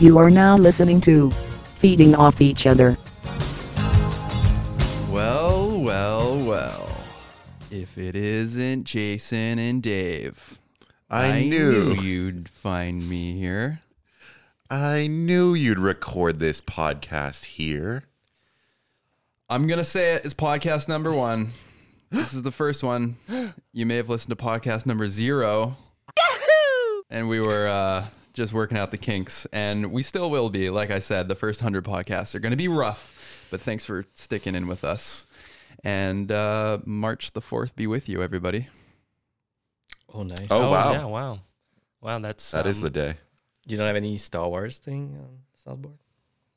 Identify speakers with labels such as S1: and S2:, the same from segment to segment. S1: You are now listening to Feeding Off Each Other.
S2: Well, well, well. If it isn't Jason and Dave,
S3: I, knew.
S2: you'd find me here.
S3: I knew you'd record this podcast here.
S2: I'm gonna say it. It's podcast number one. This is the first one. You may have listened to podcast number zero. And we were uh, just working out the kinks, and we still will be. Like I said, the first hundred podcasts are gonna be rough, but thanks for sticking in with us. And uh, March the fourth be with you, everybody.
S4: Oh, nice.
S3: Oh, wow.
S4: Yeah, wow. Wow, that's.
S3: That is
S4: um,
S3: the day.
S5: You don't have any Star Wars thing on Soundboard?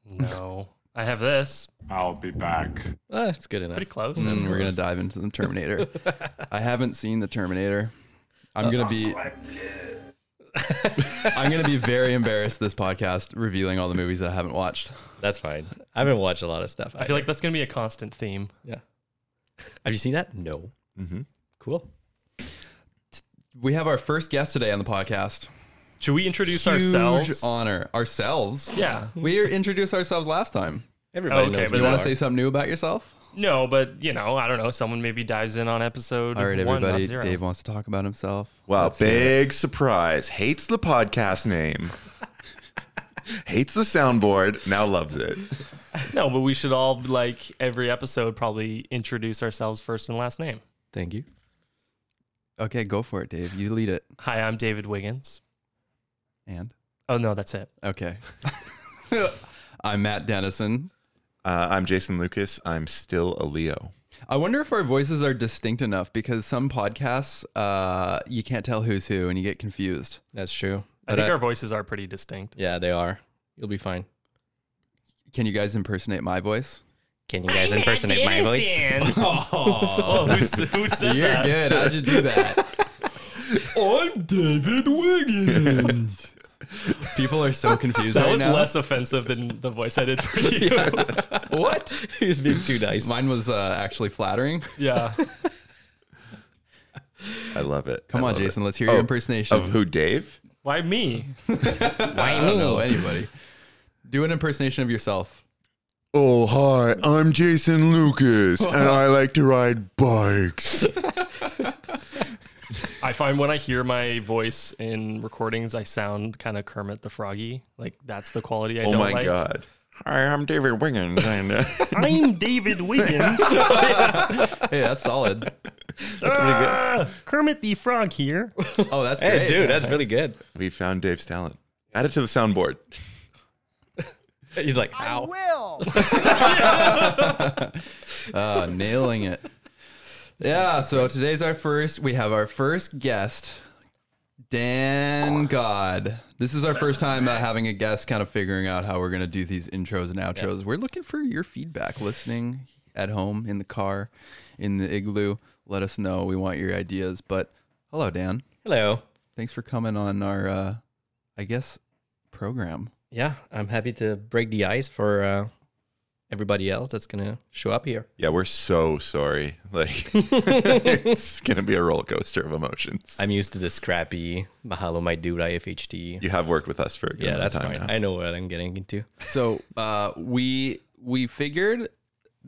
S4: No. I have this.
S6: I'll be back.
S5: Ah, it's good enough.
S4: Pretty close.
S2: And then we're gonna
S5: gross.
S2: dive into the Terminator. I haven't seen the Terminator. I'm gonna be. I'm gonna be very embarrassed this podcast revealing all the movies that I haven't watched.
S5: That's fine. I haven't watched a lot of stuff.
S4: I feel like that's going to be a constant theme.
S5: yeah. Have you seen that? No. Mm-hmm. Cool.
S2: We have our first guest today on the podcast.
S4: Should we introduce ourselves?
S2: Huge honor. Ourselves.
S4: yeah.
S2: We introduced ourselves last time.
S5: Everybody
S4: Oh, Okay,
S5: knows
S4: but
S5: we
S2: You want to
S4: are.
S2: say something new about yourself?
S4: No, but, you know, I don't know. Someone maybe dives in on episode
S2: All right,
S4: one, not
S2: everybody.
S4: zero.
S2: Dave wants to talk about himself.
S3: Wow,
S2: That's it.
S3: big surprise. Hates the podcast name. Hates the soundboard. Now loves it.
S4: No, but we should all, like, every episode probably introduce ourselves first and last name.
S5: Thank you.
S2: Okay, go for it, Dave. You lead it.
S4: Hi, I'm David Wiggins.
S2: And
S4: Oh, no, that's it.
S2: okay. I'm Matt Dennison.
S3: Uh, I'm Jason Lucas. I'm still a Leo.
S2: I wonder if our voices are distinct enough because some podcasts, uh, you can't tell who's who and you get confused.
S5: That's true.
S4: I
S5: But,
S4: think
S5: uh,
S4: our voices are pretty distinct.
S5: yeah, they are. You'll be fine.
S2: Can you guys impersonate my voice?
S5: Can you guys impersonate my voice?
S4: Oh, who's, who said
S2: You're
S4: that?
S2: good. How'd you do that?
S4: I'm David Wiggins.
S2: People are so confused
S4: That
S2: right
S4: was
S2: now.
S4: less offensive than the voice I did for you.
S2: What?
S5: He's being too nice.
S2: Mine was uh, actually flattering.
S4: yeah.
S3: I love it.
S2: Come
S3: I
S2: on,
S3: love it.
S2: Jason. Let's hear your
S3: Oh,
S2: impersonation.
S3: Of who, Dave?
S4: Why me?
S2: I don't know anybody. Do an impersonation of yourself.
S3: Oh, hi. I'm Jason Lucas, and I like to ride bikes.
S4: I find when I hear my voice in recordings, I sound kind of Kermit the Froggy. Like that's the quality I
S3: oh,
S4: don't
S3: my
S4: like.
S3: God. Hi, I'm David Wiggins. and, uh,
S4: I'm David Wiggins.
S2: Hey, that's solid.
S4: Ah! Kermit the Frog here.
S2: Oh, that's
S5: Hey,
S2: great.
S5: dude, that's really good.
S3: we found Dave's talent. Add it to the soundboard.
S5: He's like, ow.
S2: Ah, nailing it. Yeah, so today's our first. We have our first guest, Dan God. This is our first time uh, having a guest, kind of figuring out how we're going to do these intros and outros. We're looking for your feedback, listening at home, in the car, in the igloo. Let us know. We want your ideas. But hello, Dan.
S5: Hello.
S2: Thanks for coming on our, uh, I guess, program.
S5: Yeah, I'm happy to break the ice for uh, everybody else that's going to show up here.
S3: Yeah, we're so sorry. Like it's gonna be a roller coaster of emotions.
S5: I'm used to the scrappy Mahalo My Dude IFHT.
S3: You have worked with us for a good
S5: Yeah,
S3: amount of
S5: that's
S3: time
S5: fine.
S3: now.
S5: I know what I'm getting into.
S2: So uh, we we figured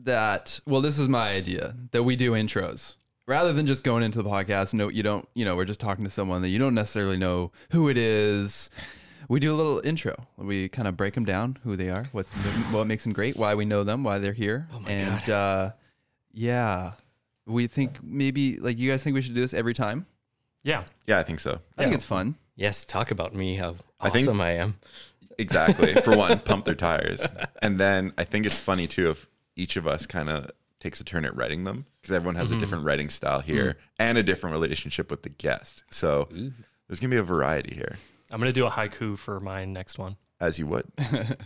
S2: that well, this is my idea that we do intros rather than just going into the podcast. No, you don't. You know, we're just talking to someone that you don't necessarily know who it is. We do a little intro. We kind of break them down, who they are, what's what makes them great, why we know them, why they're here, and Uh, yeah, we think maybe like you guys think we should do this every time.
S4: Yeah.
S3: Yeah, I think so.
S2: I think it's fun.
S5: Yes, talk about me, how
S3: I think-
S5: awesome I am.
S3: Exactly. For one, pump their tires, and then I think it's funny too if each of us kind of takes a turn at writing them because everyone
S5: Mm-hmm.
S3: has a different writing style
S5: Mm.
S3: here and a different relationship with the guest. So there's gonna be a variety here,
S4: I'm gonna do a haiku for my next one.
S3: as you would.
S2: Pump,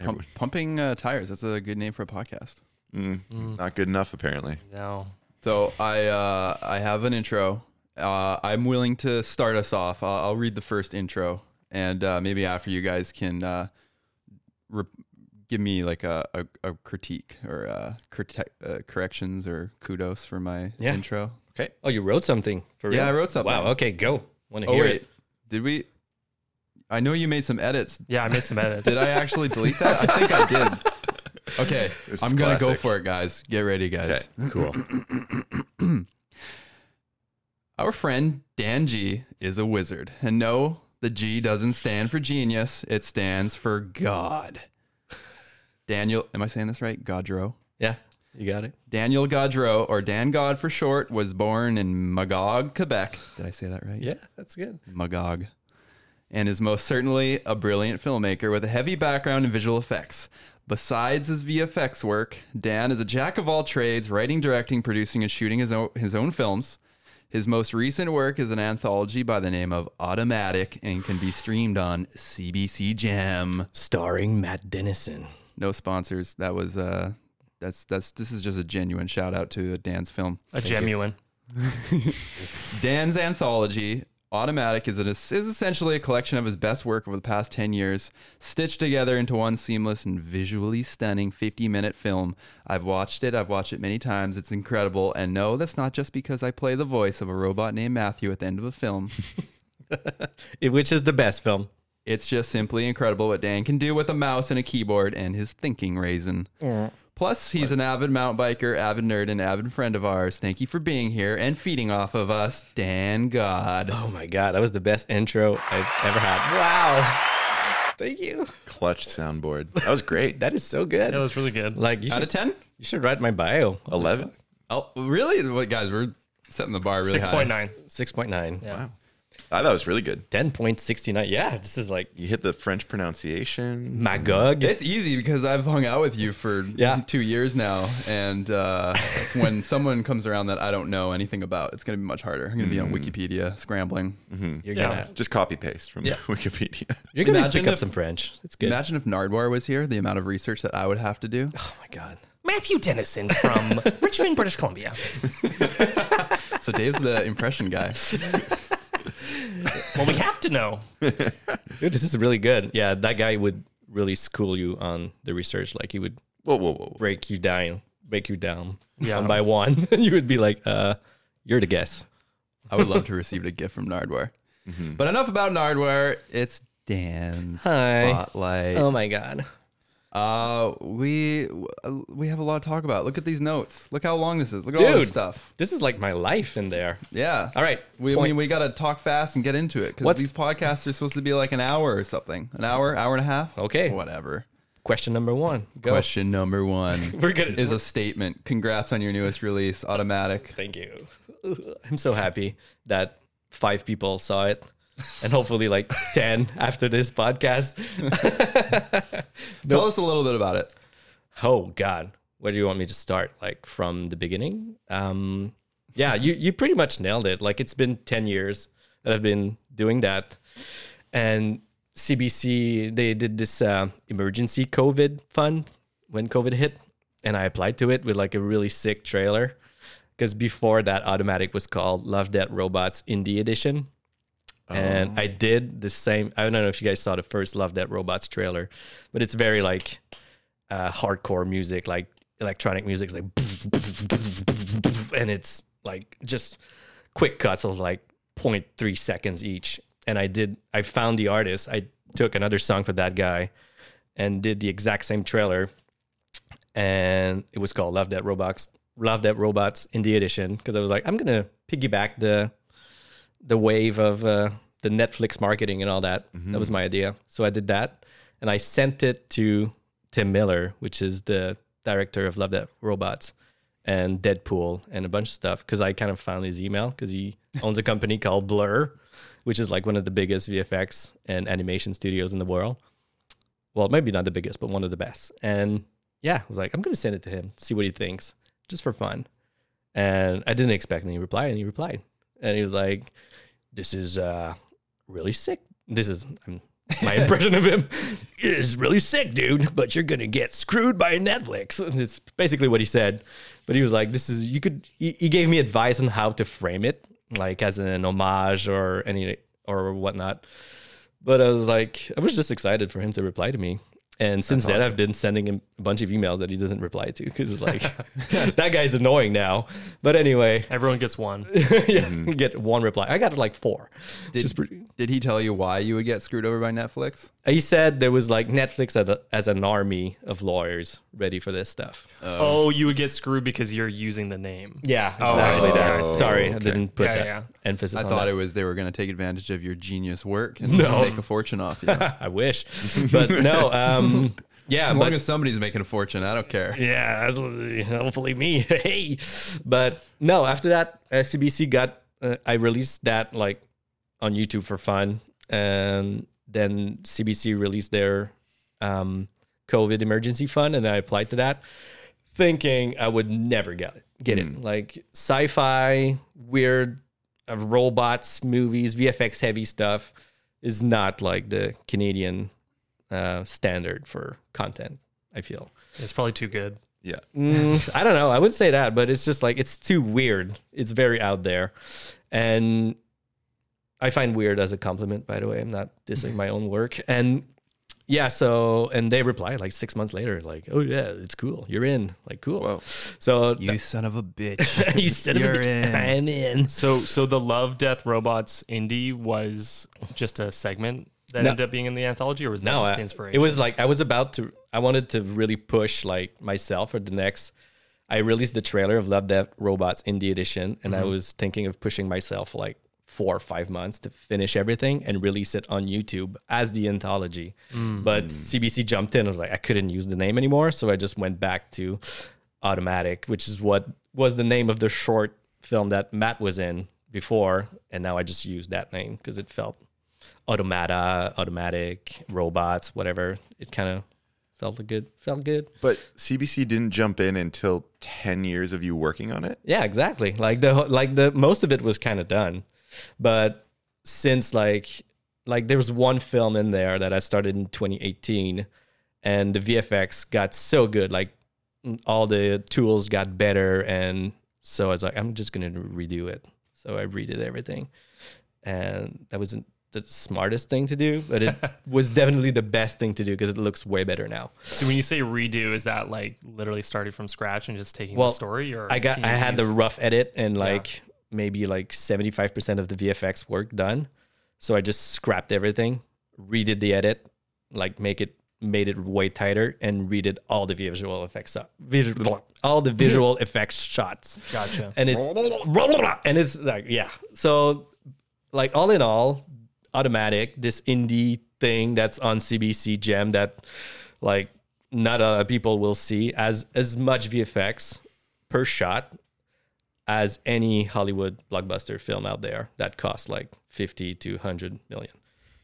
S3: Everyone-
S2: pumping uh, tires. That's a good name for a podcast.
S3: Mm, Not good enough, apparently.
S4: No.
S2: So I uh, I have an intro. Uh, I'm willing to start us off. I'll, I'll read the first intro, and uh, maybe after you guys can uh, re- give me like a, a, a critique or uh, crite- uh, corrections or kudos for my
S5: Yeah.
S2: intro.
S3: Okay.
S5: Oh, you wrote something for real?
S2: Yeah, I wrote something.
S5: Wow, okay, go. Want to
S2: Oh
S5: hear
S2: wait,
S5: it?
S2: did Oh, we? I know you made some edits.
S4: Yeah, I made some edits.
S2: Did I actually delete that? I think I did. Okay,
S3: This is
S2: I'm gonna go
S3: classic.
S2: for it, guys. Get ready, guys.
S3: Cool.
S2: Our friend Dan G is a wizard, and no, the G doesn't stand for genius. It stands for God. Daniel, am I saying this right? Godreau.
S5: Yeah, you got it.
S2: Daniel Godreau, or Dan God for short, was born in Magog, Quebec. Did I say that right?
S5: Yeah, that's good.
S2: Magog, and is most certainly a brilliant filmmaker with a heavy background in visual effects. Besides his VFX work, Dan is a jack of all trades, writing, directing, producing, and shooting his own, his own films. His most recent work is an anthology by the name of Automatic and can be streamed on CBC Jam.
S5: Starring Matt Dennison.
S2: No sponsors. That was uh that's that's this is just a genuine shout out to Dan's film.
S4: a genuine.
S2: Dan's anthology, Automatic, is, an, is essentially a collection of his best work over the past 10 years, stitched together into one seamless and visually stunning 50 minute film. I've watched it, I've watched it many times. It's incredible. And no, that's not just because I play the voice of a robot named Matthew at the end of a film.
S5: It- Which is the best film.
S2: It's just simply incredible what Dan can do with a mouse and a keyboard and his thinking raisin. Plus, he's an avid mountain biker, avid nerd, and avid friend of ours. Thank you for being here and feeding off of us, Dan God.
S5: Oh my god, that was the best intro I've ever had. Wow. Thank you.
S3: Clutch soundboard. That was great.
S5: That is so good.
S4: That was really good.
S5: like you
S2: Out of
S5: should,
S2: 10?
S5: you should write my bio.
S3: 11?
S2: Oh, really? What guys? We're setting the bar really
S4: Six
S2: high.
S4: point nine.
S5: 6.9.
S4: Yeah.
S3: I thought it was really good.
S5: 10.69. Yeah, this is like
S3: You hit the French pronunciation.
S5: Magog.
S2: It's easy because I've hung out with you for
S5: Yeah.
S2: two years now, and uh, when someone comes around that I don't know anything about, it's going to be much harder. I'm going to
S5: Mm.
S2: be on Wikipedia scrambling.
S5: You're
S4: Yeah.
S5: gonna
S3: Just copy paste from Wikipedia.
S5: You're gonna
S2: Imagine
S5: pick up
S2: if-
S5: some French. It's good.
S2: Imagine if Nardwar was here, the amount of research that I would have to do.
S5: oh my god.
S4: Matthew Dennison from Richmond, British Columbia.
S2: So Dave's the impression guy.
S4: Well, we have to know.
S5: Dude, this is really good. Yeah, that guy would really school you on the research. Like he would
S3: Whoa, whoa, whoa. whoa.
S5: break you down, break you down
S4: Yeah.
S5: one by one. you would be like, uh, you're the guess.
S2: I would love to receive a gift from Nardwar.
S5: Mm-hmm.
S2: But enough about Nardwar. It's Dan's
S5: Hi.
S2: spotlight.
S5: Oh my god.
S2: Uh, we we have a lot to talk about. Look at these notes. Look how long this is. Look at all this
S5: Dude.
S2: stuff.
S5: This is like my life in there.
S2: Yeah.
S5: All right.
S2: We, I
S5: point.
S2: mean, we gotta talk fast and get into it because
S5: What's-
S2: these podcasts are supposed to be like an hour or something. An hour, hour and a half.
S5: Okay.
S2: Whatever.
S5: Question number one. Go.
S2: Question number one
S5: We're good.
S2: is a statement. Congrats on your newest release, Automatic.
S5: Thank you. I'm so happy that five people saw it. And hopefully like ten after this podcast.
S2: Tell us a little bit about it.
S5: Oh God, where do you want me to start? Like from the beginning? Um, yeah, you you pretty much nailed it. Like it's been ten years that I've been doing that, and CBC they did this uh, emergency COVID fund when COVID hit, and I applied to it with like a really sick trailer. Because before that, Automatic was called Love Dead Robots Indie Edition. And I did the same. I don't know if you guys saw the first Love Dead Robots trailer, but it's very like uh, hardcore music, like electronic music, like, and it's like just quick cuts of like 0.3 seconds each. And I did, I found the artist. I took another song for that guy and did the exact same trailer. And it was called Love That Robots, Love That Robots Indie Edition. Cause I was like, I'm going to piggyback the, the wave of uh, the Netflix marketing and all that. That was my idea. So I did that and I sent it to Tim Miller, which is the director of Love That Robots and Deadpool and a bunch of stuff because I kind of found his email because he owns a company called Blur, which is like one of the biggest VFX and animation studios in the world. Well, maybe not the biggest, but one of the best. And yeah, I was like, I'm going to send it to him, see what he thinks, just for fun. And I didn't expect any reply, and he replied. And he was like, This is uh, really sick. This is I'm, my impression of him is really sick, dude, but you're going to get screwed by Netflix. It's basically what he said. But he was like, This is, you could, he, he gave me advice on how to frame it, like as an homage or any, or whatnot. But I was like, I was just excited for him to reply to me. And since then, I've been sending him a bunch of emails that he doesn't reply to because, like, that guy's annoying now. But anyway,
S4: Everyone gets one.
S5: yeah, get one reply. I got like four.
S2: Mm-hmm. Did,
S5: Just pretty-
S2: Did he tell you why you would get screwed over by Netflix?
S5: He said there was like Netflix as, a, as an army of lawyers ready for this stuff.
S4: Oh, you would get screwed because you're using the name.
S5: Yeah,
S4: I
S5: exactly.
S4: see,
S5: that.
S3: I see.
S5: Oh, Sorry, I
S3: Okay.
S5: didn't put
S4: Yeah,
S5: that
S4: yeah.
S5: emphasis
S2: I
S5: on
S2: thought
S5: that.
S2: it was they were going to take advantage of your genius work and make a fortune off you. as
S5: I wish, but no. Um, yeah, but
S2: long as somebody's making a fortune, I don't care.
S5: Yeah, absolutely. Hopefully me. hey. But no, after that, uh, CBC got, uh, I released that like on YouTube for fun. And then CBC released their um, COVID emergency fund. And I applied to that thinking I would never get it. Get it. Like sci fi, weird uh, robots, movies, VFX heavy stuff is not like the Canadian uh, standard for content, I feel.
S4: It's probably too good.
S3: Yeah.
S5: Mm, I don't know. I would say that, but it's just like it's too weird. It's very out there, and I find weird as a compliment. By the way, I'm not dissing my own work. And yeah, so and they replied like six months later, like, "Oh yeah, it's cool. You're in. Like, cool."
S3: Whoa.
S5: So
S2: You son of a bitch.
S5: you said,
S2: You're in.
S5: "I'm in."
S4: So, so the Love, Death, Robots indie was just a segment that
S5: No.
S4: ended up being in the anthology, or was that
S5: No,
S4: just
S5: I-
S4: the inspiration?
S5: it was like I was about to. I wanted to really push like myself for the next. I released the trailer of Love Death Robots Indie Edition, and
S4: Mm-hmm.
S5: I was thinking of pushing myself like four or five months to finish everything and release it on YouTube as the anthology.
S4: Mm.
S5: But CBC jumped in. and was like, I couldn't use the name anymore, so I just went back to Automatic, which is what was the name of the short film that Matt was in before, and now I just used that name because it felt automata, automatic robots, whatever. It kind of felt a good, felt good.
S3: But CBC didn't jump in until 10 years of you working on it.
S5: Yeah, exactly. Like the whole- like the most of it was kind of done, but since like like there was one film in there that I started in 2018, and the VFX got so good, like all the tools got better, and so I was like, I'm just gonna redo it. So I redid everything, and that wasn't the smartest thing to do, but it was definitely the best thing to do because it looks way better now.
S4: So when you say redo, is that like literally started from scratch and just taking
S5: Well,
S4: the story? Or
S5: I got
S4: can
S5: I
S4: you
S5: had the
S4: use-
S5: rough edit and like maybe like 75% of the VFX work done. So I just scrapped everything, redid the edit, like make it made it way tighter and redid all the visual effects up. Visual, all the visual effects shots.
S4: Gotcha.
S5: And it's and it's like yeah. So like all in all, automatic this indie thing that's on CBC Gem that like not a lot of people will see as as much VFX per shot as any Hollywood blockbuster film out there that costs like 50 to 100 million.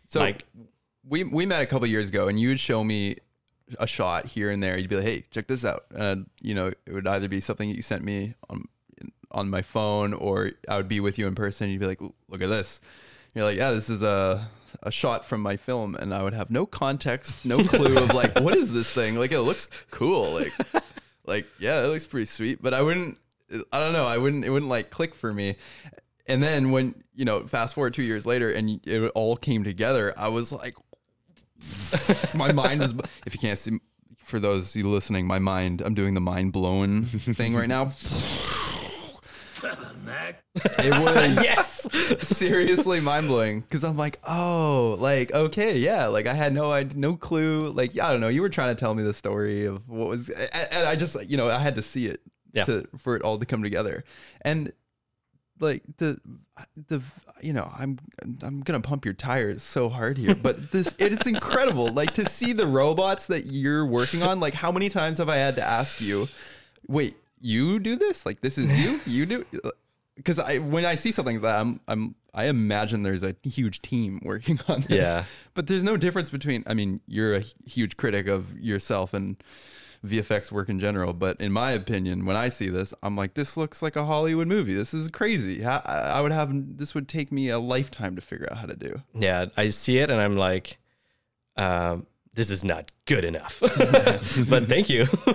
S2: So
S5: like
S2: we we met a couple years ago, and you would show me a shot here and there. You'd be like, "Hey, check this out," and you know it would either be something that you sent me on on my phone, or I would be with you in person. And you'd be like, "Look at this." You're like, "Yeah, this is a a shot from my film," and I would have no context, no clue of like, "What is this thing?" Like, it looks cool. Like, like yeah, that looks pretty sweet, but I wouldn't. I don't know. I wouldn't. It wouldn't like click for me. And then when you know, fast forward two years later, and it all came together. I was like, my mind was if you can't see for those you listening my mind i'm doing the mind blown thing right now it was
S5: yes.
S2: seriously mind blowing because i'm like oh like okay yeah like i had no i no clue like yeah, i don't know you were trying to tell me the story of what was and, and i just you know i had to see it
S5: Yeah.
S2: to for it all to come together and like the the you know i'm i'm gonna pump your tires so hard here but this it is incredible like to see the robots that you're working on like how many times have i had to ask you wait you do this like this is you you do because i when i see something like that i'm i'm i imagine there's a huge team working on this
S5: Yeah.
S2: but there's no difference between i mean you're a huge critic of yourself and VFX work in general. But in my opinion, when I see this, I'm like, this looks like a Hollywood movie. This is crazy. How- I I would have this would take me a lifetime to figure out how to do.
S5: Yeah, I see it and I'm like, um, this is not good enough. but thank you.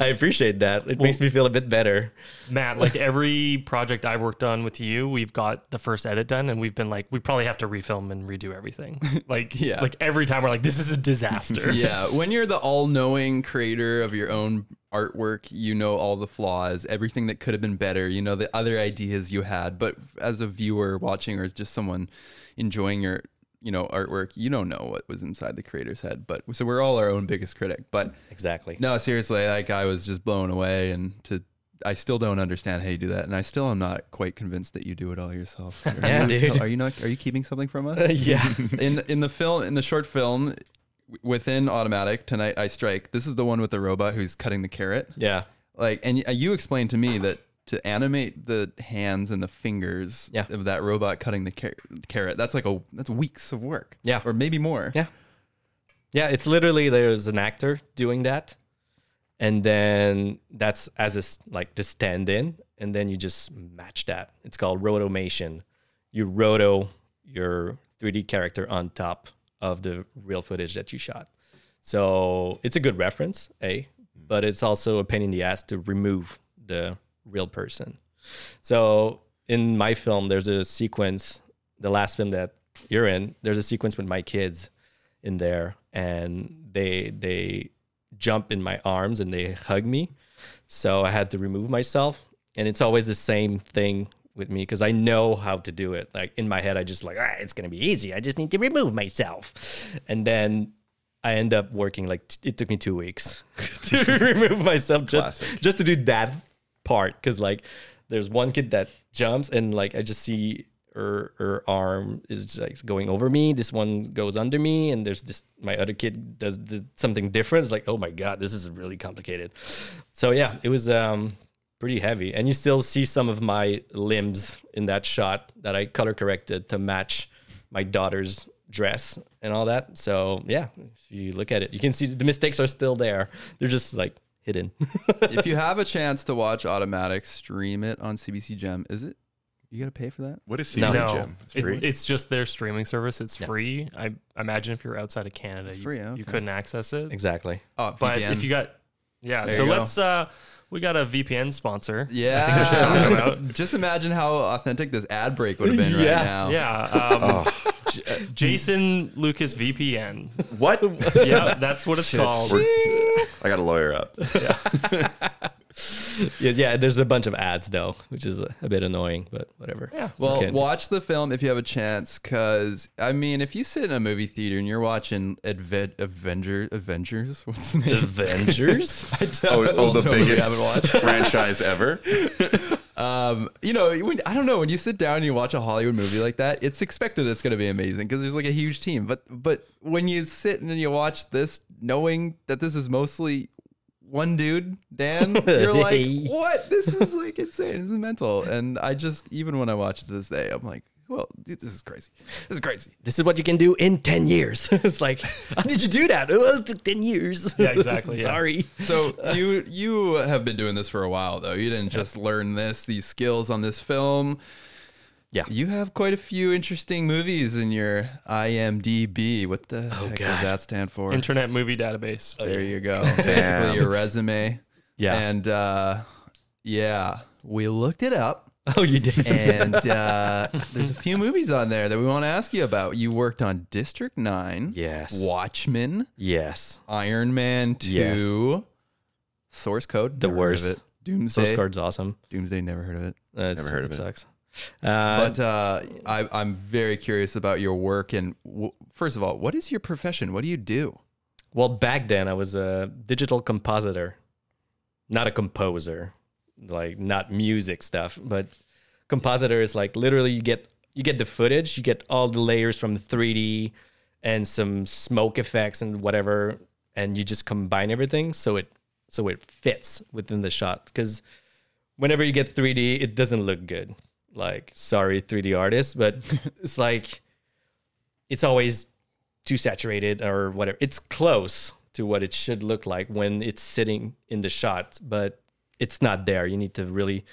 S5: I appreciate that. It makes me feel a bit better.
S4: Matt, like every project I've worked on with you, we've got the first edit done and we've been like, we probably have to refilm and redo everything. Like,
S2: Yeah.
S4: like every time we're like, this is a disaster.
S2: yeah, when you're the all-knowing creator of your own artwork, you know all the flaws, everything that could have been better, you know the other ideas you had, but as a viewer watching or as just someone enjoying your, you know, artwork, you don't know what was inside the creator's head. But so we're all our own biggest critic. But
S5: Exactly.
S2: no, seriously, like I was just blown away and to I still don't understand how you do that and I still am not quite convinced that you do it all yourself.
S5: Yeah, dude.
S2: Are you not are you keeping something from us?
S5: yeah.
S2: in in the film in the short film w- within automatic tonight i strike this is the one with the robot who's cutting the carrot
S5: Yeah.
S2: like and y- uh, you explained to me that to animate the hands and the fingers
S5: Yeah.
S2: of that robot cutting the car- carrot that's like a that's weeks of work
S5: Yeah.
S2: or maybe more
S5: Yeah. Yeah, it's literally there's an actor doing that. And then that's as a s like the stand in. And then you just match that. It's called rotomation. You roto your 3D character on top of the real footage that you shot. So it's a good reference, A, but it's also a pain in the ass to remove the real person. So in my film, there's a sequence, the last film that you're in, there's a sequence with my kids in there and they they jump in my arms and they hug me. So I had to remove myself. And it's always the same thing with me because I know how to do it. Like in my head, I just like, ah, it's gonna be easy. I just need to remove myself. And then I end up working like t- it took me two weeks to remove myself just,
S3: Classic.
S5: just to do that part. Cause like there's one kid that jumps and like I just see her her arm is like going over me. This one goes under me, and there's this my other kid does the, something different. It's like, oh my god, this is really complicated. So yeah, it was um pretty heavy. And you still see some of my limbs in that shot that I color corrected to match my daughter's dress and all that. So yeah, if you look at it, you can see the mistakes are still there. They're just like hidden.
S2: if you have a chance to watch automatic stream it on cbc gem is it you gotta pay for that
S3: What is CBC
S5: No.
S4: No,
S3: Gym? It's
S4: it-
S3: free.
S4: it's just their streaming service. It's free. I imagine if you're outside of Canada, you,
S2: free,
S4: you
S2: okay.
S4: couldn't access it.
S5: exactly.
S2: oh
S4: But
S2: VPN.
S4: if you got, yeah.
S2: There
S4: so
S2: you go.
S4: let's, uh, we got a VPN sponsor.
S2: yeah,
S4: talk about.
S2: just imagine how authentic this ad break would have been
S5: Yeah.
S2: right now.
S4: Yeah. Um,
S2: Oh.
S4: J- uh, Jason Lucas VPN.
S3: what?
S4: Yeah, that's what it's called.
S3: We're- I got a lawyer up.
S5: Yeah, yeah, there's a bunch of ads though, which is a, a bit annoying, but whatever. Yeah.
S2: Well, watch the film if you have a chance, because I mean, if you sit in a movie theater and you're watching Adve- Avenger Avengers, what's the name?
S5: Avengers?
S2: I don't
S3: Oh,
S2: know.
S3: oh the
S2: It's a movie I haven't
S3: biggest
S2: watched.
S3: franchise ever.
S2: Um, you know, when, I don't know when you sit down and you watch a Hollywood movie like that, it's expected it's going to be amazing because there's like a huge team. But but when you sit and you watch this, knowing that this is mostly one dude, Dan, you're like,
S5: Hey.
S2: what? This is like insane. This is mental. And I just even when I watch it to this day, I'm like, well, dude, this is crazy. This is crazy.
S5: this is what you can do in 10 years. it's like, how did you do that? Oh, it took 10 years.
S4: Yeah, exactly, yeah.
S5: Sorry.
S2: So you you have been doing this for a while though. You didn't just learn this these skills on this film.
S5: Yeah.
S2: You have quite a few interesting movies in your IMDb. What the heck does
S5: Oh, God.
S2: that stand for?
S4: Internet Movie Database.
S2: there you go. Basically your resume.
S5: Yeah.
S2: And uh yeah, we looked it up
S5: Oh, you did.
S2: and uh there's a few movies on there that we want to ask you about. You worked on District 9.
S5: Yes.
S2: Watchmen.
S5: yes.
S2: Iron Man 2,
S5: Yes.
S2: Source Code.
S5: The
S2: never heard of
S5: worst.
S2: it. Doomsday.
S5: Source card's awesome.
S2: Doomsday, never heard of it.
S5: Uh, it's-
S3: Never heard of it.
S5: Sucks. Uh,
S2: But uh, I, I'm very curious about your work. And w- first of all, what is your profession? What do you do?
S5: well, back then I was a digital compositor, not a composer, like not music stuff, but compositor is like literally you get you get the footage, you get all the layers from 3D and some smoke effects and whatever, and you just combine everything so it so it fits within the shot because whenever you get 3D, it doesn't look good. Like, sorry, 3D artists, but it's like it's always too saturated or whatever. It's close to what it should look like when it's sitting in the shot, but it's not there. You need to really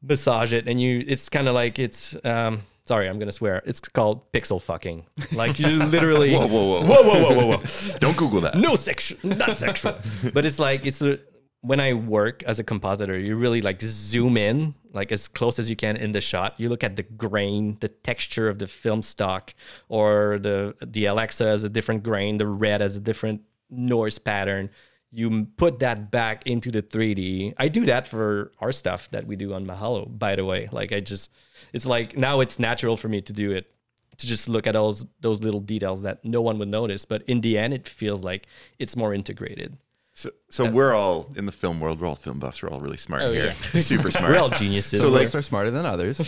S5: massage it, and you it's kind of like it's um, Sorry, I'm gonna swear. It's called pixel fucking. Like you literally.
S3: Whoa, whoa, whoa.
S5: whoa, whoa, whoa, whoa, whoa
S3: Don't Google that.
S5: no sexual, not sexual. but it's like it's the when I work as a compositor, you really like zoom in like as close as you can in the shot. You look at the grain, the texture of the film stock, or the the Alexa as a different grain, the red as a different noise pattern. You m- put that back into the 3D. I do that for our stuff that we do on Mahalo, by the way. Like I just, it's like now it's natural for me to do it to just look at all those, those little details that no one would notice. But in the end, it feels like it's more integrated.
S3: So, so we're all in the film world. We're all film buffs. We're all really smart here. Super smart.
S5: We're all geniuses.
S3: So, like,
S2: Some are smarter than others.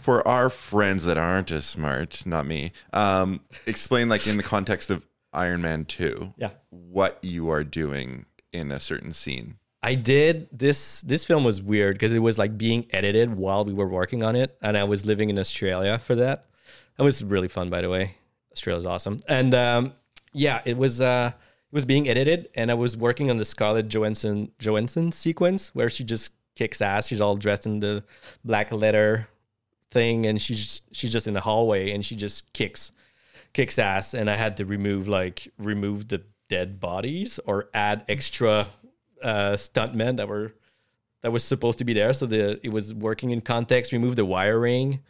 S3: for our friends that aren't as smart, not me, um, explain like in the context of Iron Man Two,
S5: Yeah.
S3: what you are doing in a certain scene.
S5: I did this. This film was weird because it was like being edited while we were working on it, and I was living in Australia for that. That was really fun, by the way. Australia's awesome, and um, yeah, it was. Uh, it was being edited, and I was working on the Scarlett Johansson Johansson sequence where she just kicks ass. She's all dressed in the black leather thing, and she's she's just in the hallway, and she just kicks kicks ass and I had to remove like remove the dead bodies or add extra uh stuntmen that were that was supposed to be there. So the it was working in context, remove the wiring. It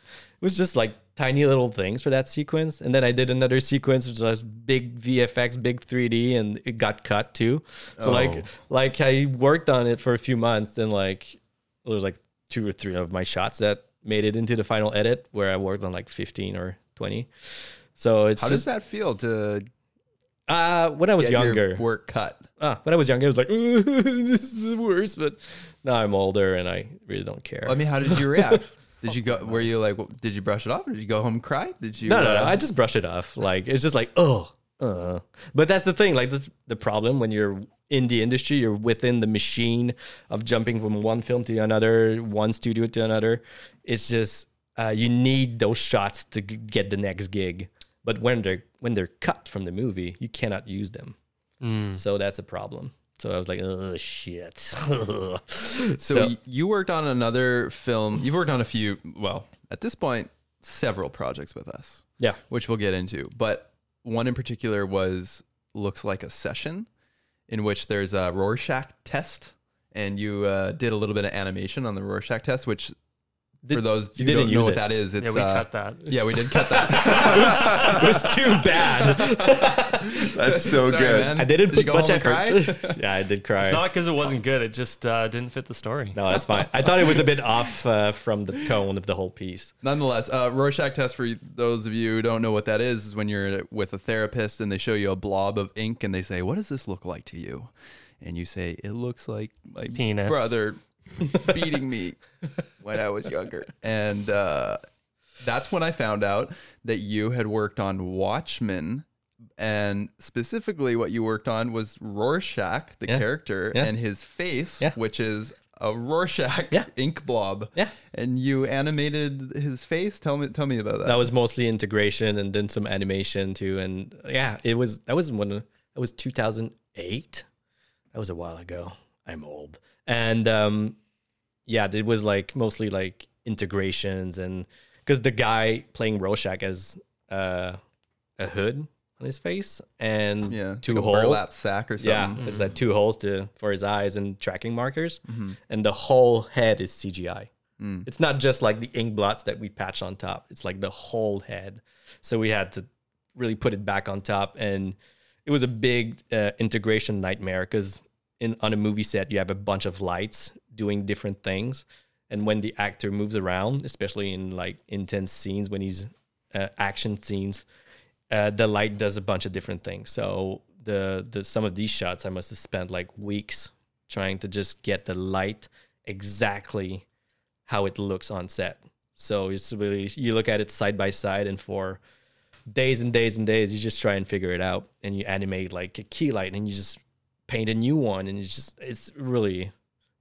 S5: was just like tiny little things for that sequence. And then I did another sequence which was big VFX, big 3D, and it got cut too. So
S2: Oh.
S5: like like I worked on it for a few months and like there was like two or three of my shots that made it into the final edit where I worked on like 15 or 20. So it's
S2: How does
S5: just
S2: that feel to
S5: uh, when I was
S2: get
S5: younger.
S2: your work cut?
S5: Ah, when I was younger, I was like, "This is the worst." But now I'm older, and I really don't care.
S2: I mean, how did you react? Did you go? Were you like? Did you brush it off? Or did you go home and cry? Did you?
S5: no, no, no.
S2: uh,
S5: I just brush it off. Like it's just like, oh, uh. But that's the thing. Like this, the problem when you're in the industry, you're within the machine of jumping from one film to another, one studio to another. It's just uh, you need those shots to g- get the next gig. But when they're when they're cut from the movie, you cannot use them.
S4: Mm.
S5: So that's a problem. So I was like, oh shit. so
S2: So, y- you worked on another film. You've worked on a few. Well, at this point, several projects with us,
S5: yeah,
S2: which we'll get into. But one in particular was looks like a session, in which there's a Rorschach test, and you uh, did a little bit of animation on the Rorschach test, which.
S5: Did-
S2: for those who
S5: you didn't
S2: don't know
S5: use
S2: what
S5: it.
S2: that is, it's
S4: Yeah, we
S2: uh,
S4: cut that.
S2: Yeah, we did cut that.
S5: it was too bad.
S3: That's so
S2: Sorry,
S3: good.
S2: man.
S5: I didn't
S2: you
S5: put
S2: go
S5: much
S2: home and
S5: effort. yeah, I did cry.
S4: It's not because it wasn't good. It just uh, didn't fit the story.
S5: No, that's fine. I thought it was a bit off uh, from the tone of the whole piece.
S2: Nonetheless, uh, Rorschach test for those of you who don't know what that is is when you're with a therapist and they show you a blob of ink and they say, "What does this look like to you?" And you say, "It looks like my
S4: Penis.
S2: brother beating me when I was younger." And uh, that's when I found out that you had worked on Watchmen, and specifically what you worked on was Rorschach, the
S5: Yeah.
S2: character,
S5: Yeah.
S2: and his face,
S5: Yeah.
S2: which is a Rorschach
S5: Yeah.
S2: ink blob.
S5: Yeah.
S2: And you animated his face. Tell me, tell me about that.
S5: That was mostly integration and then some animation too. And yeah, it was that was when that was 2008. That was a while ago. I'm old. And um, yeah, it was like mostly like integrations and because the guy playing Rorschach has uh, a hood on his face and
S2: yeah,
S5: two
S2: like a
S5: holes.
S2: burlap sack or
S5: Yeah,
S2: something.
S5: it's like two holes to for his eyes and tracking markers, and the whole head is CGI. It's not just like the ink blots that we patch on top. It's like the whole head. So we had to really put it back on top, and it was a big uh, integration nightmare because in on a movie set you have a bunch of lights doing different things, and when the actor moves around, especially in like intense scenes when he's uh, action scenes, uh, the light does a bunch of different things. So the the some of these shots I must have spent like weeks trying to just get the light exactly how it looks on set. So it's really you look at it side by side and for days and days and days you just try and figure it out and you animate like a key light and you just paint a new one and it's just it's really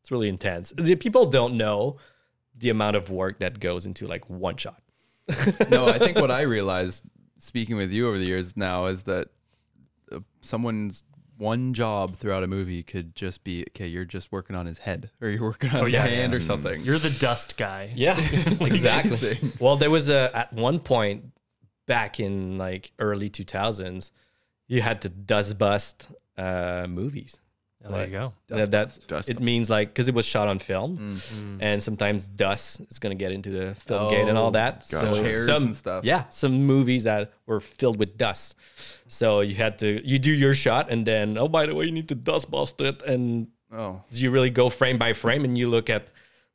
S5: it's really intense. The people don't know the amount of work that goes into like one shot.
S2: no, I think what I realized speaking with you over the years now is that uh, someone's one job throughout a movie could just be okay. You're just working on his head, or you're working on
S4: Oh,
S2: his
S4: yeah,
S2: hand, or something.
S4: You're the dust guy.
S5: Yeah, exactly.
S2: amazing.
S5: Well, there was a at one point back in like early 2000s, you had to dust bust uh, movies.
S4: Oh, there you go.
S5: that that-
S3: Dust
S5: it
S3: bust.
S5: means like because it was shot on film, and sometimes dust is gonna get into the film gate and all
S2: Mm. Oh,
S5: that.
S3: gotcha.
S2: Chairs
S5: some
S2: and stuff.
S5: yeah, some movies that were filled with dust. So you had to you do your shot, and then oh by the way, you need to dust bust it, and
S2: oh,
S5: you really go frame by frame, and you look at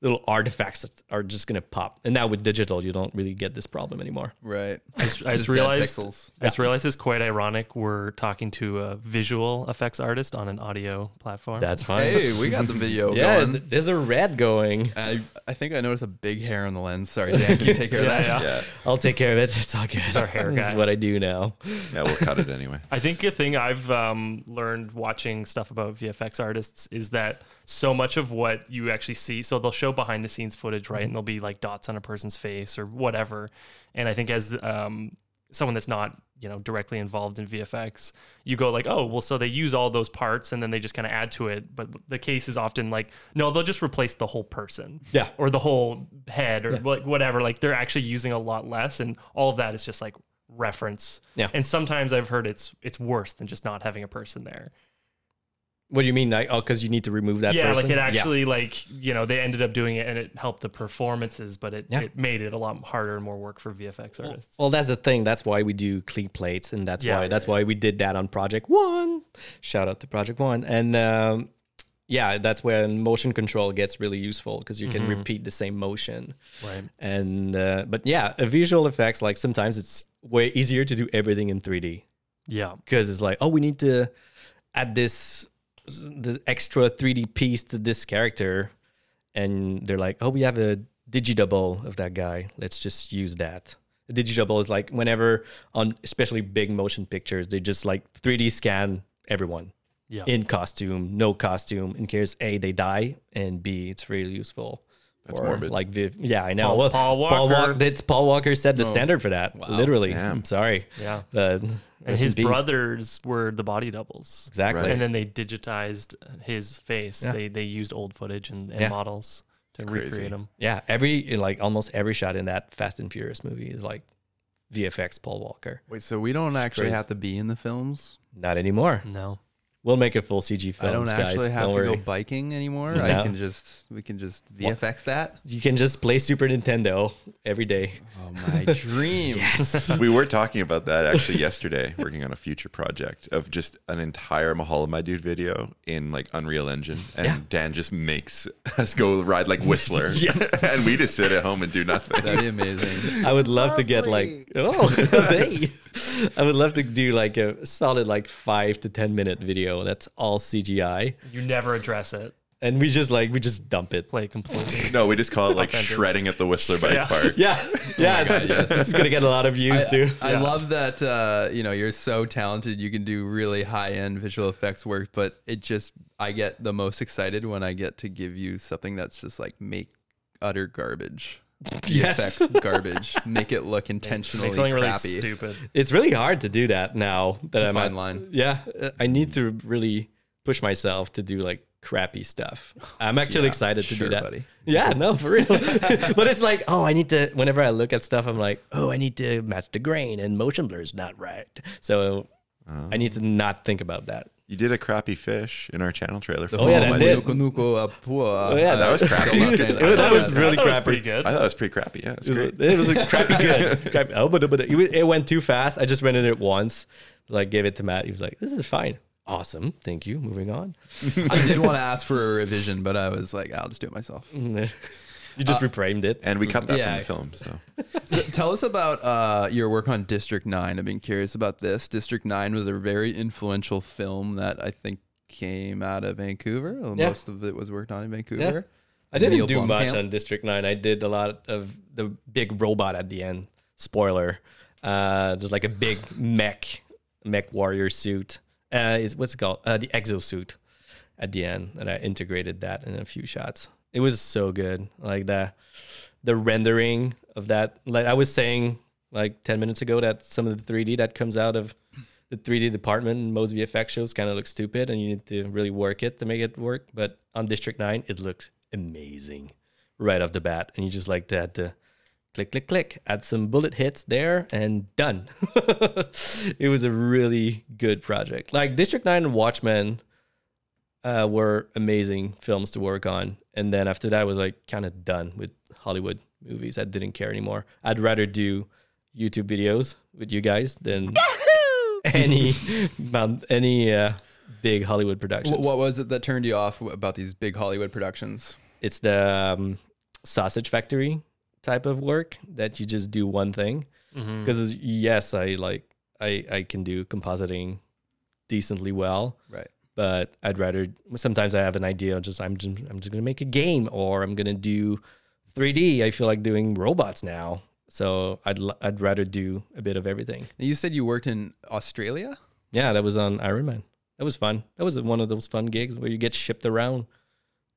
S5: little artifacts that are just gonna pop. And now with digital, you don't really get this problem anymore.
S2: right.
S4: I just, I just
S2: dead
S4: realized.
S2: pixels.
S4: I just realized it's quite ironic. We're talking to a visual effects artist on an audio platform.
S5: That's fine.
S2: Hey, we got the video
S5: yeah,
S2: going.
S5: th- there's a red going.
S2: I, I think I noticed a big hair on the lens. Sorry, Dan, can you take care of that?
S4: yeah.
S3: Yeah,
S5: I'll take care of it. It's all good. It's
S4: our hair guy.
S5: what I do now.
S3: yeah, we'll cut it anyway.
S4: I think a thing I've um, learned watching stuff about VFX artists is that so much of what you actually see, so they'll show behind the scenes footage, right? And there'll be like dots on a person's face or whatever. And I think as um, someone that's not, you know, directly involved in VFX, you go like, oh, well, so they use all those parts and then they just kind of add to it. But the case is often like, no, they'll just replace the whole person.
S5: Yeah.
S4: Or the whole head or like whatever. Like they're actually using a lot less. And all of that is just like, reference
S5: Yeah.
S4: and sometimes I've heard it's it's worse than just not having a person there.
S5: What do you mean? Like, oh, because you need to remove that
S4: yeah,
S5: person?
S4: like it actually like you know they ended up doing it and it helped the performances, but it,
S5: Yeah.
S4: it made it a lot harder and more work for VFX artists.
S5: Well, that's the thing. That's why we do clean plates, and that's
S4: Yeah.
S5: why that's why we did that on Project One. Shout out to Project One, and um, yeah, that's when motion control gets really useful because you can
S4: Mm-hmm.
S5: repeat the same motion.
S4: Right.
S5: And uh, but yeah, uh, visual effects like sometimes it's way easier to do everything in 3D
S4: Yeah.
S5: because it's like, oh, we need to add this the extra 3D piece to this character, and they're like, oh, we have a digidouble of that guy. Let's just use that. A digidouble is like whenever on especially big motion pictures, they just like 3D scan everyone
S4: Yeah.
S5: in costume, no costume, in case a they die and b it's really useful.
S3: That's
S5: Or,
S3: morbid.
S5: Like, Viv- yeah, I know.
S4: Paul-
S5: well,
S4: Paul
S5: Walk-
S4: Walker.
S5: that's Paul Walker set the standard for that. Literally.
S3: Damn.
S5: I'm sorry. Uh,
S4: Yeah.
S5: But
S4: And his brothers were the body doubles.
S5: Exactly.
S3: Right.
S4: And then they digitized his face.
S5: Yeah.
S4: They they used old footage and, and
S5: Yeah.
S4: models to
S3: crazy.
S4: recreate him.
S5: Yeah, every like almost every shot in that Fast and Furious movie is like VFX Paul Walker.
S2: Wait, so we don't actually
S5: crazy.
S2: have to be in the films?
S5: Not anymore.
S4: No.
S5: We'll make a full CG film.
S2: I don't
S5: guys.
S2: actually have
S5: don't
S2: to go
S5: worry.
S2: biking anymore.
S5: No.
S2: I can just we can just VFX that.
S5: You can just play Super Nintendo every day.
S2: Oh my dream.
S5: Yes.
S3: we were talking about that actually yesterday, working on a future project of just an entire Mahalo My Dude video in like Unreal Engine. And Dan just makes us go ride like Whistler. and we just sit at home and do nothing.
S2: That'd be amazing.
S5: I would love to get like oh hey. I would love to do like a solid like five to ten minute video that's all CGI.
S4: You never address it.
S5: And we just like we just dump it.
S4: Play it completely.
S3: No, we just call it like shredding at the Whistler Bike
S4: Yeah.
S3: Park.
S5: Yeah. Yeah. This is gonna get a lot of views too.
S2: I love that uh, you know you're so talented. You can do really high end visual effects work, but it just I get the most excited when I get to give you something that's just like make utter garbage.
S5: Yes.
S2: VFX garbage. Make it look intentionally
S4: Make something really
S2: crappy.
S4: stupid.
S5: it's really hard to do that now that I'm
S2: fine
S5: at-
S2: line.
S5: Yeah, uh, I need to really push myself to do like crappy stuff. I'm actually
S2: Yeah,
S5: excited to
S2: sure,
S5: do that.
S2: buddy.
S5: Yeah, no, for real. but it's like, oh, I need to. Whenever I look at stuff, I'm like, oh, I need to match the grain, and motion blur is not right. So I need to not think about that.
S3: You did a crappy fish in our channel trailer. For
S5: Oh,
S3: Mahalo
S5: yeah, that
S3: My
S5: did.
S3: Dude.
S2: Nuku nuku apua.
S5: Oh, yeah, that
S2: Uh,
S5: was
S3: crappy.
S2: I'm not saying
S5: It was- that
S2: I
S5: was
S2: like
S5: really
S4: that was
S5: crappy.
S4: pretty good.
S3: I thought it was pretty crappy. Yeah, it's
S5: It was,
S3: great.
S5: a, it was a crappy good. crappy, oh, but, but it, was- it went too fast. I just rented it once. Like gave it to Matt. He was like, this is fine. Awesome. Thank you. Moving on.
S2: I did want to ask for a revision, but I was like, I'll just do it myself.
S5: you
S2: Uh,
S5: just reframed it.
S3: And we cut that
S2: Yeah.
S3: from the film. So
S2: So tell us about uh, your work on District 9. I've been curious about this. District 9 was a very influential film that I think came out of Vancouver. Well,
S5: Yeah.
S2: Most of it was worked on in Vancouver.
S5: I didn't
S2: Neil
S5: do much
S2: Blomkamp.
S5: on District Nine. I did a lot of the big robot at the end. Spoiler. Uh, there's like a big mech, mech warrior suit. Uh, is what's it called? Uh, the exosuit at the end, and I integrated that in a few shots. It was so good. Like the the rendering of that. Like I was saying like ten minutes ago, that some of the 3D that comes out of the 3D department in most VFX shows kind of looks stupid, and you need to really work it to make it work. But on District Nine, it looks amazing right off the bat, and you just like that. Uh, click, click, click. Add some bullet hits there, and done. it was a really good project. Like District Nine and Watchmen uh, were amazing films to work on, and then after that, I was like kind of done with Hollywood movies. I didn't care anymore. I'd rather do YouTube videos with you guys than any mount- any uh, big Hollywood production.
S2: What, what was it that turned you off about these big Hollywood productions?
S5: It's the um, sausage factory type of work that you just do one thing. Because yes, I like I I can do compositing decently well,
S2: Right.
S5: but I'd rather sometimes I have an idea of just I'm just I'm just gonna make a game or I'm gonna do 3D. I feel like doing robots now. So I'd l- I'd rather do a bit of everything.
S2: Now, You said you worked in Australia.
S5: Yeah, that was on Iron Man. That was fun. That was one of those fun gigs where you get shipped around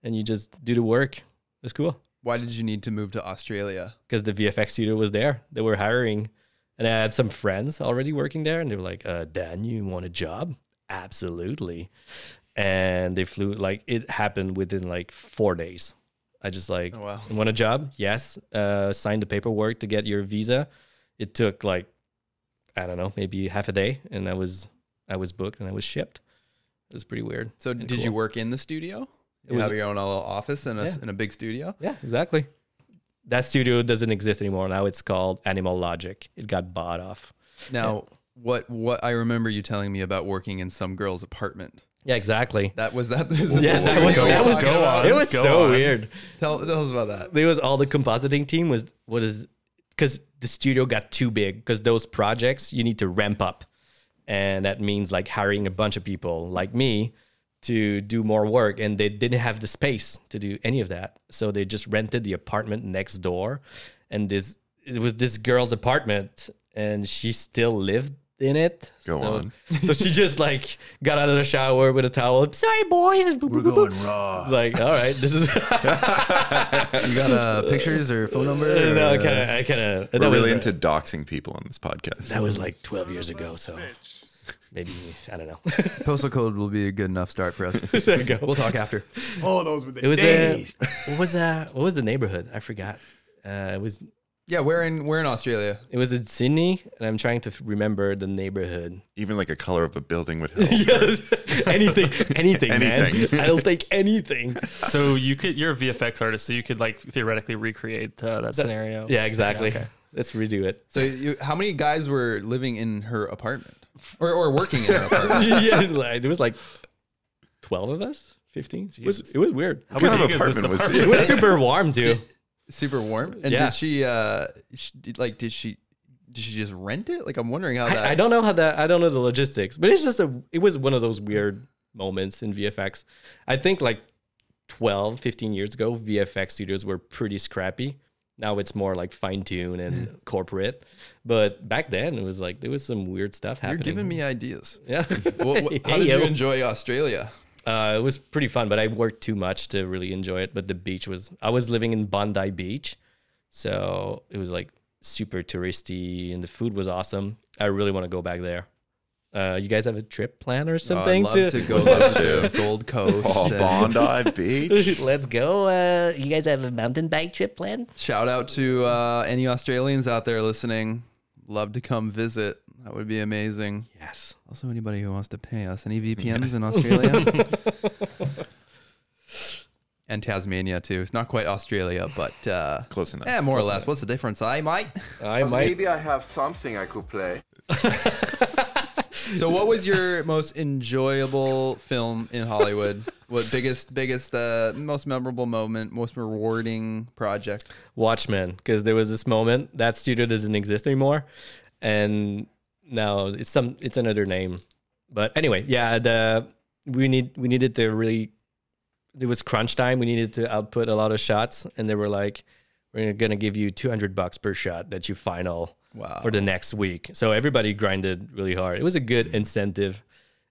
S5: and you just do the work. It was cool
S2: Why did you need to move to Australia?
S5: because the VFX studio was there. They were hiring, and I had some friends already working there, and they were like, uh, "Dan, you want a job? Absolutely!" And they flew. Like it happened within like four days. I just like
S2: Oh, wow.
S5: want a job? Yes. Uh, signed the paperwork to get your visa. It took like I don't know, maybe half a day, and I was I was booked and I was shipped. It was pretty weird.
S2: So,
S5: and
S2: did you
S5: cool.
S2: work in the studio? You
S5: was-
S2: have your own little office in a,
S5: Yeah.
S2: in a big studio.
S5: Yeah, exactly. That studio doesn't exist anymore. Now it's called Animal Logic. It got bought off.
S2: Now, what what I remember you telling me about working in some girl's apartment.
S5: Yeah, exactly.
S2: That was that. This
S5: Yeah,
S2: is the
S5: that
S2: studio
S5: was, that
S2: you're
S5: was
S2: talking
S4: go
S2: about?
S4: on.
S5: It was
S4: go
S5: so
S4: on.
S5: weird.
S2: Tell, tell us about that.
S5: There was all the compositing team was what is because the studio got too big because those projects you need to ramp up, and that means like hiring a bunch of people like me to do more work, and they didn't have the space to do any of that, so they just rented the apartment next door, and this it was this girl's apartment, and she still lived in it.
S3: Go
S5: so,
S3: on.
S5: So she just like got out of the shower with a towel. Sorry, boys. We're going raw. Like, all right, this is.
S2: You got uh, pictures or phone number? or,
S5: no, I
S2: uh,
S5: kind of, I kind of. That
S3: We're
S5: was
S3: really
S5: uh,
S3: into doxing people on this podcast.
S5: that was like 12 years ago, so maybe I don't know.
S2: uh, Postal code will be a good enough start for us.
S5: there you go.
S2: we'll talk after.
S5: It was a, what was uh what was the neighborhood? I forgot. Uh, it was
S2: Yeah, we're in we're in Australia.
S5: it was in Sydney, and I'm trying to f- remember the neighborhood.
S3: Even like a color of a building would help.
S5: Yes, anything, anything,
S3: Anything.
S5: man. I'll take anything.
S4: So you could you're a VFX artist, so you could like theoretically recreate uh, that scenario.
S5: Yeah, exactly. Let's redo it.
S2: So, you, how many guys were living in her apartment or, or working in her apartment?
S5: yeah, it was like- it was like 12 of us, 15. It was, it was weird.
S4: How
S3: What kind
S4: big
S3: of
S4: is this
S3: apartment was
S5: It
S4: apartment?
S5: was super warm too.
S2: Super warm. And
S5: Yeah.
S2: did she, uh, sh did- like, did she, did she just rent it? Like, I'm wondering how that.
S5: I, I don't know how that I don't know the logistics, but it's just a it was one of those weird moments in VFX. I think like 12, 15 years ago, VFX studios were pretty scrappy. Now it's more like fine tune and corporate. But back then it was like there was some weird stuff
S2: You're
S5: happening.
S2: giving me ideas.
S5: yeah.
S2: Wha- wha- how
S5: Hey,
S2: did
S5: yo.
S2: you enjoy Australia?
S5: Uh, it was pretty fun, but I worked too much to really enjoy it. But the beach was, I was living in Bondi Beach. So it was like super touristy and the food was awesome. I really want to go back there. Uh, you guys have a trip plan or
S2: Oh,
S5: something?
S2: I'd love to, go love to Gold Coast.
S3: Oh,
S2: and
S3: Bondi Beach.
S5: Let's go. Uh, you guys have a mountain bike trip planned?
S2: Shout out to uh, any Australians out there listening. Love to come visit. That would be amazing.
S5: Yes.
S2: Also, anybody who wants to pay us, any VPNs in Australia? and Tasmania, too. It's not quite Australia, but uh,
S3: Close enough.
S2: yeah, more or less. What's the difference, I might?
S5: I might.
S6: Maybe I have something I could play.
S2: So, what was your most enjoyable film in Hollywood? What biggest, biggest, uh, most memorable moment, most rewarding project?
S5: Watchmen because there was this moment that studio doesn't exist anymore, and now it's some it's another name. But anyway, yeah, the we need we needed to really it was crunch time. We needed to output a lot of shots, and they were like, "We're gonna give you two hundred bucks per shot that you final
S2: Wow.
S5: for the next week." So everybody grinded really hard. It was a good incentive.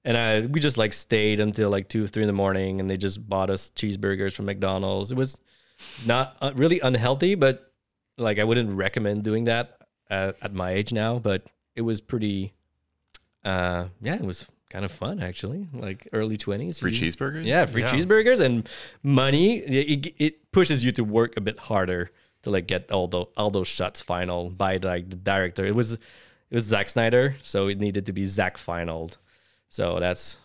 S5: And I, we just like stayed until like two, three in the morning, and they just bought us cheeseburgers from McDonald's. It was not uh, really unhealthy, but like I wouldn't recommend doing that at, at my age now. But it was pretty. uh, yeah, it was kind of fun actually. Like early twenties,
S3: Free cheeseburgers?
S5: Yeah, free
S4: Yeah.
S5: cheeseburgers and money. It, it- it pushes you to work a bit harder to like get all the all those shots final by like the director. It was it was Zack Snyder, so it needed to be Zack finaled. So that's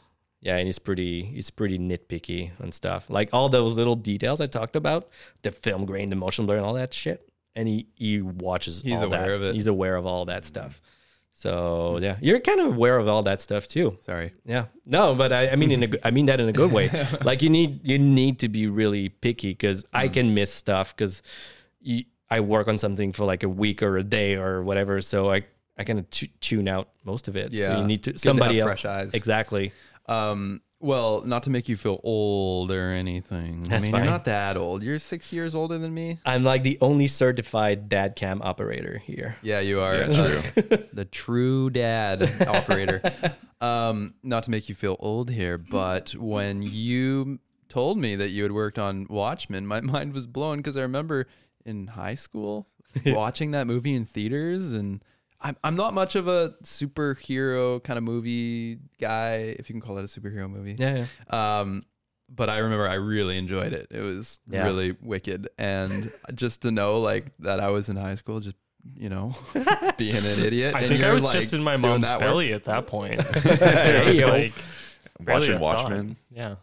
S5: yeah, and it's pretty it's pretty nitpicky and stuff. Like all those little details I talked about, the film grain, the motion blur, and all that shit. And he, he watches
S2: He's
S5: all that.
S2: aware of it.
S5: He's aware of all that stuff. So yeah, you're kind of aware of all that stuff too.
S2: Sorry.
S5: Yeah. No, but I, I mean in a, g- I mean that in a good way. like you need you need to be really picky because
S2: Mm.
S5: I can miss stuff because I work on something for like a week or a day or whatever. So I I kind of t- tune out most of it. So
S2: Yeah.
S5: you need to
S2: Good to
S5: somebody
S2: have
S5: else
S2: fresh eyes.
S5: exactly.
S2: Um, well, not to make you feel old or anything.
S5: That's
S2: I mean,
S5: fine.
S2: you're not that old. You're six years older than me.
S5: I'm like the only certified dad cam operator here.
S2: Yeah, you are. Uh,
S3: Yeah, true.
S2: the true dad operator. Um, not to make you feel old here, but when you told me that you had worked on Watchmen, my mind was blown because I remember in high school watching that movie in theaters and. I'm, I'm not much of a superhero kind of movie guy, if you can call it a superhero movie.
S5: Yeah. yeah.
S2: Um, but I remember I really enjoyed it. It was
S5: Yeah.
S2: really wicked, and just to know like that I was in high school, just you know, being an idiot.
S4: I
S2: and
S4: think I
S2: you're,
S4: was
S2: like,
S4: just in my
S2: doing
S4: mom's
S2: that work.
S4: belly at that point.
S5: Hey,
S4: It was
S5: yo.
S4: like barely
S3: Watching
S4: a thought.
S3: Watchmen.
S4: Yeah.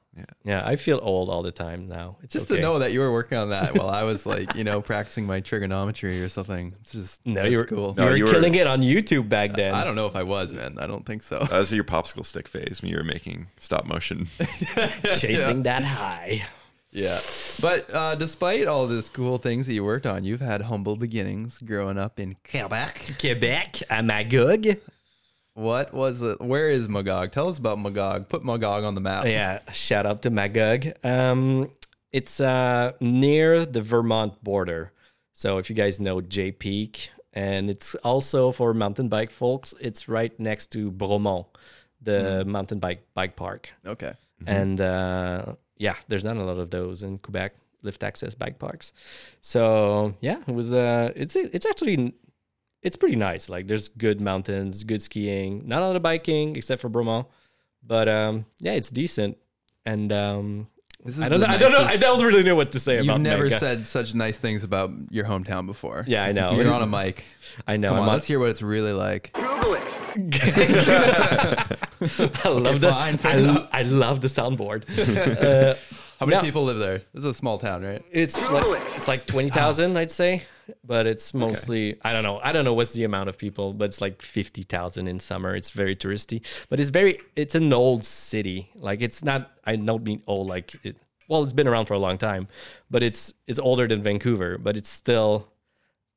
S5: Yeah, I feel old all the time now. It's
S2: Just
S5: okay.
S2: to know that you were working on that while I was like, you know, practicing my trigonometry or something. It's just
S5: No,
S2: that's
S5: you're
S2: cool.
S5: You
S3: No,
S5: were
S3: you were-
S5: killing it on YouTube back then.
S2: I don't know if I was, man. I don't think so.
S4: Uh,
S3: That was Uh, your popsicle stick phase when you were making stop motion.
S5: chasing that high.
S2: Yeah. But uh, despite all these cool things that you worked on, you've had humble beginnings growing up in Quebec.
S5: Quebec, I'm a Magog.
S2: What was it? Where is Magog? Tell us about Magog. Put Magog on the map.
S5: Yeah, shout out to Magog. Um, it's uh, near the Vermont border. So if you guys know J Peak, and it's also for mountain bike folks, it's right next to Bromont, the mountain bike bike park.
S2: Okay.
S5: and uh, yeah, there's not a lot of those in Quebec lift access bike parks. So yeah, it was uh, it's it's actually it's pretty nice. Like there's good mountains, good skiing, not a lot of biking except for Bromont, but um, yeah, it's decent. And um,
S2: This is
S5: I don't know,
S2: the
S5: I don't know, I
S2: nicest-
S5: don't really know what to say
S2: You've
S5: about.
S2: never
S5: Mega.
S2: said such nice things about your hometown before.
S5: Yeah, I know.
S2: You're on a mic.
S5: I know.
S2: Come on,
S5: I'm
S2: let's hear what it's really like.
S6: Google it.
S5: I love the.
S2: fine, fair
S5: I,
S2: enough.
S5: I love the soundboard. Uh,
S2: How many
S5: No.
S2: people live there? This is a small town, right?
S5: It's like,
S6: Google it.
S5: it's like 20,000, I'd say, but it's mostly, I don't know. I don't know what's the amount of people, but it's like 50,000 in summer. It's very touristy, but it's very, it's an old city. Like it's not, I don't mean old, like it, well, it's been around for a long time, but it's, it's older than Vancouver, but it's still,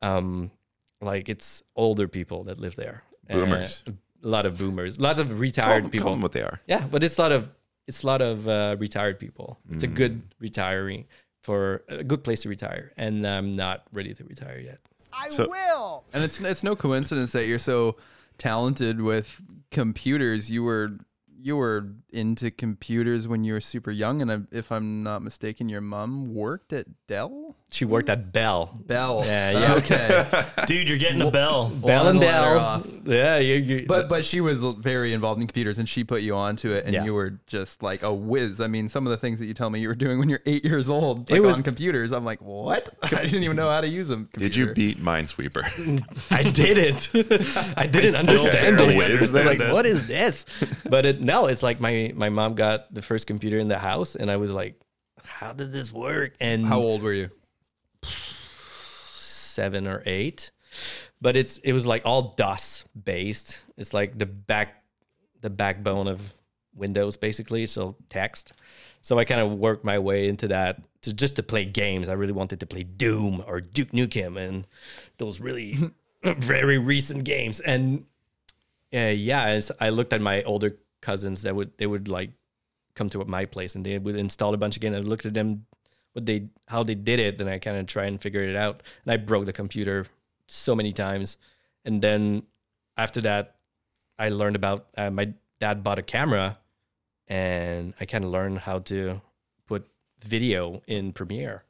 S5: um, like it's older people that live there.
S3: Boomers.
S5: Uh, a lot of boomers, lots of
S3: Call
S5: retired
S3: them,
S5: people.
S3: call them what they are.
S5: Yeah, but it's a lot of it's a lot of uh, retired people. It's a good retiring for a good place to retire, and I'm not ready to retire yet.
S3: So
S2: And it's it's no coincidence that you're so talented with computers. You were you were into computers when you were super young, and I- if I'm not mistaken, your mom worked at Dell.
S5: She worked at Bell.
S2: Bell.
S5: Yeah, yeah.
S2: Okay.
S4: Dude, you're getting a bell.
S5: Bell
S2: Blown
S5: and
S2: the ladder
S5: Dell.
S2: off.
S5: Yeah, you, you,
S2: But but she was very involved in computers, and she put you onto it, and
S5: Yeah.
S2: you were just like a whiz. I mean, some of the things that you tell me you were doing when you're eight years old, like
S5: was-
S2: on computers, I'm like, what? I didn't even know how to use them.
S3: Did you beat Minesweeper?
S5: I did it. I didn't
S4: still
S5: understand
S4: barely
S5: it.
S3: understand
S5: like,
S4: it.
S5: what is this? But it, no, it's like my my mom got the first computer in the house, and I was like, how did this work? And
S2: How old were you?
S5: seven or eight. But it's it was like all DOS based. It's like the back the backbone of Windows basically, so text. So I kind of worked my way into that to just to play games. I really wanted to play Doom or Duke Nukem and those really very recent games. And uh, yeah, as I looked at my older cousins that would they would like come to my place and they would install a bunch again. I looked at them what they how they did it and I kind of try and figure it out. And I broke the computer so many times. And then after that, I learned about uh, my dad bought a camera and I kind of learned how to put video in Premiere.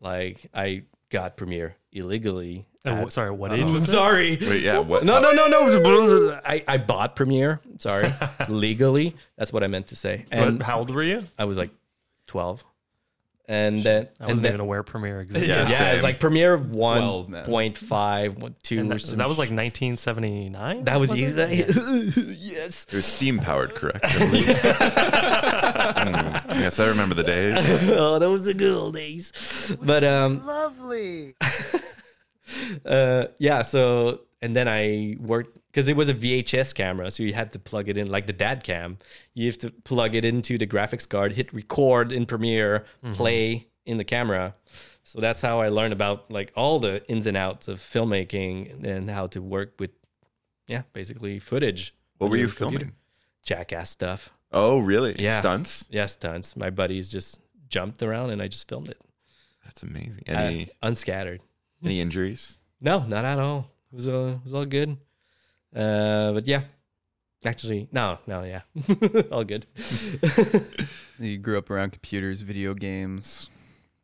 S5: Like I got Premiere illegally
S4: Uh, wh- sorry, what age
S5: I'm
S4: was this?
S5: sorry.
S3: Wait, yeah, what?
S5: No, no, no, no. I, I bought Premiere. Sorry. Legally. That's what I meant to say.
S4: What,
S5: And
S4: how old were you?
S5: I was like 12. And then,
S4: I
S5: and
S4: wasn't even
S5: then
S4: aware Premiere existed.
S5: yeah,
S3: same.
S5: it was like Premiere
S2: 12, man.
S5: 1.5, 1, 2
S4: And
S5: or
S4: that,
S5: something.
S4: that was like 1979.
S5: That was
S4: it?
S5: easy. yes.
S3: It was steam powered, correct? Mm, Yes, I remember the days.
S5: oh, those are good old days. But um lovely. uh yeah, so and then I worked because it was a VHS camera, so you had to plug it in like the dad cam. You have to plug it into the graphics card, hit record in Premiere, play in the camera. So that's how I learned about like all the ins and outs of filmmaking and how to work with yeah, basically footage.
S3: What
S5: on
S3: were
S5: your
S3: you
S5: computer.
S3: filming?
S5: Jackass stuff.
S3: Oh, really?
S5: Yeah.
S3: Stunts?
S5: Yeah, stunts. My buddies just jumped around and I just filmed it.
S3: That's amazing.
S5: Uh,
S3: Any
S5: unscattered.
S3: any injuries?
S5: No, not at all. It was all, it was all good. Uh, but yeah, actually, no, no, yeah, all good.
S2: You grew up around computers, video games.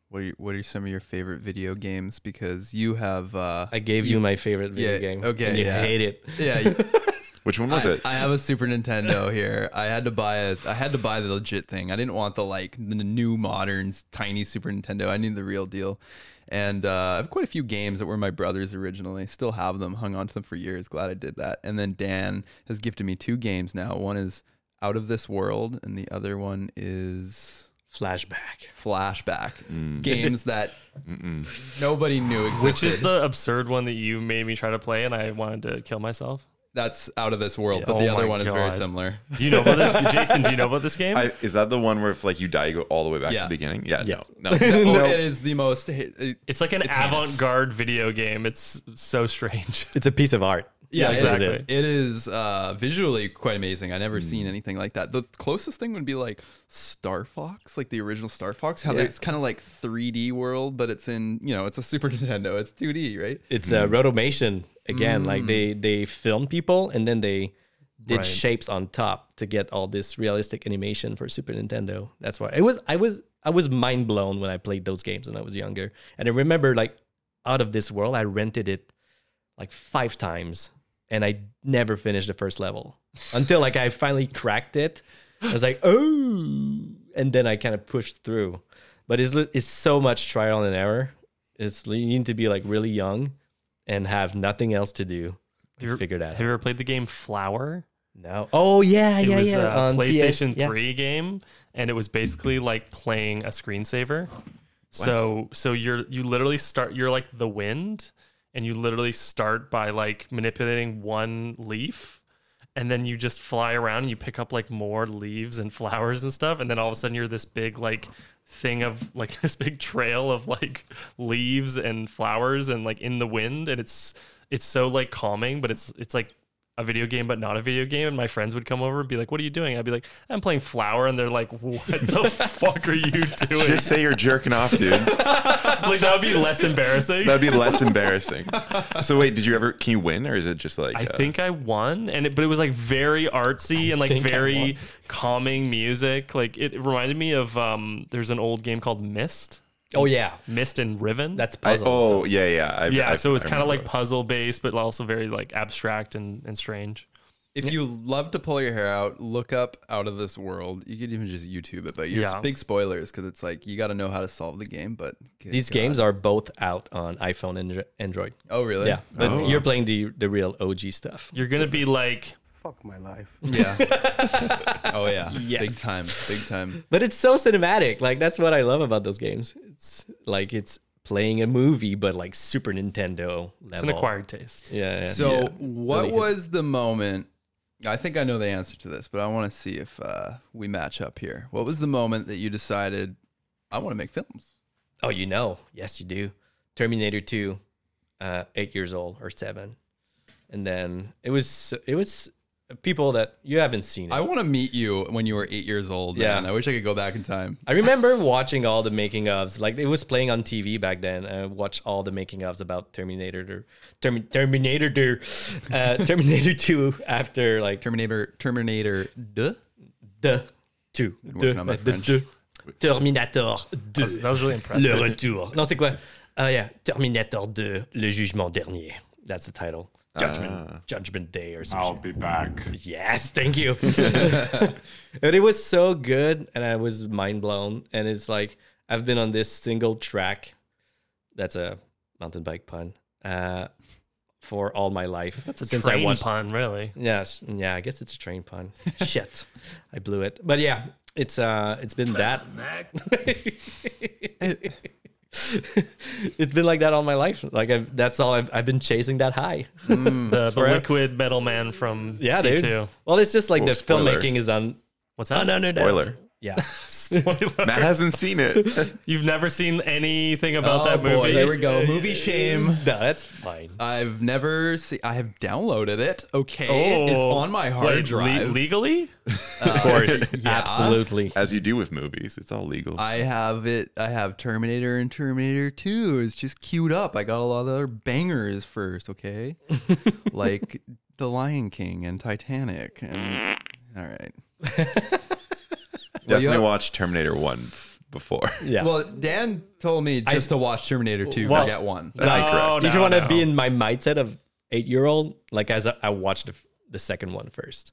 S2: What are you, what are some of your favorite video games? Because you have uh,
S5: I gave you, my favorite video
S2: yeah,
S5: game.
S2: okay,
S5: and you
S2: yeah.
S5: hate it.
S2: yeah. you-
S3: Which one was
S2: I,
S3: it?
S2: I have a Super Nintendo here. I had to buy a I had to buy the legit thing. I didn't want the like the new modern tiny Super Nintendo. I need the real deal. And uh, I have quite a few games that were my brother's originally. Still have them. Hung on to them for years. Glad I did that. And then Dan has gifted me two games now. One is Out of This World, and the other one is
S5: Flashback.
S2: Flashback.
S3: Mm.
S2: Games that nobody knew existed.
S4: Which is the absurd one that you made me try to play, and I wanted to kill myself.
S2: that's Out of This World,
S4: Yeah.
S2: but the
S4: Oh
S2: other
S4: my
S2: one is very
S4: God.
S2: similar.
S4: Do you know about this, Jason? Do you know about this game?
S3: I, is that the one where if like you die, you go all the way back
S2: Yeah.
S3: to the beginning? Yeah.
S5: Yeah.
S3: No.
S2: Oh,
S3: no.
S2: It is the most. it-
S4: it's like an avant-garde video game. It's so strange.
S5: It's a piece of art.
S2: Yeah,
S4: Yeah,
S2: it-
S4: exactly.
S2: It is uh, visually quite amazing. I
S5: Hmm.
S2: never seen anything like that. The closest thing would be like Star Fox, like the original Star Fox. How they- it's kind of like 3D world, but it's in you know it's a Super Nintendo. It's 2D, right?
S5: It's a rotomation again. Like they they film people and then they did
S4: Right.
S5: shapes on top to get all this realistic animation for Super Nintendo. That's why it was I was I was mind blown when I played those games when I was younger. And I remember like out of this world, I rented it like five times and I never finished the first level until like I finally cracked it. I was like, oh, and then I kind of pushed through. But it's li- it's so much trial and error. It's you need to be like really young and have nothing else to do to
S4: You're-
S5: figure that
S4: Have
S5: out.
S4: you ever played the game Flower?
S5: No. Oh yeah,
S4: It
S5: yeah,
S4: was
S5: yeah.
S4: a
S5: on PS,
S4: PlayStation
S5: yeah.
S4: 3 game, and it was basically like playing a screensaver. So so you're you literally start you're like the wind, and you literally start by like manipulating one leaf, and then you just fly around and you pick up like more leaves and flowers and stuff, and then all of a sudden you're this big like thing of like this big trail of like leaves and flowers and like in the wind, and it's it's so like calming, but it's it's like a video game but not a video game and my friends would come over and be like what are you doing i'd be like i'm playing flower and they're like what the fuck are you doing
S3: Just say you're jerking off, dude.
S4: like that would be less embarrassing
S3: That'd be less embarrassing. So wait, did you ever? Can you win, or is it just like?
S4: I
S3: uh,
S4: think I won, and it, but it was like very artsy and like
S5: think I
S4: very
S5: won.
S4: calming music. Like it reminded me of um, there's an old game called Mist,
S5: Oh yeah,
S4: Mist and Riven.
S5: that's
S3: I,
S5: puzzles.
S3: oh yeah, yeah. I've,
S4: yeah,
S3: I've-
S4: so it's
S3: I
S4: kind of
S3: remember
S4: like
S3: those.
S4: puzzle based, but also very like abstract and, and strange.
S2: If you love to pull your hair out, look up Out of This World. You could even just YouTube it, but you're
S4: Yeah.
S2: big spoilers because it's like you got to know how to solve the game. But good
S5: These
S2: God.
S5: games are both out on iPhone and Andro- Android.
S2: Oh really?
S5: Yeah, but
S3: Oh.
S5: you're playing the the real OG stuff.
S4: You're gonna be like,
S6: Fuck my life.
S2: Yeah. oh yeah.
S5: Yes.
S2: Big time. Big time.
S5: But it's so cinematic. Like that's what I love about those games. It's like it's playing a movie, but like Super Nintendo level.
S4: it's an acquired taste.
S5: Yeah. yeah.
S2: So,
S5: Yeah.
S2: what was the moment? I think I know the answer to this, but I want to see if uh, we match up here. What was the moment that you decided I want to make films?
S5: Oh, you know. Yes, you do. Terminator Two, uh, eight years old or seven, and then it was it was people that you haven't seen. It.
S2: I want to meet you when you were eight years old.
S5: Yeah.
S2: man. I wish I could go back in time.
S5: I remember watching all the making ofs. Like it was playing on TV back then. I watched all the making ofs about Terminator, Term, Terminator, Two, uh, Terminator Two. After like
S2: Terminator, Terminator, duh.
S5: the two,
S2: working on my
S5: the,
S2: French.
S5: Terminator,
S4: That was, that was really
S5: le
S4: impressive.
S5: retour. Non, c'est quoi? Oh yeah, Terminator 2, Le Jugement Dernier. That's the title.
S4: Ah.
S5: Judgment, Judgment Day, or
S4: Oh,
S5: something.
S7: be back.
S5: Yes, thank you. but it was so good, and I was mind blown. And it's like I've been on this single track. That's a mountain bike pun. Uh, for all my life. That's
S4: Since I pun, really.
S5: Yes. Yeah, I guess it's a train pun. Shit. I blew it. But yeah, it's uh it's been that It's been like that all my life. Like I've that's all I've I've been chasing that high.
S4: The, the liquid metal man from
S5: Yeah,
S4: T2.
S5: dude. Well, it's just like
S3: Oh,
S5: the
S3: spoiler.
S5: filmmaking is on
S4: What's that?
S5: no, no.
S3: Spoiler.
S5: yeah.
S4: Spoiler.
S3: Matt hasn't seen it.
S4: You've never seen anything about that movie.
S2: Oh, there we go. Movie
S5: no,
S2: shame.
S5: that's fine.
S2: I've never seen. I have downloaded it. Okay,
S4: Oh,
S2: it's on my hard
S4: like, le-
S2: drive.
S4: legally?
S5: Of course. Absolutely.
S3: As you do with movies, it's all legal.
S4: Uh,
S2: I have it. I have Terminator and Terminator 2. It's just queued up. I got a lot of other bangers first, okay? like The Lion King and Titanic. And, all right.
S3: Definitely
S2: you-
S3: watched Terminator 1 before.
S5: Yeah.
S2: Well, Dan told me just to watch Terminator 2,
S5: Well-
S2: forget one.
S3: That's
S4: No,
S3: incorrect.
S4: no,
S5: if you want to
S4: no.
S5: be in my mindset of eight year old, like as I, I watched the, f- the second one first.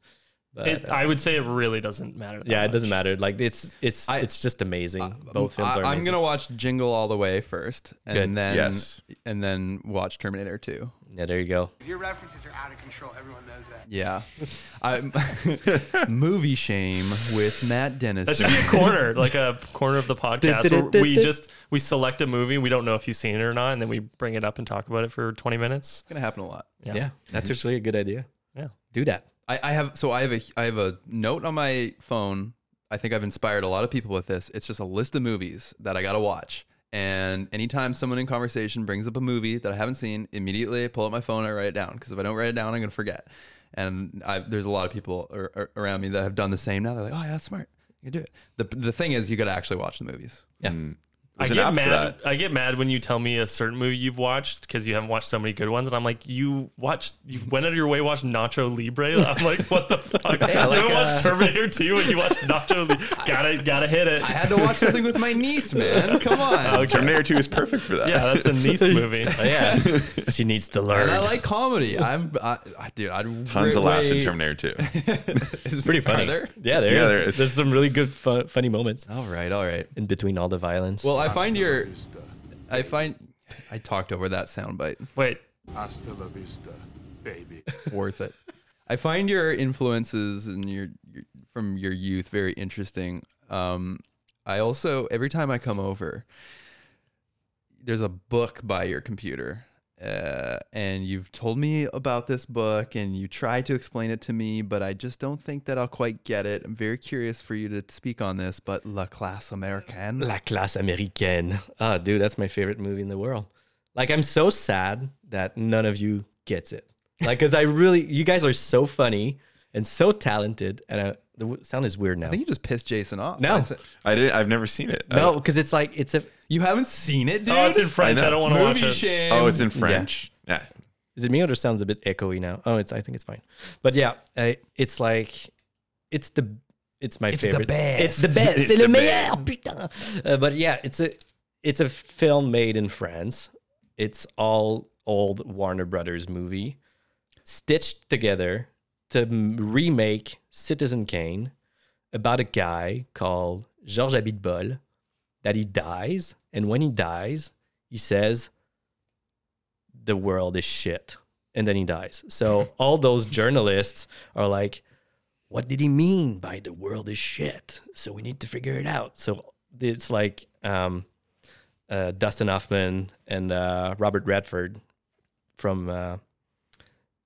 S5: But
S4: It, I would say it really doesn't matter. that
S5: yeah, it
S4: much.
S5: doesn't matter. Like it's it's
S2: I- uh,
S5: it's just amazing. Both films are.
S2: I, am
S5: amazing.
S2: going to watch Jingle All the Way first and
S5: Good.
S2: then
S3: Yes.
S2: and then watch Terminator 2.
S5: Yeah, there you go.
S8: Your references are out of control. Everyone knows that.
S2: Yeah. I, movie shame with Matt
S4: That
S2: Dennison.
S4: should be a corner, like a corner of the podcast where we just we select a movie. We don't know if you've seen it or not, and then we bring it up and talk about it for 20 minutes.
S2: going to happen a lot.
S5: Yeah, that's actually a good idea.
S4: Yeah.
S5: do that.
S2: I, I have so I have a I have a note on my phone. I think I've inspired a lot of people with this. It's just a list of movies that I gotta watch. And anytime someone in conversation brings up a movie that I haven't seen, immediately I pull out my phone and I write it down. Because if I don't write it down, I'm gonna forget. And I, there's a lot of people ar- ar- around me that have done the same. Now they're like, "Oh, yeah, that's smart. You can do it." The the thing is, you gotta actually watch the movies.
S4: I
S3: Mm. There's an
S4: get
S3: app for
S4: mad.
S3: that.
S4: I get mad when you tell me a certain movie you've watched because you haven't watched so many good ones, and I'm like, you watched, you went out of your way to watch Nacho Libre. I'm like, what the fuck? you haven't watched Terminator 2 and you watched Nacho Libre. Gotta, gotta hit it.
S2: I had to watch something with my niece, man. Come on.
S3: Terminator 2 is perfect for that.
S4: yeah, that's a niece movie.
S5: yeah, she needs to learn.
S2: And I like comedy. I'm, I, I dude, I'd
S3: Tons of laughs in
S2: way-
S3: Terminator 2.
S2: Is-
S5: Pretty
S2: are
S5: funny.
S2: there?
S5: Yeah, there
S3: Yeah,
S5: is.
S3: there is.
S5: There's some really good fu- funny moments
S2: All right, all right.
S5: in between all the violence.
S2: Well, I find your, I find, I talked over that soundbite.
S4: Wait,
S7: Hasta la vista, baby.
S2: Worth it. I find your influences and your, your from your youth very interesting. Um, I also every time I come over, there's a book by your computer, uh, and you've told me about this book, and you try to explain it to me, but I just don't think that I'll quite get it. I'm very curious for you to speak on this, but La Classe Americaine.
S5: La classe américaine. Oh, dude, that's my favorite movie in the world. Like, I'm so sad that none of you gets it. Like, because I really, you guys are so funny and so talented. And I, the w- sound is weird now.
S2: I think you just pissed Jason off. I
S5: no,
S2: said-
S3: I didn't, I've never seen it.
S5: no, because it's like, it's a,
S2: You haven't seen it, dude.
S4: oh, it's in French. I,
S3: know.
S4: don't want to watch
S2: movie
S4: it.
S2: shame.
S3: I- oh, it's in French. Yeah.
S5: Is it me or it sounds a bit echoey now? Oh, it's I think it's fine. But yeah, I, it's like it's the it's my
S2: the
S5: favorite.
S2: best.
S5: It's the best.
S3: It's
S5: C'est
S3: the
S5: le meilleur, putain. Uh, but yeah, it's a it's a film made in France. It's all old Warner Brothers movie stitched together to m- remake Citizen Kane about a guy called Georges Abitbol that he dies and when he dies he says the world is shit. And then he dies. So all those journalists are like, what did he mean by the world is shit? So we need to figure it out. So it's like um, uh, Dustin Hoffman and uh, Robert Redford from uh,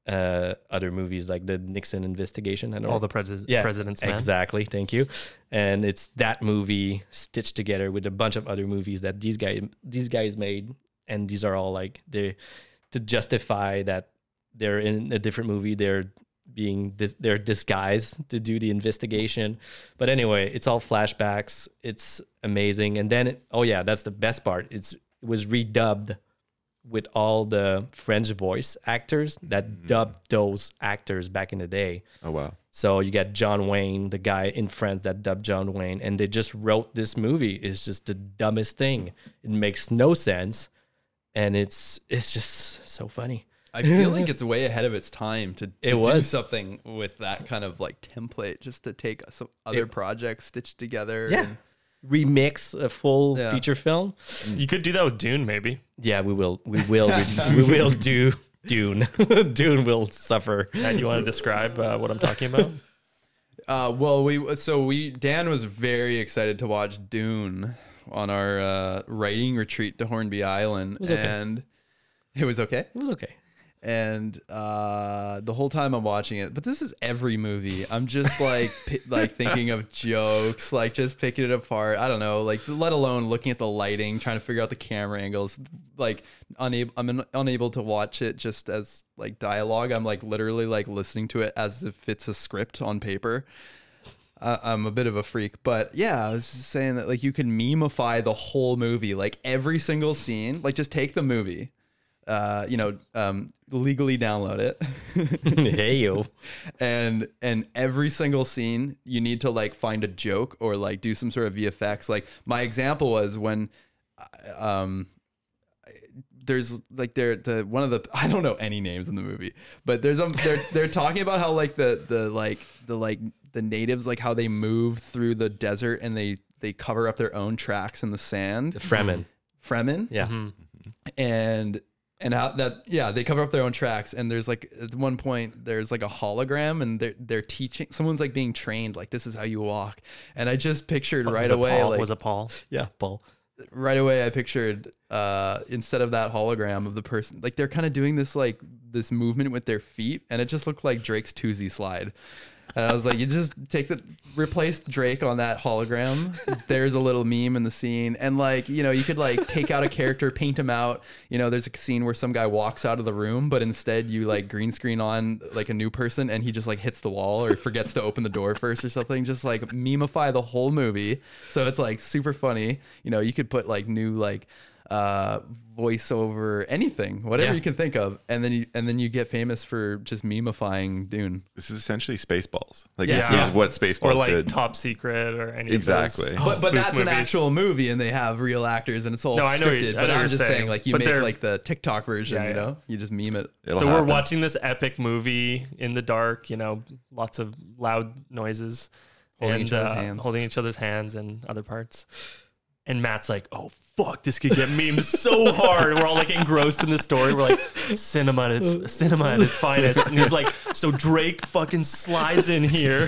S5: uh, other movies like the Nixon investigation and
S4: All the pres- presidents, man.
S5: Exactly. Thank you. And it's that movie stitched together with a bunch of other movies that these guys these guys made, and these are all like they to justify that they're in a different movie. They're being dis- they're disguised to do the investigation. But anyway, it's all flashbacks. It's amazing. And then oh yeah, that's the best part. It's it was redubbed with all the French voice actors that
S4: Mm.
S5: dubbed those actors back in the day.
S3: Oh, wow.
S5: So you got John Wayne, the guy in France that dubbed John Wayne, and they just wrote this movie. It's just the dumbest thing. It makes no sense. and it's it's just so funny.
S2: I feel like it's way ahead of its time to, to
S5: It
S2: do
S5: was.
S2: something with that kind of like template, just to take some other projects stitched together.
S5: Yeah.
S2: and-
S5: Remix a full
S2: Yeah.
S5: feature film.
S4: Mm. You could do that with Dune, maybe.
S5: Yeah, we will. We will. we, we will do Dune. Dune will suffer.
S4: And you want to describe uh, what I'm talking about?
S2: Uh, well, we so we Dan was very excited to watch Dune on our uh, writing retreat to Hornby Island,
S5: was okay.
S2: and it was okay.
S5: It was okay.
S2: And uh, the whole time I'm watching it, but this is every movie. I'm just like pi- like thinking of jokes, like just picking it apart. I don't know, like let alone looking at the lighting, trying to figure out the camera angles. Like unable, I'm un- unable to watch it just as like dialogue. I'm like literally like listening to it as if it's a script on paper. I- I'm a bit of a freak, but yeah, I was just saying that like you can memeify the whole movie, like every single scene. Like just take the movie, uh, you know, um, legally download it,
S5: hey yo.
S2: and and every single scene you need to like find a joke or like do some sort of VFX. Like my example was when, uh, um, there's like they're the one of the I don't know any names in the movie, but there's um they're they're talking about how like the the like the like the natives like how they move through the desert and they they cover up their own tracks in the sand.
S5: Fremen.
S2: Fremen
S5: Yeah.
S4: Mm-hmm.
S2: and and how that yeah they cover up their own tracks and there's like at one point there's like a hologram and they're they're teaching someone's like being trained like this is how you walk and I just pictured right
S4: was
S2: away
S4: It Paul,
S2: like
S4: was it Paul?
S5: Yeah. Paul.
S2: right away I pictured uh instead of that hologram of the person like they're kind of doing this like this movement with their feet and it just looked like Drake's toozy slide. And I was like, you just take the replace Drake on that hologram. There's a little meme in the scene. And like, you know, you could like take out a character, paint him out. You know, there's a scene where some guy walks out of the room, but instead you like green screen on like a new person and he just like hits the wall or forgets to open the door first or something. Just like memeify the whole movie. So it's like super funny. You know, you could put like new like uh voiceover anything whatever
S5: Yeah.
S2: you can think of and then you and then you get famous for just memeifying dune
S4: Oh,
S3: This is essentially Spaceballs. Like
S4: Yeah.
S3: this
S4: Yeah.
S3: is what Spaceballs
S4: Or like
S3: did.
S4: Top Secret or any
S3: Exactly.
S4: Of those
S2: but, but
S3: But-
S4: spoof
S2: that's an
S4: movies.
S2: actual movie and they have real actors and it's all
S4: No, I know you-
S2: scripted.
S4: I know
S2: but
S4: what
S2: I'm
S4: you're
S2: just saying,
S4: saying,
S2: like you
S4: but
S2: make
S4: they're-
S2: like the TikTok version,
S4: Yeah,
S2: you
S4: yeah.
S2: know? You just meme it.
S3: It'll
S4: so
S3: happen.
S4: we're watching this epic movie in the dark, you know, lots of loud noises
S2: Holding
S4: and
S2: each other's
S4: uh,
S2: hands.
S4: holding each other's hands and other parts. And Matt's like, "Oh fuck, this could get memed so hard." We're all like engrossed in the story. We're like, "Cinema, at its cinema at its finest." And he's like, "So Drake fucking slides in here."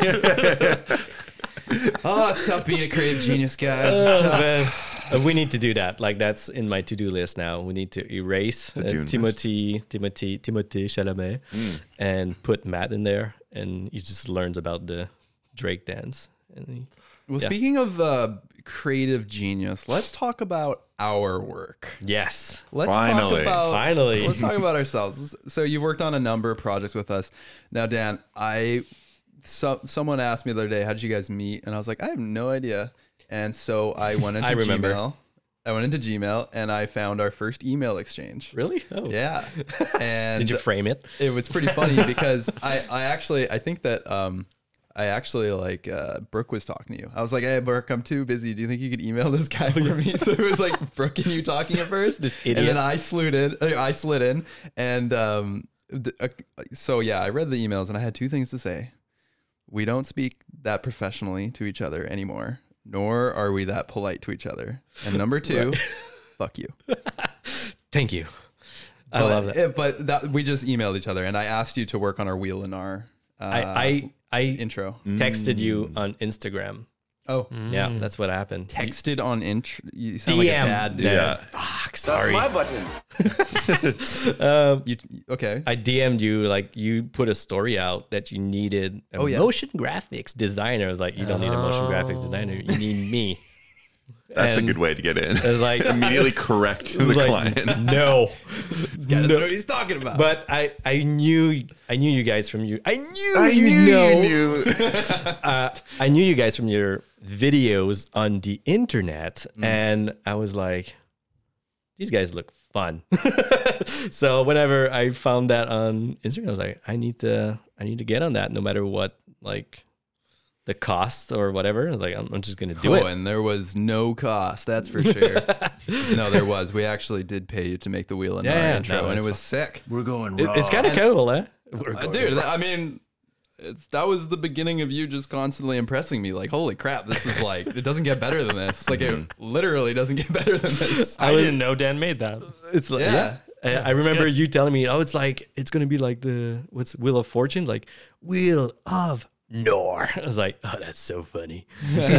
S2: Oh, it's tough being a creative genius, guys. It's tough.
S5: Uh, we need to do that. Like that's in my to-do list now. We need to erase uh,
S3: Dune list.
S5: Timothy, Timothy, Timothy Chalamet, and put Matt in there, and he just learns about the Drake dance. And he,
S2: Well,
S5: Yeah.
S2: speaking of uh, creative genius, let's talk about our work.
S5: yes,
S2: Let's talk
S3: Finally.
S2: about
S5: Finally.
S2: Let's talk about ourselves. So you've worked on a number of projects with us. Now, Dan, I so, someone asked me the other day, "How did you guys meet?" And I was like, "I have no idea." And so I went into
S5: I remember.
S2: Gmail. I went into Gmail and I found our first email exchange.
S5: really? Oh,
S2: Yeah. And
S5: Did you frame it?
S2: it was pretty funny because I, I actually I think that um I actually like uh, Brooke was talking to you. I was like, "Hey, Brooke, I'm too busy. Do you think you could email this guy for me?" So it was like Brooke and you talking at first,
S5: This
S2: And
S5: idiot.
S2: then I slid in. uh, I slid in, and um, th- uh, so yeah, I read the emails and I had two things to say. We don't speak that professionally to each other anymore, nor are we that polite to each other. And number two, fuck you.
S5: Thank you. I
S2: But-
S5: love that.
S2: eh, But that we just emailed each other, and I asked you to work on our wheel and our uh,
S5: I I, I
S2: intro.
S5: texted you on Instagram.
S2: Oh,
S5: Yeah, that's what happened.
S2: texted on intro. You sound like a
S5: DM.
S2: dad, dude.
S3: yeah.
S5: Fuck, sorry.
S6: My button.
S5: Um,
S2: You t- okay?
S5: I DM'd you like you put a story out that you needed
S3: Oh,
S5: a
S2: yeah.
S5: motion graphics designer. I was like, you don't need a motion graphics designer. You need me.
S3: Oh. That's
S5: And-
S3: a good way to get in.
S5: It's like
S3: Immediately correct the
S5: it's like,
S3: client.
S5: No.
S2: I don't know
S5: no.
S2: what he's talking about.
S5: But I, I knew I knew you guys from you. I knew
S3: I
S5: you
S3: knew
S5: know.
S3: you knew.
S5: Uh, I knew you guys from your videos on the internet,
S2: Mm.
S5: and I was like, these guys look fun. so whenever I found that on Instagram, I was like, I need to, I need to get on that, no matter what, like, the cost or whatever. I was like, I'm, I'm just gonna do
S2: oh,
S5: it.
S2: and there was no cost. That's for sure. no, there was. We actually did pay you to make the wheel in
S5: Yeah,
S2: our
S5: yeah, no,
S2: intro, and it
S5: that's
S2: was sick.
S9: We're going
S5: It- it's kind of cool, eh? We're
S2: Uh,
S5: going
S2: dude, that, I mean, it's, that was the beginning of you just constantly impressing me. Like, holy crap, this is like, it doesn't get better than this. Like, it literally doesn't get better than this.
S4: I, didn't know Dan made that.
S5: It's like,
S2: Yeah.
S5: yeah. I- I remember
S4: good.
S5: you telling me, oh, it's like it's gonna be like the what's Wheel of Fortune, like Wheel of Nor. I was like, oh, that's so funny.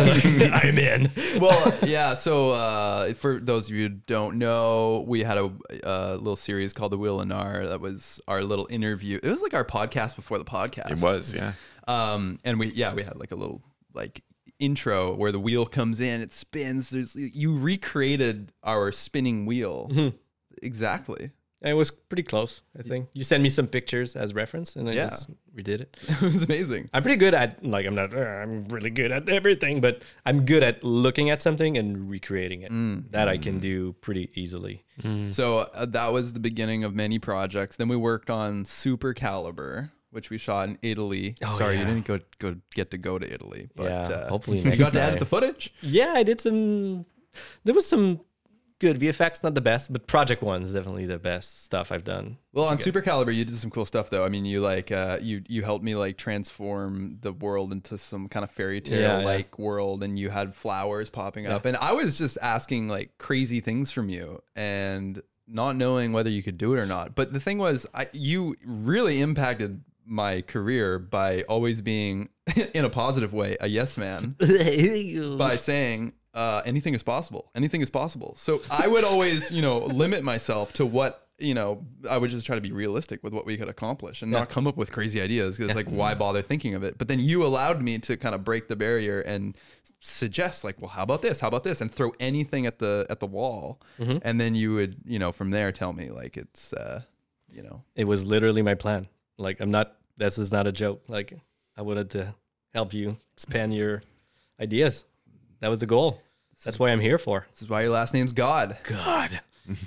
S5: I'm in.
S2: well, yeah. So, uh, for those of you who don't know, we had a, uh little series called The Wheel and Nar. That was our little interview. It was like our podcast before the podcast.
S3: It was, yeah.
S2: Um, and we yeah we had like a little like intro where the wheel comes in, it spins. There's you recreated our spinning wheel
S3: Mm-hmm.
S2: exactly.
S5: It was pretty close, I think. You sent me some pictures as reference, and I
S2: Yeah.
S5: just we did it.
S2: It was amazing.
S5: I'm pretty good at like I'm not. uh, I'm really good at everything, but I'm good at looking at something and recreating it. That I can do pretty easily.
S2: So uh, that was the beginning of many projects. Then we worked on Super Caliber, which we shot in Italy. Sorry, you
S5: Oh, yeah.
S2: didn't go go get to go to Italy, but
S5: Yeah,
S2: uh,
S5: hopefully
S2: you
S5: next
S2: got to edit
S5: time.
S2: the footage.
S5: Yeah, I did some. There was some good VFX, not the best, but Project One's definitely the best stuff I've done.
S2: Well, on Super Caliber, you did some cool stuff though. I mean, you like uh, you you helped me like transform the world into some kind of fairy
S5: Yeah,
S2: tale
S5: yeah.
S2: like world, and you had flowers popping up, and I was just asking like crazy things from you, and not knowing whether you could do it or not. But the thing was, I you really impacted my career by always being in a positive way a yes man by saying uh, anything is possible. Anything is possible. So I would always, you know, limit myself to what you know. I would just try to be realistic with what we could accomplish and not come up with crazy ideas because like why bother thinking of it. But then you allowed me to kind of break the barrier and suggest like, well, how about this? How about this? And throw anything at the at the wall, and then you would, you know, from there tell me like it's, uh, you know,
S5: It was literally my plan. Like I'm not. This is not a joke. Like I wanted to help you expand your ideas. That was the goal. That's why I'm here for.
S2: this is why your last name's God.
S5: God.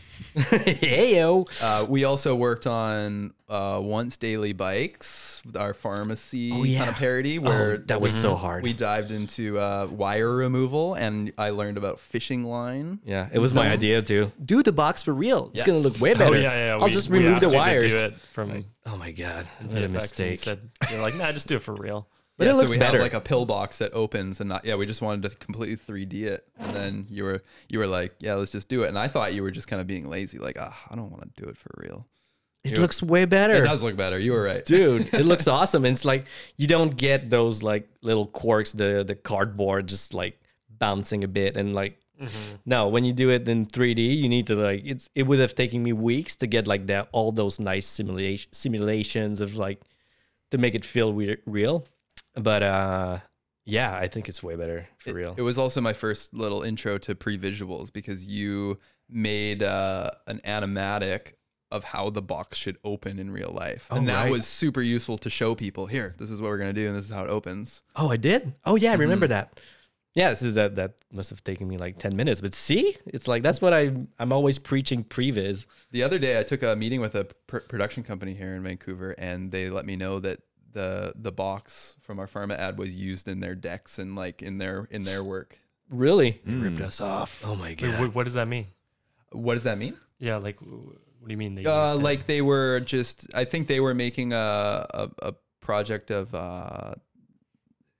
S5: hey yo.
S2: Uh, we also worked on uh, Once Daily Bikes, our pharmacy kind
S5: Oh, yeah.
S2: of parody where
S5: Oh, that was so hard.
S2: we dived into uh, wire removal and I learned about fishing line.
S5: yeah, it was my idea too. Do the box for real. It's gonna look way
S4: Oh
S5: better.
S4: yeah, yeah.
S5: I'll
S4: we-
S5: just
S4: we
S5: remove
S4: asked
S5: the
S4: you to
S5: wires.
S4: Do it from
S5: Oh my god,
S4: VFX,
S5: what a
S4: and you
S5: mistake.
S4: said- You're like, nah, just do it for real.
S5: But
S2: yeah,
S5: it looks
S2: so we
S5: better.
S2: have like a pillbox that opens and not, yeah, we just wanted to completely 3D it. And then you were you were like, yeah, let's just do it. And I thought you were just kind of being lazy, like, ah, I don't want to do it for real.
S5: it looks way better.
S2: It does look better. You were right.
S5: dude it looks awesome and it's like you don't get those like little quirks the the cardboard just like bouncing a bit and like
S2: Mm-hmm.
S5: no when you do it in 3d you need to like it's it would have taken me weeks to get like that all those nice simulation simulations of like to make it feel we- real but uh yeah i think it's way better for real
S2: It was also my first little intro to pre-visuals because you made uh, an animatic of how the box should open in real life, and that
S5: right.
S2: was super useful to show people. Here, this is what we're gonna do, and this is how it opens.
S5: oh i did oh yeah i
S2: Mm-hmm.
S5: remember that yeah, this is that. That must have taken me like ten minutes. But see, it's like that's what I I'm always preaching previs.
S2: The other day, I took a meeting with a pr- production company here in Vancouver, and they let me know that the the box from our pharma ad was used in their decks and like in their in their work.
S5: Really?
S2: Mm.
S5: It ripped us off. Oh my
S4: Wait, what, what does that mean?
S2: What does that mean?
S4: Yeah, like, w- what do you mean? They
S2: Uh,
S4: used it?
S2: like they were just, I think they were making a a, a project of, uh,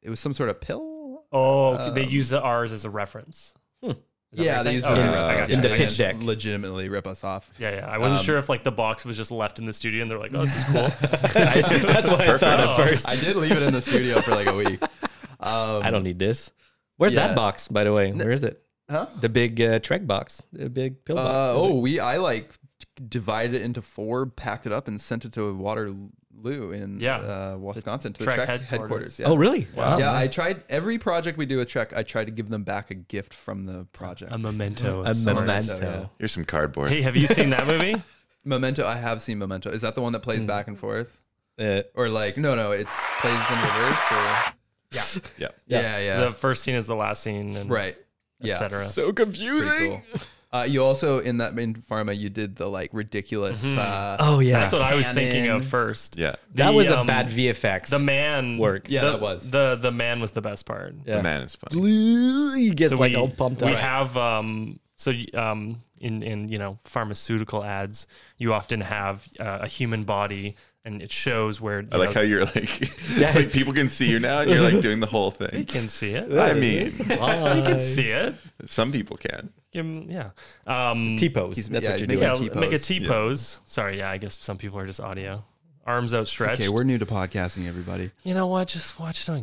S2: it was some sort of pill.
S4: oh, okay,
S5: um,
S4: they use the R's as a reference. Is that what
S2: Yeah,
S4: you're
S2: they
S4: saying?
S2: used
S4: Oh,
S2: it
S4: okay,
S2: as a
S3: uh,
S4: I gotcha,
S2: reference.
S4: I
S5: in the
S2: And
S4: gotcha.
S5: pitch deck.
S2: legitimately rip us off.
S4: Yeah, yeah. I
S5: um,
S4: wasn't sure if like the box was just left in the studio and they're like, oh, this is cool.
S5: That's what I thought at first.
S2: I did leave it in the studio for like a week. Um,
S5: I don't need this. Where's
S2: yeah.
S5: that box, by the way? Where is it?
S2: Huh?
S5: The big uh, Trek box, the big pill box.
S2: Uh,
S5: is
S2: oh,
S5: it?
S2: we I like divided it into four, packed it up, and sent it to Waterloo in
S4: Yeah.
S2: uh, Wisconsin to the
S4: Trek
S2: Trek headquarters.
S4: headquarters.
S2: Yeah.
S5: oh, really? Wow.
S2: yeah, I tried every project we do with Trek. I try to give them back a gift from the project.
S4: a memento. of
S5: a
S4: sorts.
S5: memento.
S3: Here's some cardboard.
S4: Hey, have you seen that movie?
S2: Memento. I have seen Memento. Is that the one that
S5: Hmm.
S2: plays back and forth,
S5: Uh,
S2: or like no, no, it's plays in reverse, or
S3: Yeah.
S2: yeah, yeah,
S4: The first scene is the last scene, and
S2: right, yeah,
S4: etc.
S5: so confusing.
S2: Pretty cool. Uh, you also in that main pharma you did the like ridiculous. Uh,
S5: Oh yeah,
S4: That's what I was thinking
S2: Canon.
S4: of first.
S3: Yeah.
S5: that
S4: The,
S5: was a
S4: um,
S5: bad VFX.
S4: The man
S5: Work.
S2: Yeah,
S4: the,
S2: that was.
S4: the the man was the best part.
S5: Yeah.
S3: The man is funny.
S5: he gets like all pumped
S4: we
S5: up.
S4: have um so y- um in in you know pharmaceutical ads you often have uh, a human body and it shows where you
S3: I like
S4: know,
S3: how you're like, like people can see you now, and you're like doing the whole thing.
S4: you can see it
S3: I mean,
S4: you can see it
S3: some people can.
S4: Um, yeah um
S5: T pose.
S2: He's-
S5: That's
S2: yeah,
S5: what you
S2: make
S5: do.
S2: a
S4: yeah,
S2: T-pose.
S4: make a
S2: Yeah.
S4: T pose sorry yeah I guess some people are just audio arms outstretched
S2: okay, we're new to podcasting, everybody.
S4: you know what just watch it on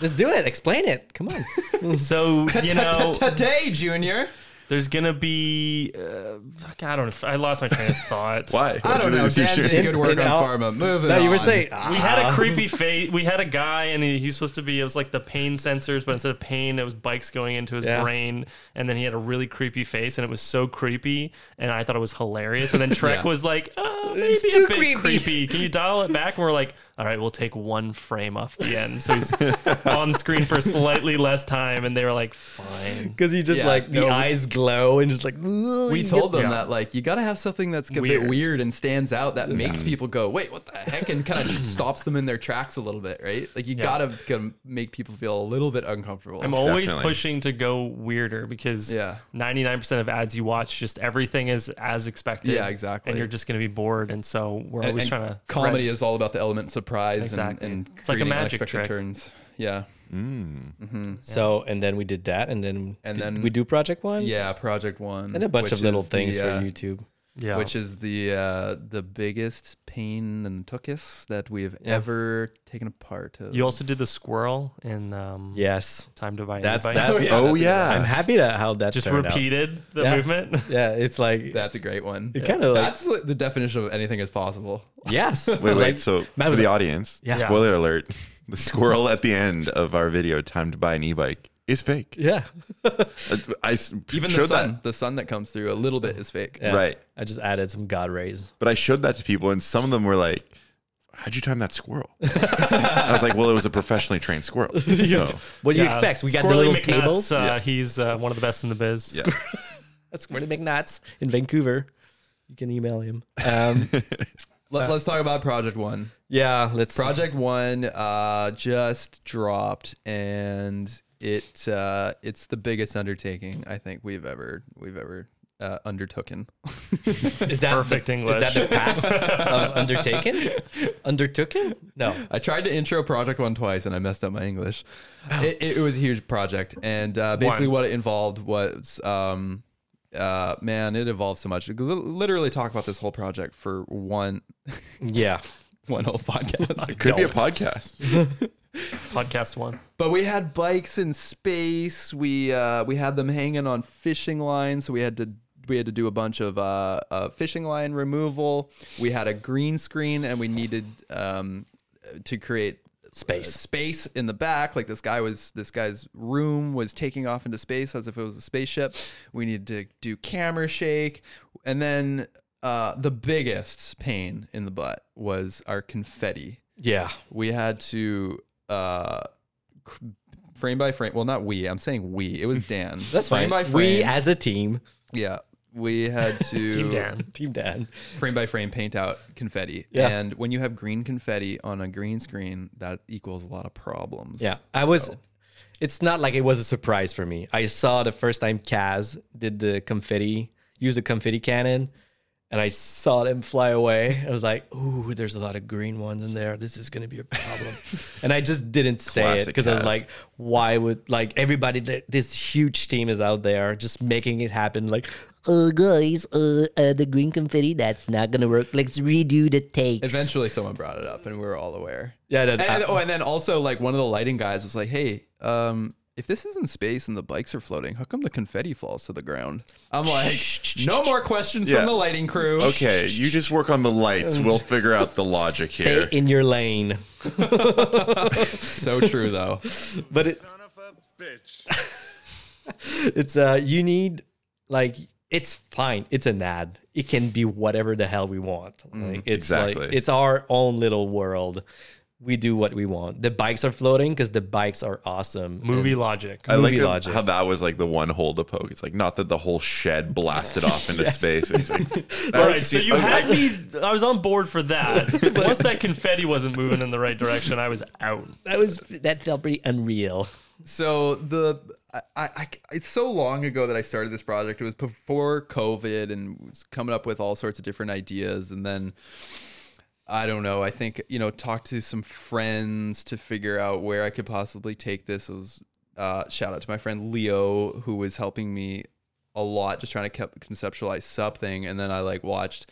S5: Just do it. Explain it. Come on.
S4: so you know
S2: Today, Junior.
S4: there's gonna be uh, fuck, I don't I lost my train of thought
S3: Why?
S2: I don't know.
S3: What'd you
S2: Dan
S3: do?
S2: did good work
S5: in
S2: on
S5: out-
S2: pharma. Moving
S5: no, you were
S2: on.
S5: saying
S4: We had a creepy face. We had a guy, and he, he was supposed to be. It was like the pain sensors, but instead of pain, it was bikes going into his
S5: Yeah.
S4: brain. And then he had a really creepy face, and it was so creepy. And I thought it was hilarious. And then Trek
S2: Yeah.
S4: was like, oh, maybe
S5: It's
S4: a
S5: too
S4: bit
S5: creepy."
S4: creepy. Can you dial it back?" And we're like, "All right, we'll take one frame off the end." So he's on screen for slightly less time, and they were like, "Fine."
S5: because he just
S2: Yeah,
S5: like the
S2: no, we-
S5: eyes glow and just like
S2: We told them that like you got to have something that's a
S4: Weird.
S2: bit weird and stands out that makes people go, "Wait, what the heck?" and kind of stops them in their tracks a little bit, right? Like you got to make people feel a little bit uncomfortable.
S4: I'm always
S3: Definitely.
S4: pushing to go weirder because
S2: Yeah.
S4: 99% of ads you watch, just everything is as expected.
S2: Yeah, exactly.
S4: And you're just going to be bored. And so we're
S2: And-
S4: always
S2: and
S4: trying to.
S2: comedy is all about the element surprise
S4: Exactly.
S2: and, and
S4: It's like a
S2: creating
S4: magic
S2: unexpected
S4: trick.
S2: turns. Yeah,
S5: So and then we did that and then
S2: And
S5: did
S2: then-
S5: we do project one.
S2: yeah. Project One
S5: And a bunch
S2: which
S5: of little
S2: is the,
S5: things
S2: uh,
S5: for YouTube.
S4: Yeah.
S2: Which is the uh, the biggest pain and tuckus that we have ever taken apart. Of.
S4: you also did the squirrel in um,
S5: Yes.
S4: Time to Buy
S5: That's
S4: Invite.
S5: that.
S3: oh
S5: I'm
S3: yeah.
S5: happy that how that
S4: Just
S5: turned out.
S4: repeated the
S5: Yeah.
S4: movement.
S5: Yeah, it's like
S2: That's a great one.
S5: It kinda like-
S2: that's like the definition of anything is possible.
S5: yes.
S3: Wait, wait. so
S5: Matt
S3: for
S5: was
S3: the
S5: like-
S3: audience,
S5: Yeah.
S3: spoiler alert: the squirrel at the end of our video, "Time to Buy an E-Bike," is fake. Uh,
S5: yeah.
S3: I, s-
S2: Even the
S3: showed
S2: sun,
S3: that,
S2: the sun that comes through a little bit is fake.
S5: Yeah.
S3: Right.
S5: I just added some god rays.
S3: but I showed that to people, and some of them were like. How'd you time that squirrel? I was like, well, it was a professionally trained squirrel. So
S5: What do you
S4: Yeah.
S5: expect? We got the
S4: Squirrely
S5: little
S4: McNuts,
S5: tables.
S4: Uh, He's uh, one of the best in the biz.
S3: Yeah.
S5: That's Squirrely McNuts in Vancouver. You can email him. Um,
S2: Let, us talk about Project One.
S5: yeah, let's.
S2: Project One uh, just dropped, and it uh, it's the biggest undertaking I think we've ever we've ever uh, undertaken.
S5: is that
S4: Perfect
S5: the,
S4: English.
S5: Is that the past of undertaken? Undertooken? No.
S2: I tried to intro Project One twice and I messed up my English. It, it was a huge project, and uh, basically
S4: One.
S2: what it involved was, um, uh, man, it involved so much. Li- Literally talk about this whole project for one
S5: Yeah.
S2: one whole podcast.
S3: could be a podcast.
S4: Podcast one.
S2: but we had bikes in space. We uh, we had them hanging on fishing lines, so we had to. We had to do a bunch of uh, uh, fishing line removal. We had a green screen, and we needed um, to create uh,
S5: Space.
S2: space in the back like this guy was this guy's room was taking off into space as if it was a spaceship we needed to do camera shake and then uh, the biggest pain in the butt was our confetti
S5: Yeah.
S2: we had to uh, cr- frame by frame well not we i'm saying we it was dan
S5: That's fine.
S2: frame by frame
S5: We as a team,
S2: yeah we had to
S4: Team Dan.
S5: Team Dan.
S2: frame by frame paint out confetti
S5: Yeah.
S2: and when you have green confetti on a green screen that equals a lot of problems
S5: Yeah. I was. It's not like it was a surprise for me. I saw the first time Kaz did the confetti, used the confetti cannon, and I saw them fly away. I was like, ooh, there's a lot of green ones in there. This is going to be a problem. and I just didn't say it
S3: Classic
S5: because I was
S3: Kaz.
S5: like, why would, like, everybody, th- this huge team is out there just making it happen. Like,
S9: uh, guys, uh, uh, the green confetti, that's not gonna work. Let's redo the takes.
S2: Eventually, someone brought it up, and we were all aware.
S5: yeah, that, uh,
S2: And, and-
S5: I-
S2: oh, and then also, like one of the lighting guys was like, "Hey, um, if this is in space and the bikes are floating, how come the confetti falls to the ground?" I'm like, "No more questions
S3: Yeah.
S2: from the lighting crew."
S3: Okay, you just work on the lights. We'll figure out the logic
S5: stay
S3: here.
S5: in your lane.
S2: so true though.
S5: But it,
S7: Son of a bitch.
S5: it's uh you need like it's fine it's an ad
S7: Mm,
S5: it can be whatever the hell we want like it's
S3: Exactly.
S5: like it's our own little world we do what we want. The bikes are floating because the bikes are awesome.
S4: Movie
S5: And-
S4: logic.
S3: I like
S5: Movie
S3: how-
S5: logic.
S3: how that was like the one hole to poke. It's like not that the whole shed blasted off into space. And he's like,
S4: All
S3: "That's
S4: right, so
S3: the-
S4: you
S3: okay."
S4: had me. I was on board for that. Once that confetti wasn't moving in the right direction, I was out.
S9: That was that felt pretty unreal.
S2: So the I, I I- it's so long ago that I started this project. It was before COVID and was coming up with all sorts of different ideas and then I don't know. I think, you know, talked to some friends to figure out where I could possibly take this. It was uh, shout out to my friend Leo who was helping me a lot just trying to kept conceptualize something and then I like watched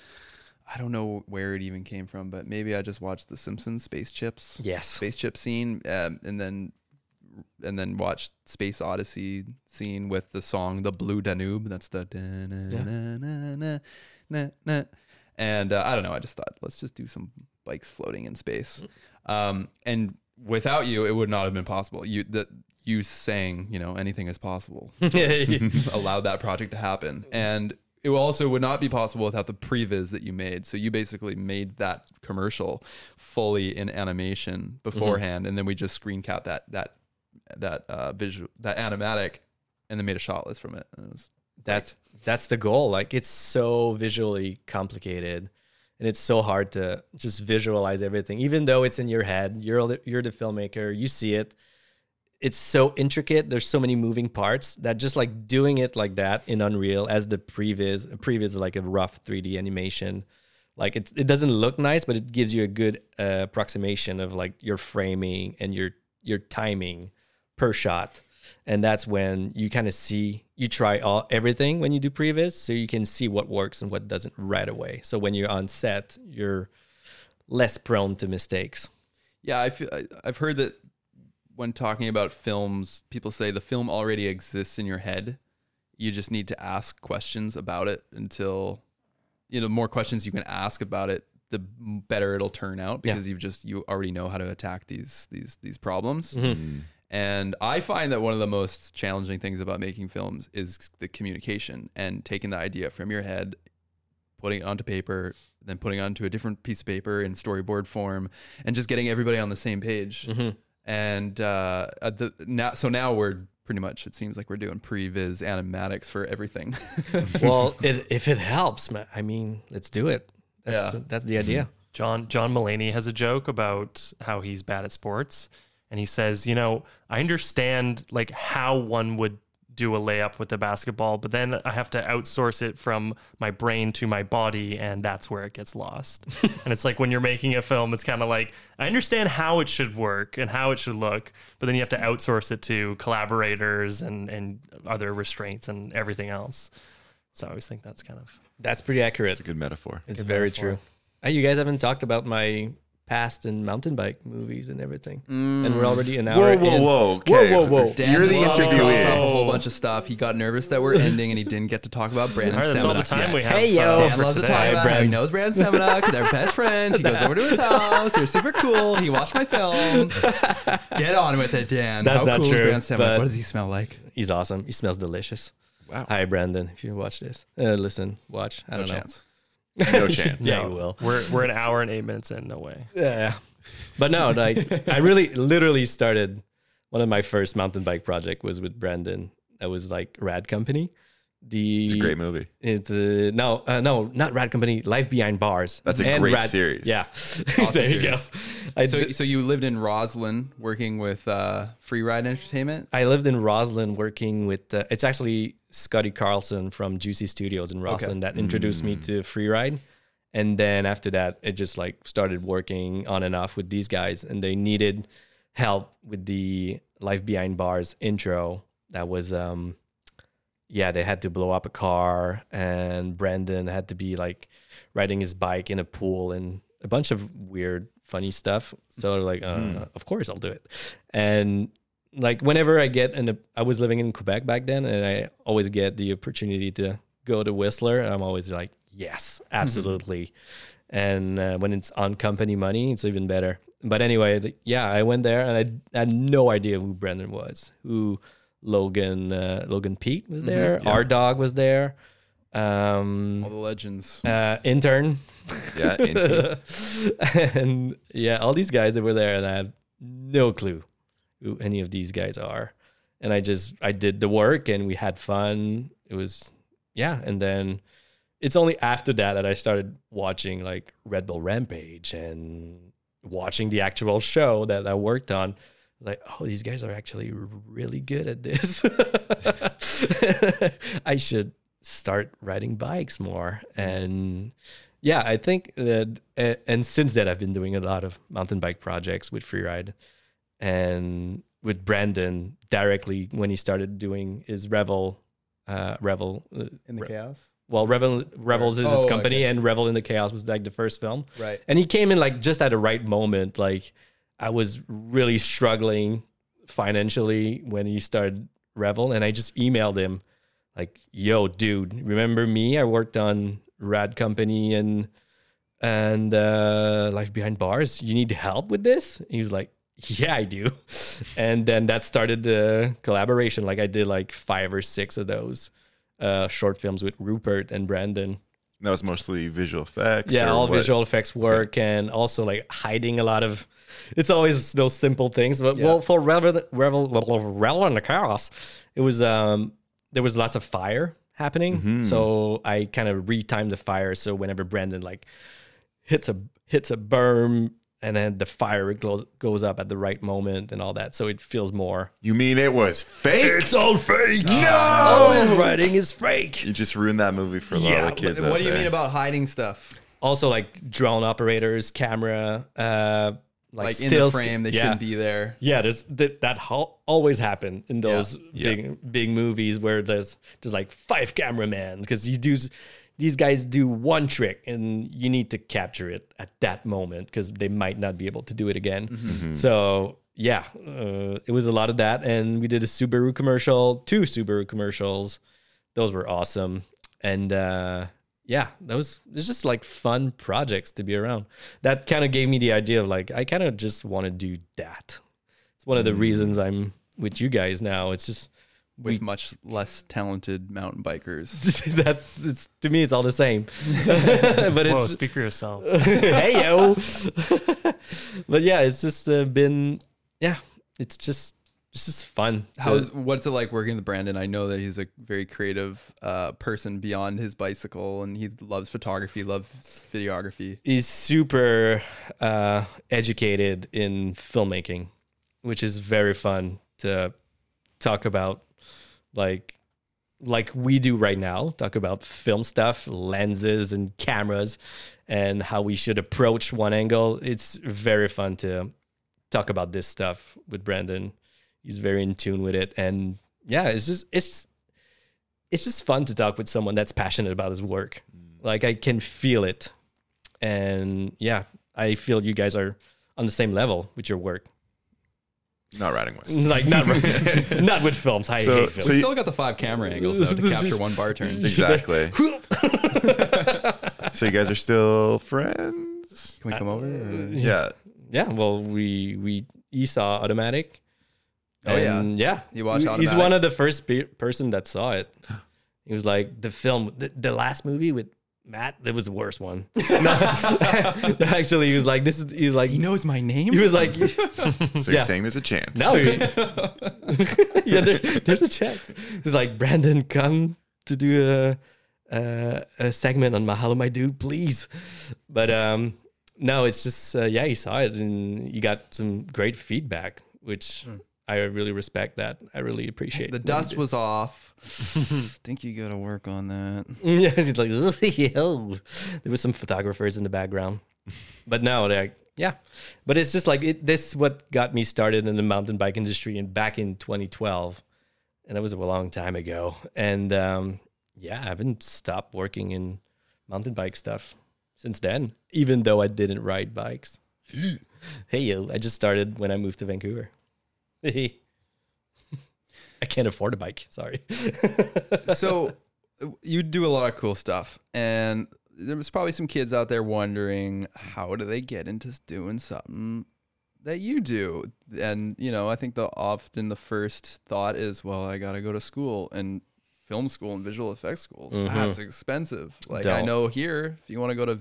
S2: I don't know where it even came from, but maybe I just watched The Simpsons Space Chips
S5: Yes.
S2: space chip scene um, and then and then watched space odyssey scene with the song the blue danube that's the da-na-na-na-na-na-na. and uh, i don't know i just thought let's just do some bikes floating in space um, and without you it would not have been possible you the you saying you know anything is possible allowed that project to happen. And it also would not be possible without the previs that you made. So you basically made that commercial fully in animation beforehand, and then we just screen cap that that that uh, visual that animatic, and then made a shot list from it. And it was,
S5: that's that's the goal like it's so visually complicated and it's so hard to just visualize everything even though it's in your head you're the- you're the filmmaker you see it it's so intricate there's so many moving parts that just like doing it like that in unreal as the previs previs is like a rough 3d animation like it, it doesn't look nice but it gives you a good uh, approximation of like your framing and your your timing per shot and that's when you kind of see you try all everything when you do previs so you can see what works and what doesn't right away so when you're on set you're less prone to mistakes
S2: yeah, I feel I, I've heard that when talking about films, people say the film already exists in your head. You just need to ask questions about it until you know the more questions you can ask about it the better it'll turn out
S5: Yeah.
S2: because you've just you already know how to attack these these these problems Mm-hmm. and i find that one of the most challenging things about making films is the communication and taking the idea from your head putting it onto paper then putting it onto a different piece of paper in storyboard form and just getting everybody on the same page
S4: Mm-hmm.
S2: and uh at the now so now we're pretty much it seems like we're doing previs animatics for everything
S5: well it, if it helps ma- i mean let's do it that's,
S2: Yeah.
S5: the, that's the idea
S4: John John Mulaney has a joke about how he's bad at sports, and he says, you know, I understand like how one would do a layup with the basketball, but then I have to outsource it from my brain to my body, and that's where it gets lost. and it's like when you're making a film, it's kind of like I understand how it should work and how it should look, but then you have to outsource it to collaborators and and other restraints and everything else. So I always think that's kind of
S5: that's pretty accurate
S3: Good metaphor.
S5: it's very true Uh, you guys haven't talked about my past and mountain bike movies and everything and we're already an hour
S3: Whoa, whoa,
S5: in.
S3: whoa. Okay.
S5: whoa whoa whoa
S2: Dan
S3: You're the
S2: just cut us off a
S3: interviewee.
S2: whole bunch of stuff. He got nervous that we're ending and he didn't get to talk about Brandon
S4: all right. That's all the
S2: Semenuk
S4: time
S2: yet.
S4: we have.
S9: Hey,
S4: uh,
S9: yo.
S2: Dan
S4: for
S2: loves to
S4: today.
S2: talk about how he knows Brandon Semenuk. They're best friends. He goes over to his house. They're super cool. He watched my film. Get on with it, Dan.
S5: That's
S2: How
S5: not
S2: cool
S5: true,
S2: is Brandon Semenuk?
S5: but-
S2: What does he smell like?
S5: he's awesome he smells delicious
S3: Wow.
S5: hi brandon if you watch this uh, listen watch i
S2: No
S5: don't know
S2: chance.
S3: No chance.
S5: yeah, you will.
S4: We're we're an hour and eight minutes in. No way.
S5: Yeah. But no, like I really literally started one of my first mountain bike project was with Brandon. That was like Rad Company. The
S3: It's a great movie.
S5: It's uh, no, uh, no, not Rad Company. Life Behind Bars.
S3: That's a
S5: And
S3: great series.
S5: Yeah, there you go.
S2: series.
S5: I,
S2: So,
S5: d-
S2: so you lived in Roslyn working with uh, Free Ride Entertainment?
S5: I lived in Roslyn working with. Uh, it's actually Scotty Carlson from Juicy Studios in Roslyn that introduced me to freeride, and then after that, it just like started working on and off with these guys, and they needed help with the life behind bars intro. That was um, yeah, they had to blow up a car, and Brandon had to be like riding his bike in a pool and a bunch of weird, funny stuff. So like, uh,
S2: Hmm.
S5: of course I'll do it. And like whenever I get in, a, I was living in Quebec back then, and I always get the opportunity to go to Whistler. I'm always like, yes,
S2: Mm-hmm.
S5: absolutely. And uh, when it's on company money, it's even better. But anyway, like, yeah, I went there and I had no idea who Brendan
S2: Mm-hmm.
S5: was, who Logan uh, Logan Pete was there, our dog was there, Um,
S2: All the legends.
S5: uh, intern.
S3: Yeah, into
S5: and yeah, all these guys that were there, and I have no clue who any of these guys are. And I just I did the work, and we had fun. It was yeah, and then it's only after that that I started watching like Red Bull Rampage and watching the actual show that I worked on. Like, oh, these guys are actually really good at this. I should start riding bikes more.
S2: Mm-hmm.
S5: And yeah, I think that, a- and since then, I've been doing a lot of mountain bike projects with Freeride and with Brandon directly when he started doing his Revel, uh, Revel, uh,
S2: In the chaos?
S5: well, Revel Rebels is
S2: Oh,
S5: his
S2: okay.
S5: company, and Revel in the Chaos was like the first film.
S2: Right.
S5: And he came in like just at the right moment. Like I was really struggling financially when he started Revel, and I just emailed him like, "Yo, dude, remember me? I worked on Rad Company and and uh, Life Behind Bars. You need help with this?" He was like, "Yeah, I do." and then that started the collaboration. Like I did like five or six of those uh, short films with Rupert and Brandon.
S3: that was mostly visual effects.
S5: Yeah,
S3: or
S5: all
S3: what?
S5: visual effects work and also like hiding a lot of. It's always those simple things, but well, for Revel, Revel, Revel, Revel and the Chaos, it was um there was lots of fire happening,
S2: Mm-hmm.
S5: so I kind of retimed the fire. So whenever Brandon like hits a hits a berm and then the fire goes goes up at the right moment and all that, so it feels more.
S3: You mean it was fake? It's all fake. No.
S5: Oh, his writing is fake.
S3: You just ruined that movie for a lot
S5: Yeah,
S3: of kids.
S2: What
S3: out
S2: do you
S3: there.
S2: mean about hiding stuff?
S5: also like drone operators, camera, uh, like,
S2: Like in
S5: still
S2: the frame, they
S5: yeah.
S2: shouldn't be there.
S5: Yeah, there's th- that ho- always happen in those
S3: Yeah.
S5: big big movies where there's there's like five cameramen because you do s- these guys do one trick and you need to capture it at that moment because they might not be able to do it again.
S3: Mm-hmm.
S5: So yeah, uh, it was a lot of that, and we did a Subaru commercial, two Subaru commercials. Those were awesome, and uh, yeah, that was it's just like fun projects to be around. That kind of gave me the idea of like I kind of just want to do that it's one of the reasons I'm with you guys now. It's just
S2: With much less talented mountain bikers.
S5: that's it's to me it's all the same, but
S4: Whoa,
S5: it's
S4: speak for yourself.
S5: hey yo, but yeah, it's just uh, been yeah, it's just it's just fun.
S2: How's what's it like working with Brandon? I know that he's a very creative uh, person beyond his bicycle, and he loves photography, loves videography.
S5: He's super uh, educated in filmmaking, which is very fun to talk about, like like we do right now. Talk about film stuff, lenses and cameras, and how we should approach one angle. It's very fun to talk about this stuff with Brandon. He's very in tune with it, and yeah, it's just it's it's just fun to talk with someone that's passionate about his work. Like I can feel it and yeah, I feel you guys are on the same level with your work.
S3: Not riding one.
S5: Like not not with films. I
S3: So-
S5: hate
S3: so
S5: films.
S2: We
S3: you-
S2: still got the five camera angles though to capture one bar turn.
S3: Exactly. so you guys are still friends?
S2: Can we come over? or-
S3: Yeah.
S5: yeah, well, we we he saw automatic.
S2: Oh, yeah.
S5: And yeah.
S2: You watch
S5: He- He's
S2: Automatic?
S5: one of the first pe- person that saw it. He was like the film, the, the last movie with Matt. That was the worst one. No, actually, he was like this is. He was like
S2: He knows my name.
S5: He was like
S3: So you're
S5: Yeah.
S3: saying there's a chance?
S5: No, you- yeah, there, there's a chance. It's like Brandon, come to do a a, a segment on Mahalo My Dude, please. But um, no, it's just uh, yeah, he saw it and you got some great feedback, which I really respect. That I really appreciate.
S2: Hmm. the
S5: that you
S2: dust
S5: did.
S2: was off. Think you got to work on that.
S5: yeah, he's like yo. There was some photographers in the background, but no, like yeah, but it's just like it, this what got me started in the mountain bike industry and back in 2012. and that was a long time ago. And um, yeah, I haven't stopped working in mountain bike stuff since then, even though I didn't ride bikes. hey, yo, I just started when I moved to Vancouver. I can't afford a bike. Sorry.
S2: so you do a lot of cool stuff and there's probably some kids out there wondering how do they get into doing something that you do and you know i think the often the first thought is well i gotta go to school and film school and visual effects school. That's expensive. Like I
S5: Mm-hmm. Don't.
S2: know here, if you want to go to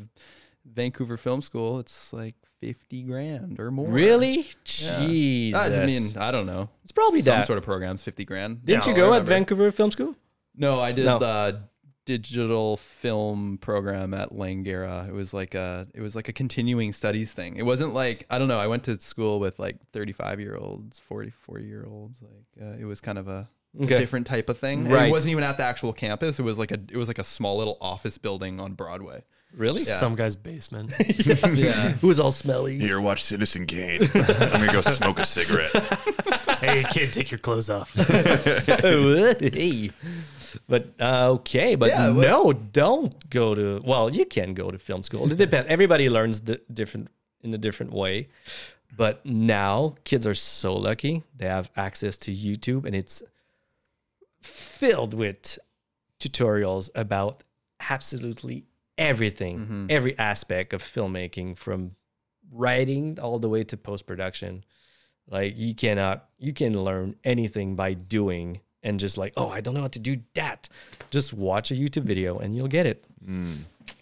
S2: Vancouver Film School, it's like fifty grand or more.
S5: Really?
S2: Yeah.
S5: Jesus.
S2: I mean, I don't know.
S5: it's probably
S2: Some
S5: that.
S2: sort of programs, fifty grand.
S5: Didn't
S4: Yeah,
S5: you
S4: I
S5: go at
S2: remember.
S5: Vancouver Film School?
S2: No, I did
S5: No.
S2: the digital film program at Langara. It was like a it was like a continuing studies thing. It wasn't like I don't know. I went to school with like thirty five year olds, forty four year olds. Like uh, it was kind of a
S5: Okay.
S2: different type of thing. And
S5: Right.
S2: it wasn't even at the actual campus. It was like a it was like a small little office building on Broadway.
S5: Really?
S4: Some guy's basement.
S2: Yeah.
S9: Who's all smelly?
S3: Here, watch Citizen Kane. I'm gonna go smoke a cigarette.
S4: hey, kid, take your clothes off.
S5: Oh, Hey. But uh, okay, but
S2: Yeah, what-
S5: no, don't go to. Well, you can go to film school. It depends. Everybody learns di- different in a different way. But now kids are so lucky; they have access to YouTube, and it's filled with tutorials about absolutely everything, every aspect of filmmaking, from writing all the way to post production. Like you cannot, you can learn anything by doing and just like, oh, I don't know how to do that. Just watch a YouTube video and you'll get it.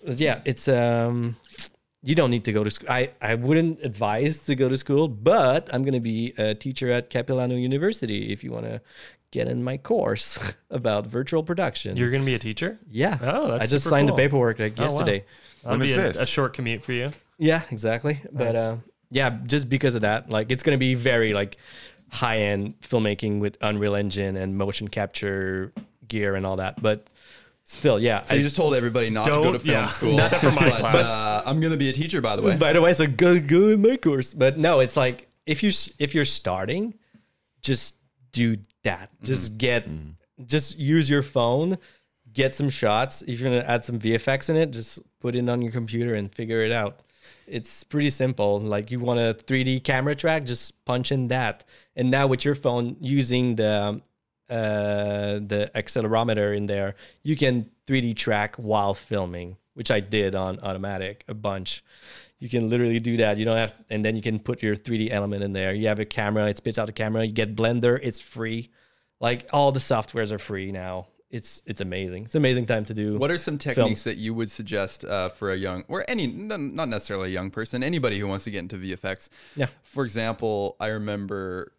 S5: Yeah, it's um, you don't need to go to school. I I wouldn't advise to go to school, but I'm gonna be a teacher at Capilano University if you want to get in my course about virtual production.
S4: You're gonna be a teacher?
S5: yeah,
S4: Oh, that's
S5: I just
S4: super
S5: signed
S4: cool.
S5: the paperwork like
S4: Oh, wow.
S5: yesterday.
S4: That'll
S3: When
S4: be
S3: is
S4: a,
S3: this?
S4: a short commute for you.
S5: Yeah, exactly. But
S4: Nice.
S5: uh, yeah, just because of that, like it's gonna be very like high end filmmaking with Unreal Engine and motion capture gear and all that. But still, yeah.
S2: So
S5: I
S2: you just told everybody not to go
S4: Don't-
S2: to film
S4: yeah.
S2: school.
S4: Except for my
S2: but,
S4: class. Mm-hmm.
S2: Uh, I'm gonna be a teacher, by the way.
S5: by the way, it's a good go in my course. But no, it's like if you s- if you're starting, just do that.
S2: Mm-hmm.
S5: Just get just use your phone, get some shots. If you're gonna add some VFX in it, just put it on your computer and figure it out. It's pretty simple. Like you want a 3D camera track, just punch in that. And now with your phone using the uh, the accelerometer in there, you can 3D track while filming, which I did on automatic a bunch. You can literally do that. You don't have, and then you can put your 3D element in there. You have a camera, it spits out a camera. You get Blender, it's free. Like all the softwares are free now. It's it's amazing. It's an amazing time to do.
S2: What are some techniques that you would suggest uh, for a young or any n- not necessarily a young person, anybody who wants to get into VFX?
S5: Yeah.
S2: For example, I remember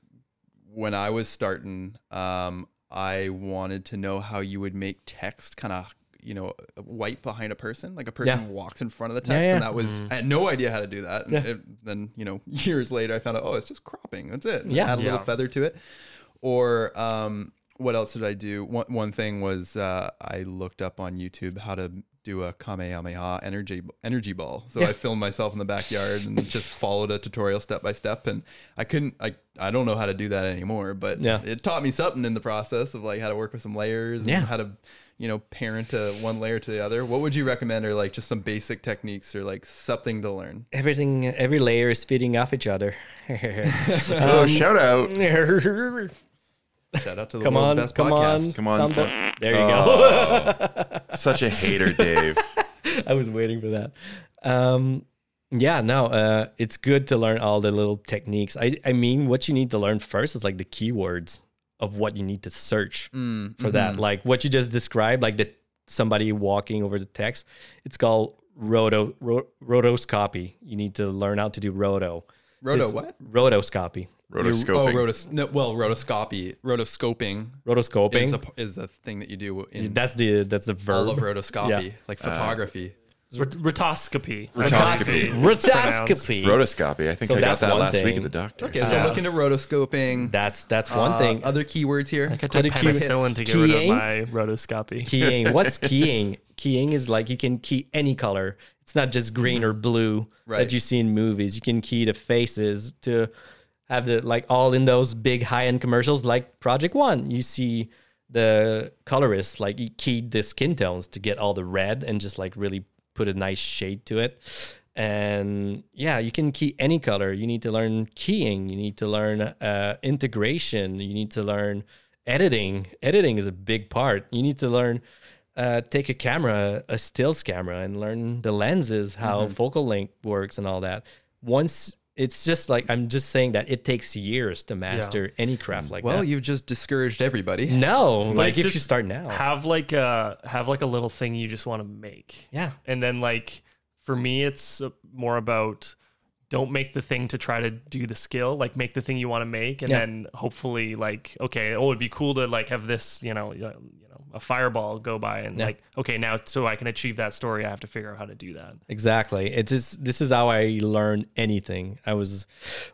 S2: when I was starting, um, I wanted to know how you would make text kind of you know white behind a person, like a person
S5: Yeah.
S2: walked in front of the text,
S5: yeah.
S2: and that was I had no idea how to do that. And
S5: Yeah.
S2: it- then you know years later, I found out oh, it's just cropping. That's it. And
S5: Yeah.
S2: Add a little
S4: Yeah.
S2: feather to it or um, what else did I do? One, one thing was uh, I looked up on YouTube how to do a kamehameha energy energy ball. So I filmed myself in the backyard and just followed a tutorial step by step. And I couldn't, I I don't know how to do that anymore. But
S5: Yeah.
S2: it taught me something in the process of like how to work with some layers and
S5: Yeah.
S2: how to you know parent uh, one layer to the other. What would you recommend or like just some basic techniques or like something to learn?
S5: Everything, every layer is feeding off each other.
S3: oh, shout out!
S2: Shout out to the
S5: come
S2: world's
S5: on,
S2: best
S5: come
S2: podcast.
S5: on,
S3: Come on,
S5: somebody-
S3: son.
S5: There you go.
S3: Such a hater, Dave.
S5: I was waiting for that. Um, yeah, no, uh, it's good to learn all the little techniques. I, I mean, what you need to learn first is like the keywords of what you need to search
S2: Mm,
S5: for that.
S2: mm-hmm.
S5: Like what you just described, like the somebody walking over the text. It's called roto ro, rotoscopy. You need to learn how to do roto.
S2: Roto
S5: This-
S2: what?
S5: Rotoscopy.
S3: Rotoscoping.
S2: Oh, rotos- no, well, rotoscopy, rotoscoping
S5: Rotoscoping.
S2: is a, is a thing that you do in
S5: that's the that's the verb.
S2: all of rotoscopy,
S5: Yeah. Uh,
S2: like photography.
S4: Rot- Rotoscopy.
S3: Rotoscopy.
S5: Rotoscopy.
S3: Rotoscopy. I think
S5: So
S3: I got
S5: that's
S3: that
S5: one
S3: last week
S5: thing.
S3: at the doctor.
S2: okay, so look into rotoscoping.
S5: that's that's one
S2: Uh,
S5: thing.
S2: Other keywords here.
S4: I took
S5: Click here.
S4: penicillin to get rid of
S5: Keying?
S4: my rotoscopy.
S5: keying. What's keying? Keying is like you can key any color. It's not just green or blue
S2: Right.
S5: that you see in movies. You can key the faces to have the like all in those big high end commercials like Project One. You see the colorists like he keyed the skin tones to get all the red and just like really put a nice shade to it. And yeah, you can key any color. You need to learn keying. You need to learn uh, integration. You need to learn editing editing is a big part you need to learn uh, take a camera
S4: Mm-hmm.
S5: a stills camera and learn the lenses how focal length works and all that once it's just like I'm just saying that it takes years to master any craft like
S2: Well,
S5: that.
S2: you've just discouraged everybody.
S5: no,
S4: But
S5: like
S4: it's
S5: if you
S4: just
S5: start now,
S4: have like a have like a little thing you just want to make.
S5: yeah,
S4: And then like for me it's uh, more about don't make the thing to try to do the skill, like make the thing you want to make and
S5: Yeah.
S4: then hopefully like okay, oh it'd be cool to like have this, you know, y- you know, a fireball go by and
S5: Yeah.
S4: like okay, now so I can achieve that story, I have to figure out how to do that.
S5: Exactly. It's just, this is how I learn anything. I was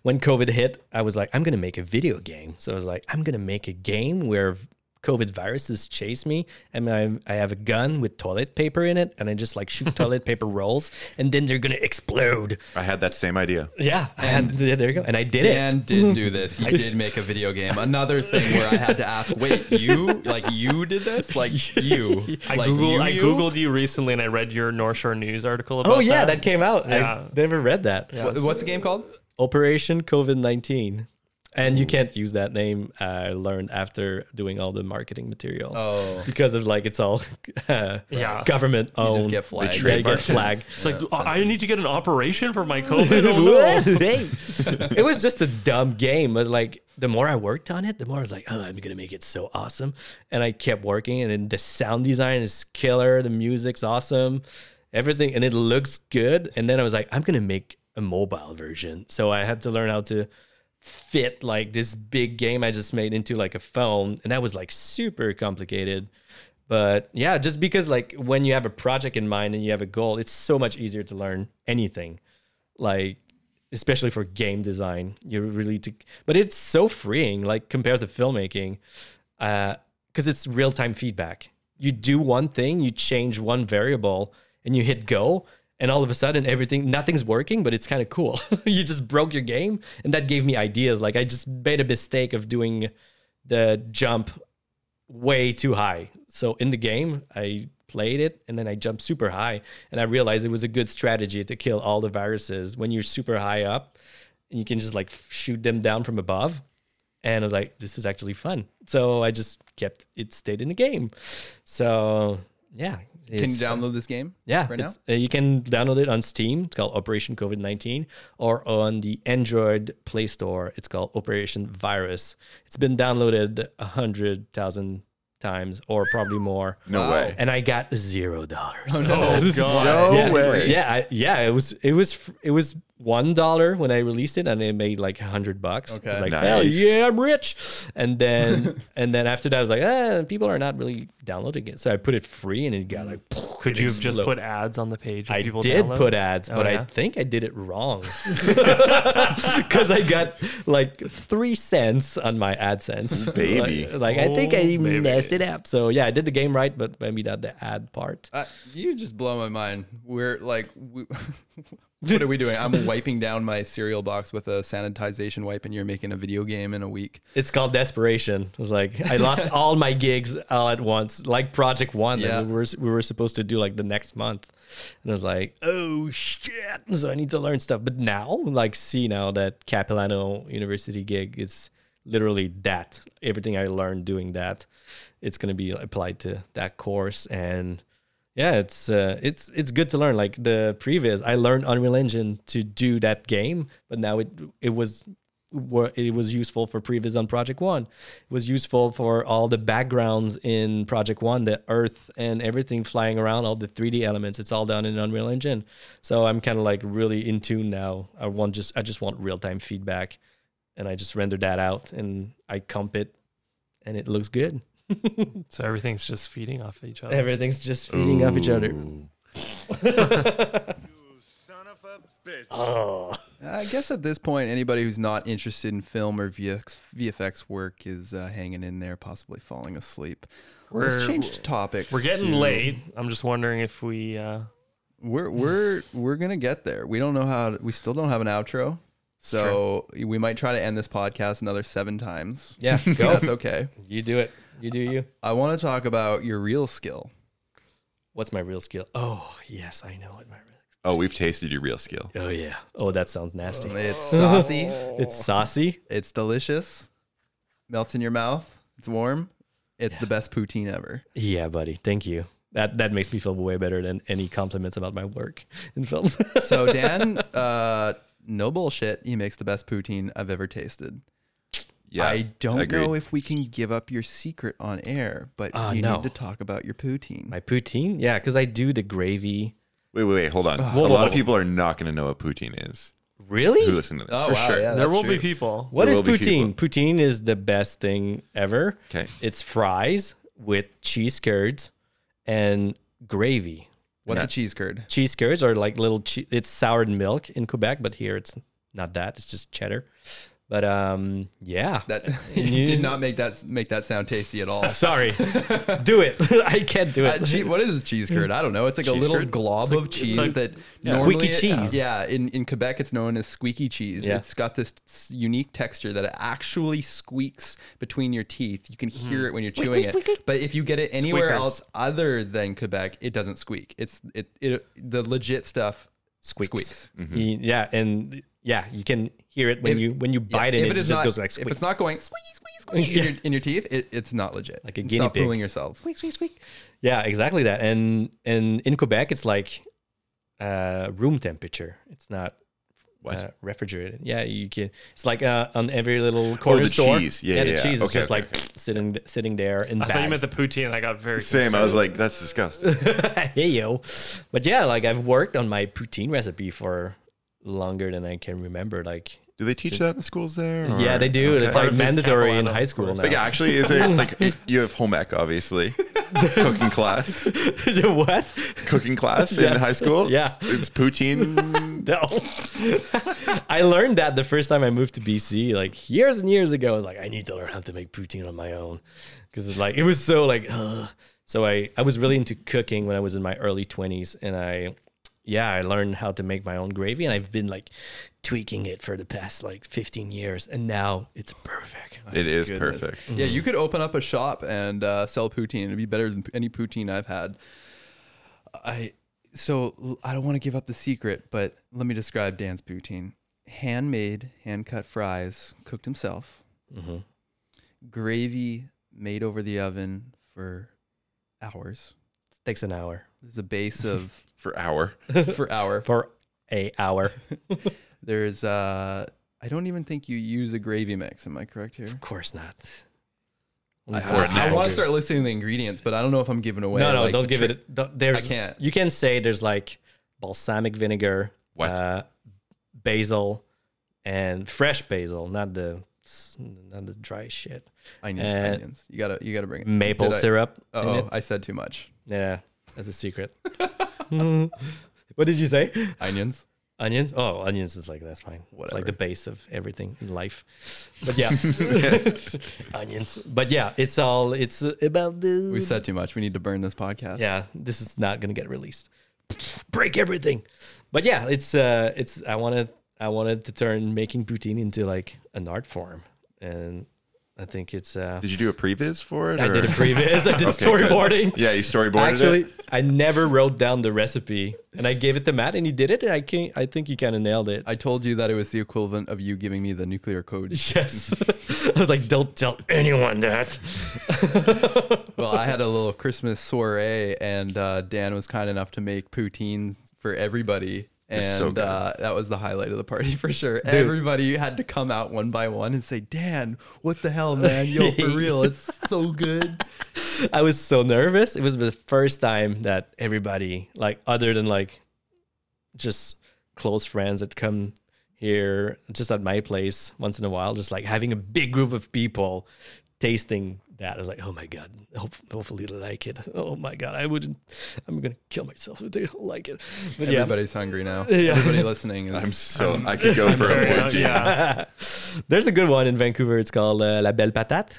S5: when COVID hit, I was like, I'm gonna make a video game. So I was like, I'm gonna make a game where COVID viruses chase me, and I I have a gun with toilet paper in it, and I just like shoot toilet paper rolls, and then they're gonna explode.
S3: I had that same idea.
S5: Yeah, and yeah, there you go. And I did
S2: Dan
S5: it.
S2: did do this. He did make a video game. Another thing where I had to ask, wait, you like you did this? Like you?
S4: I
S2: like
S4: Googled
S2: you,
S4: I
S2: you?
S4: googled you recently and I read your North Shore News article about
S5: Oh yeah, that came out.
S4: Yeah.
S5: I never read that.
S2: What- What's the game called?
S5: Operation COVID nineteen. And you can't use that name. I learned after doing all the marketing material.
S2: Oh.
S5: because of like it's all uh,
S4: Yeah.
S5: government owned.
S2: just get flagged.
S5: Yeah, you get flagged.
S4: It's like "Oh, I need to get an operation for my COVID. Oh, no.
S5: Hey. it was just a dumb game, but like the more I worked on it, the more I was like, oh, I'm gonna make it so awesome. And I kept working, and then the sound design is killer, the music's awesome, everything, and it looks good. And then I was like, I'm gonna make a mobile version. So I had to learn how to fit like this big game I just made into like a phone, and that was like super complicated. But yeah, just because like when you have a project in mind and you have a goal, it's so much easier to learn anything. Like especially for game design, you really to, but it's so freeing. Like compared to filmmaking, because it's real time feedback. You do one thing, you change one variable, and you hit go, and all of a sudden everything, nothing's working, but it's kind of cool. you just broke your game, and that gave me ideas. Like I just made a mistake of doing the jump way too high. So in the game, I played it and then I jumped super high and I realized it was a good strategy to kill all the viruses when you're super high up and you can just like shoot them down from above. And I was like, this is actually fun. So I just kept it stayed in the game. So yeah.
S2: Can you
S5: it's fun.
S2: download this game?
S5: Yeah,
S2: right now.
S5: it's- uh, you can download it on Steam. It's called Operation COVID nineteen, or on the Android Play Store. It's called Operation Virus. It's been downloaded a hundred thousand times, or probably more. Uh,
S3: No
S2: Wow.
S3: way.
S5: And I got zero dollars.
S4: Oh, God.
S3: No
S5: yeah,
S3: way.
S5: Yeah, I, yeah. It was it was fr- it was one dollar when I released it, and it made like a hundred bucks. I was
S2: Okay.
S5: like,
S3: Nice.
S5: hell yeah, I'm rich. And then and then after that, I was like, ah, people are not really downloading it, so I put it free, and it got like.
S4: Could
S5: it
S4: you have just
S5: exploded.
S4: put ads on the page? when
S5: I
S4: people
S5: did
S4: download?
S5: put ads,
S4: Oh,
S5: but I
S4: yeah?
S5: think I did it wrong because I got like three cents on my AdSense.
S3: Baby.
S5: like, like, I think I
S4: Oh, baby.
S5: messed it up. So yeah, I did the game right, but maybe not the ad part.
S2: Uh, you just blow my mind. We're like, we, what are we doing? I'm wiping down my cereal box with a sanitization wipe, and you're making a video game in a week.
S5: It's called desperation. It was like I lost all my gigs all at once, like Project One
S2: Yeah.
S5: that we were we were supposed to do like the next month, and I was like, oh shit! So I need to learn stuff. But now, like, see now that Capilano University gig is literally that everything I learned doing that, it's gonna be applied to that course and yeah it's uh, it's it's good to learn like the previous i learned unreal engine to do that game but now it it was were- it was useful for previous on project one it was useful for all the backgrounds in project one the earth and everything flying around all the 3d elements it's all done in unreal engine so i'm kind of like really in tune now i want just i just want real-time feedback and i just render that out and i comp it and it looks good
S4: So everything's just feeding off each other.
S5: everything's just feeding off each other
S7: Son of a bitch.
S2: I guess at this point, anybody who's not interested in film or VFX, VFX work is uh, hanging in there, possibly falling asleep. Let's
S4: We're-
S2: change topics.
S4: We're getting
S2: to-
S4: late. I'm just wondering if we. Uh,
S2: We're we're we're gonna get there. We don't know how. To, we still don't have an outro, so we might try to end this podcast another seven times.
S5: Yeah, go.
S2: that's okay.
S5: You do it. You do you.
S2: I want to talk about your real skill.
S5: What's my real skill? Oh yes, I know what my real.
S3: Oh, we've tasted your real skill.
S5: Oh yeah. Oh, that sounds nasty.
S2: It's saucy.
S5: It's saucy.
S2: It's delicious. Melts in your mouth. It's warm. It's the best poutine ever.
S5: Yeah, buddy. Thank you. That that makes me feel way better than any compliments about my work in films.
S2: So Dan, uh, no bullshit, he makes the best poutine I've ever tasted.
S3: Yeah,
S2: I don't
S3: agreed.
S2: know if we can give up your secret on air, but
S5: Ah,
S2: you
S5: no.
S2: need to talk about your poutine.
S5: My poutine? Yeah, because I do the gravy.
S3: Wait, wait, wait. Hold on. a
S5: whoa,
S3: lot
S5: whoa.
S3: of people are not going to know what poutine is. Who
S5: Really?
S3: listen to this
S2: Oh,
S3: for sure?
S4: there will be people.
S5: What
S3: There
S5: is
S3: will be
S5: poutine? Poutine is the best thing ever.
S3: 'Kay.
S5: It's fries with cheese curds and gravy.
S2: What's
S3: Yeah.
S2: a cheese curd?
S5: Cheese curds are like little che- it's soured milk in Quebec, but here it's not that. It's just cheddar. But um yeah.
S2: That
S5: You-
S2: you did not make that make that sound tasty at all.
S5: Sorry. do it. I can't do
S2: Uh,
S5: it.
S2: che- what is a cheese curd? I don't know. It's like a
S3: Cheese
S2: little
S3: curd?
S2: glob of cheese
S4: like
S2: that
S5: squeaky
S2: normally- uh,
S5: cheese.
S2: Yeah, in, in Quebec, it's known as squeaky cheese.
S5: Yeah.
S2: It's got this s- unique texture that it actually squeaks between your teeth. You can
S5: Hmm.
S2: hear it when you're chewing it. But if you get it anywhere
S4: Squeakers.
S2: else other than Quebec, it doesn't squeak. It's it, it the legit stuff squeaks.
S5: Squeaks. Y- Yeah, and yeah, you can hear it when
S2: If-
S5: you when you bite
S2: Yeah,
S5: it,
S2: if
S5: it,
S2: is
S5: just
S2: not-
S5: goes like squeak.
S2: If it's not going squeak, squeak, squeak in, your, in your teeth, it, it's not legit.
S5: Like a
S2: Stop
S5: guinea pig.
S2: fooling yourselves.
S5: squeak, squeak, squeak. Yeah, exactly that. And and in Quebec, it's like uh, room temperature. It's not
S3: What?
S5: Uh, refrigerated. Yeah, you can. It's like uh, on every little corner
S3: the
S5: store.
S3: cheese. Yeah,
S5: the
S3: yeah, yeah.
S5: cheese is
S3: Okay,
S5: just
S3: okay,
S5: like sitting sitting there in
S4: I thought you meant
S5: bags.
S4: the poutine. and I got very
S3: Same. I was
S4: concerned.
S3: like, that's disgusting.
S5: hey yo, but yeah, like I've worked on my poutine recipe for longer than I can remember. Like
S3: Do they teach that in the schools there?
S5: yeah,
S3: or-
S5: they do. and
S3: Okay.
S5: It's
S4: Part
S5: like
S4: of his
S5: mandatory in
S4: Capilano,
S5: high
S4: of
S5: school
S4: course.
S5: now.
S3: Like, actually, is it like it- you have home ec, obviously, cooking class,
S5: what?
S3: cooking class in
S5: Yes.
S3: high school?
S5: Yeah.
S3: it's poutine.
S5: No. I learned that the first time I moved to BC, like years and years ago. I was like, I need to learn how to make poutine on my own. Because it's like, it was so like, ugh. so I, I was really into cooking when I was in my early 20s. And I, yeah, I learned how to make my own gravy. And I've been like tweaking it for the past like 15 years. And now it's perfect.
S3: it is perfect.
S2: Yeah, you could open up a shop and uh, sell poutine. It'd be better than any poutine I've had. I so l- I don't want to give up the secret, but let me describe Dan's poutine: handmade, hand cut fries, cooked himself,
S5: Mm-hmm.
S2: gravy made over the oven for hours.
S5: takes an hour
S2: There's a base of
S3: For hour,
S2: for hour.
S5: for a hour. of
S2: There's uh, I don't even think you use a gravy mix. Am I correct here?
S5: course not.
S2: I,
S5: Or an hour.
S2: want to start listing the ingredients, but I don't know if I'm giving away.
S5: No, no,
S2: like,
S5: don't
S2: the
S5: give
S2: trick-
S5: it. don't- There's,
S2: can't.
S5: You can say there's like balsamic vinegar,
S3: What?
S5: Uh, basil, and fresh basil, not the not the dry shit.
S2: onions,
S5: Uh,
S2: onions. You gotta, you gotta bring it.
S5: Maple syrup. in
S2: Oh,
S5: it.
S2: I said too much.
S5: yeah, that's a secret. what did you say?
S2: Onions.
S5: Onions? Oh, onions is like that's fine. It's
S2: Whatever.
S5: like the base of everything in life. But yeah, onions. But yeah, it's all it's about the
S2: We said too much. We need to burn this podcast.
S5: yeah this is not gonna get released break everything but yeah it's uh it's i wanted i wanted to turn making poutine into like an art form and i think it's uh
S3: did you do a previs for it?
S5: i
S3: or-
S5: did a previous i did
S3: Okay, good.
S5: storyboarding
S3: Yeah, you storyboarded
S5: actually
S3: it.
S5: i never wrote down the recipe and i gave it to matt and he did it and i can i think he kind of nailed it
S2: I told you that it was the equivalent of you giving me the nuclear code.
S5: yes i was like don't tell anyone that
S2: well, I had a little Christmas soiree, and uh, Dan was kind enough to make poutines for everybody. And
S3: It's so good.
S2: uh, that was the highlight of the party for sure. Everybody had to come out one by one and say, Dan, what the hell, man? Yo, for real, it's so good.
S5: I was so nervous. It was the first time that everybody, like, other than like just close friends that come here, just at my place once in a while, just like having a big group of people tasting that. I was like, oh my God, hope, hopefully they like it. Oh my God, I wouldn't, I'm going to kill myself if they don't like it. But yeah.
S2: Everybody's hungry now.
S5: Yeah.
S2: Everybody listening is.
S3: I'm so i could go for a
S4: Very
S3: poutine.
S4: much, yeah.
S5: There's a good one in Vancouver. It's called uh, La Belle Patate.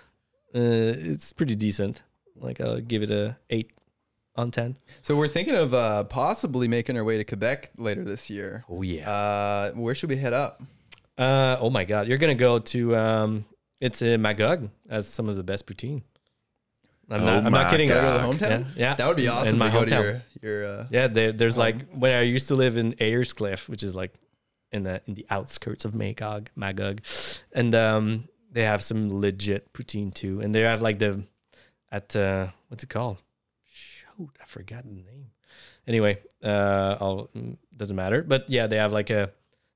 S5: Uh, it's pretty decent. Like, I'll give it a 8 on 10.
S2: So we're thinking of uh, possibly making our way to Quebec later this year.
S5: Oh, yeah.
S2: Uh, where should we head up?
S5: Uh, oh my God, you're gonna go to um, it's in Magog as some of the best poutine. I'm
S3: Oh
S5: not, I'm not
S3: my
S5: kidding.
S3: God.
S2: Go to the hometown?
S5: Yeah, yeah.
S2: That would be
S5: In
S2: awesome.
S5: my
S2: to go to
S5: hometown.
S2: your, your uh,
S5: Yeah, there, there's
S3: Um,
S5: like when I used to live in Ayerscliff, which is like in the in the outskirts of Magog, Magog, and um, they have some legit poutine too, and they have like the at uh, what's it called? Shoot, I forgot the name. Anyway, uh, I'll, mm, doesn't matter. But yeah, they have like a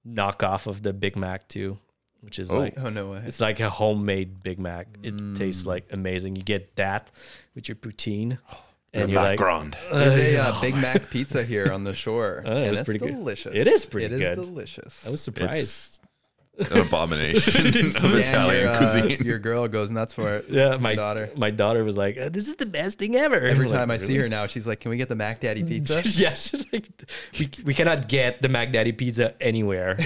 S5: knockoff of the Big Mac too, which is
S3: Oh.
S5: like
S2: Oh no way.
S5: it's like a homemade Big Mac. It
S2: Mm.
S5: tastes like amazing. You get that with your poutine, and you're like, oh,
S3: background.
S2: There's a uh, Big Mac pizza here on the shore.
S5: it
S2: and
S5: was
S2: it's
S5: pretty good.
S2: delicious.
S5: It is pretty
S2: It
S5: good.
S2: is delicious.
S5: I was surprised.
S3: It's an abomination of Italian
S2: your, uh,
S3: cuisine.
S2: Your girl goes nuts for it.
S5: yeah, my
S2: daughter.
S5: my daughter was like, "Uh, "This is the best thing ever."
S2: Every time I see her now, she's like, "Can we get the Mac Daddy pizza?"
S5: yeah, she's like, "We we cannot get the Mac Daddy pizza anywhere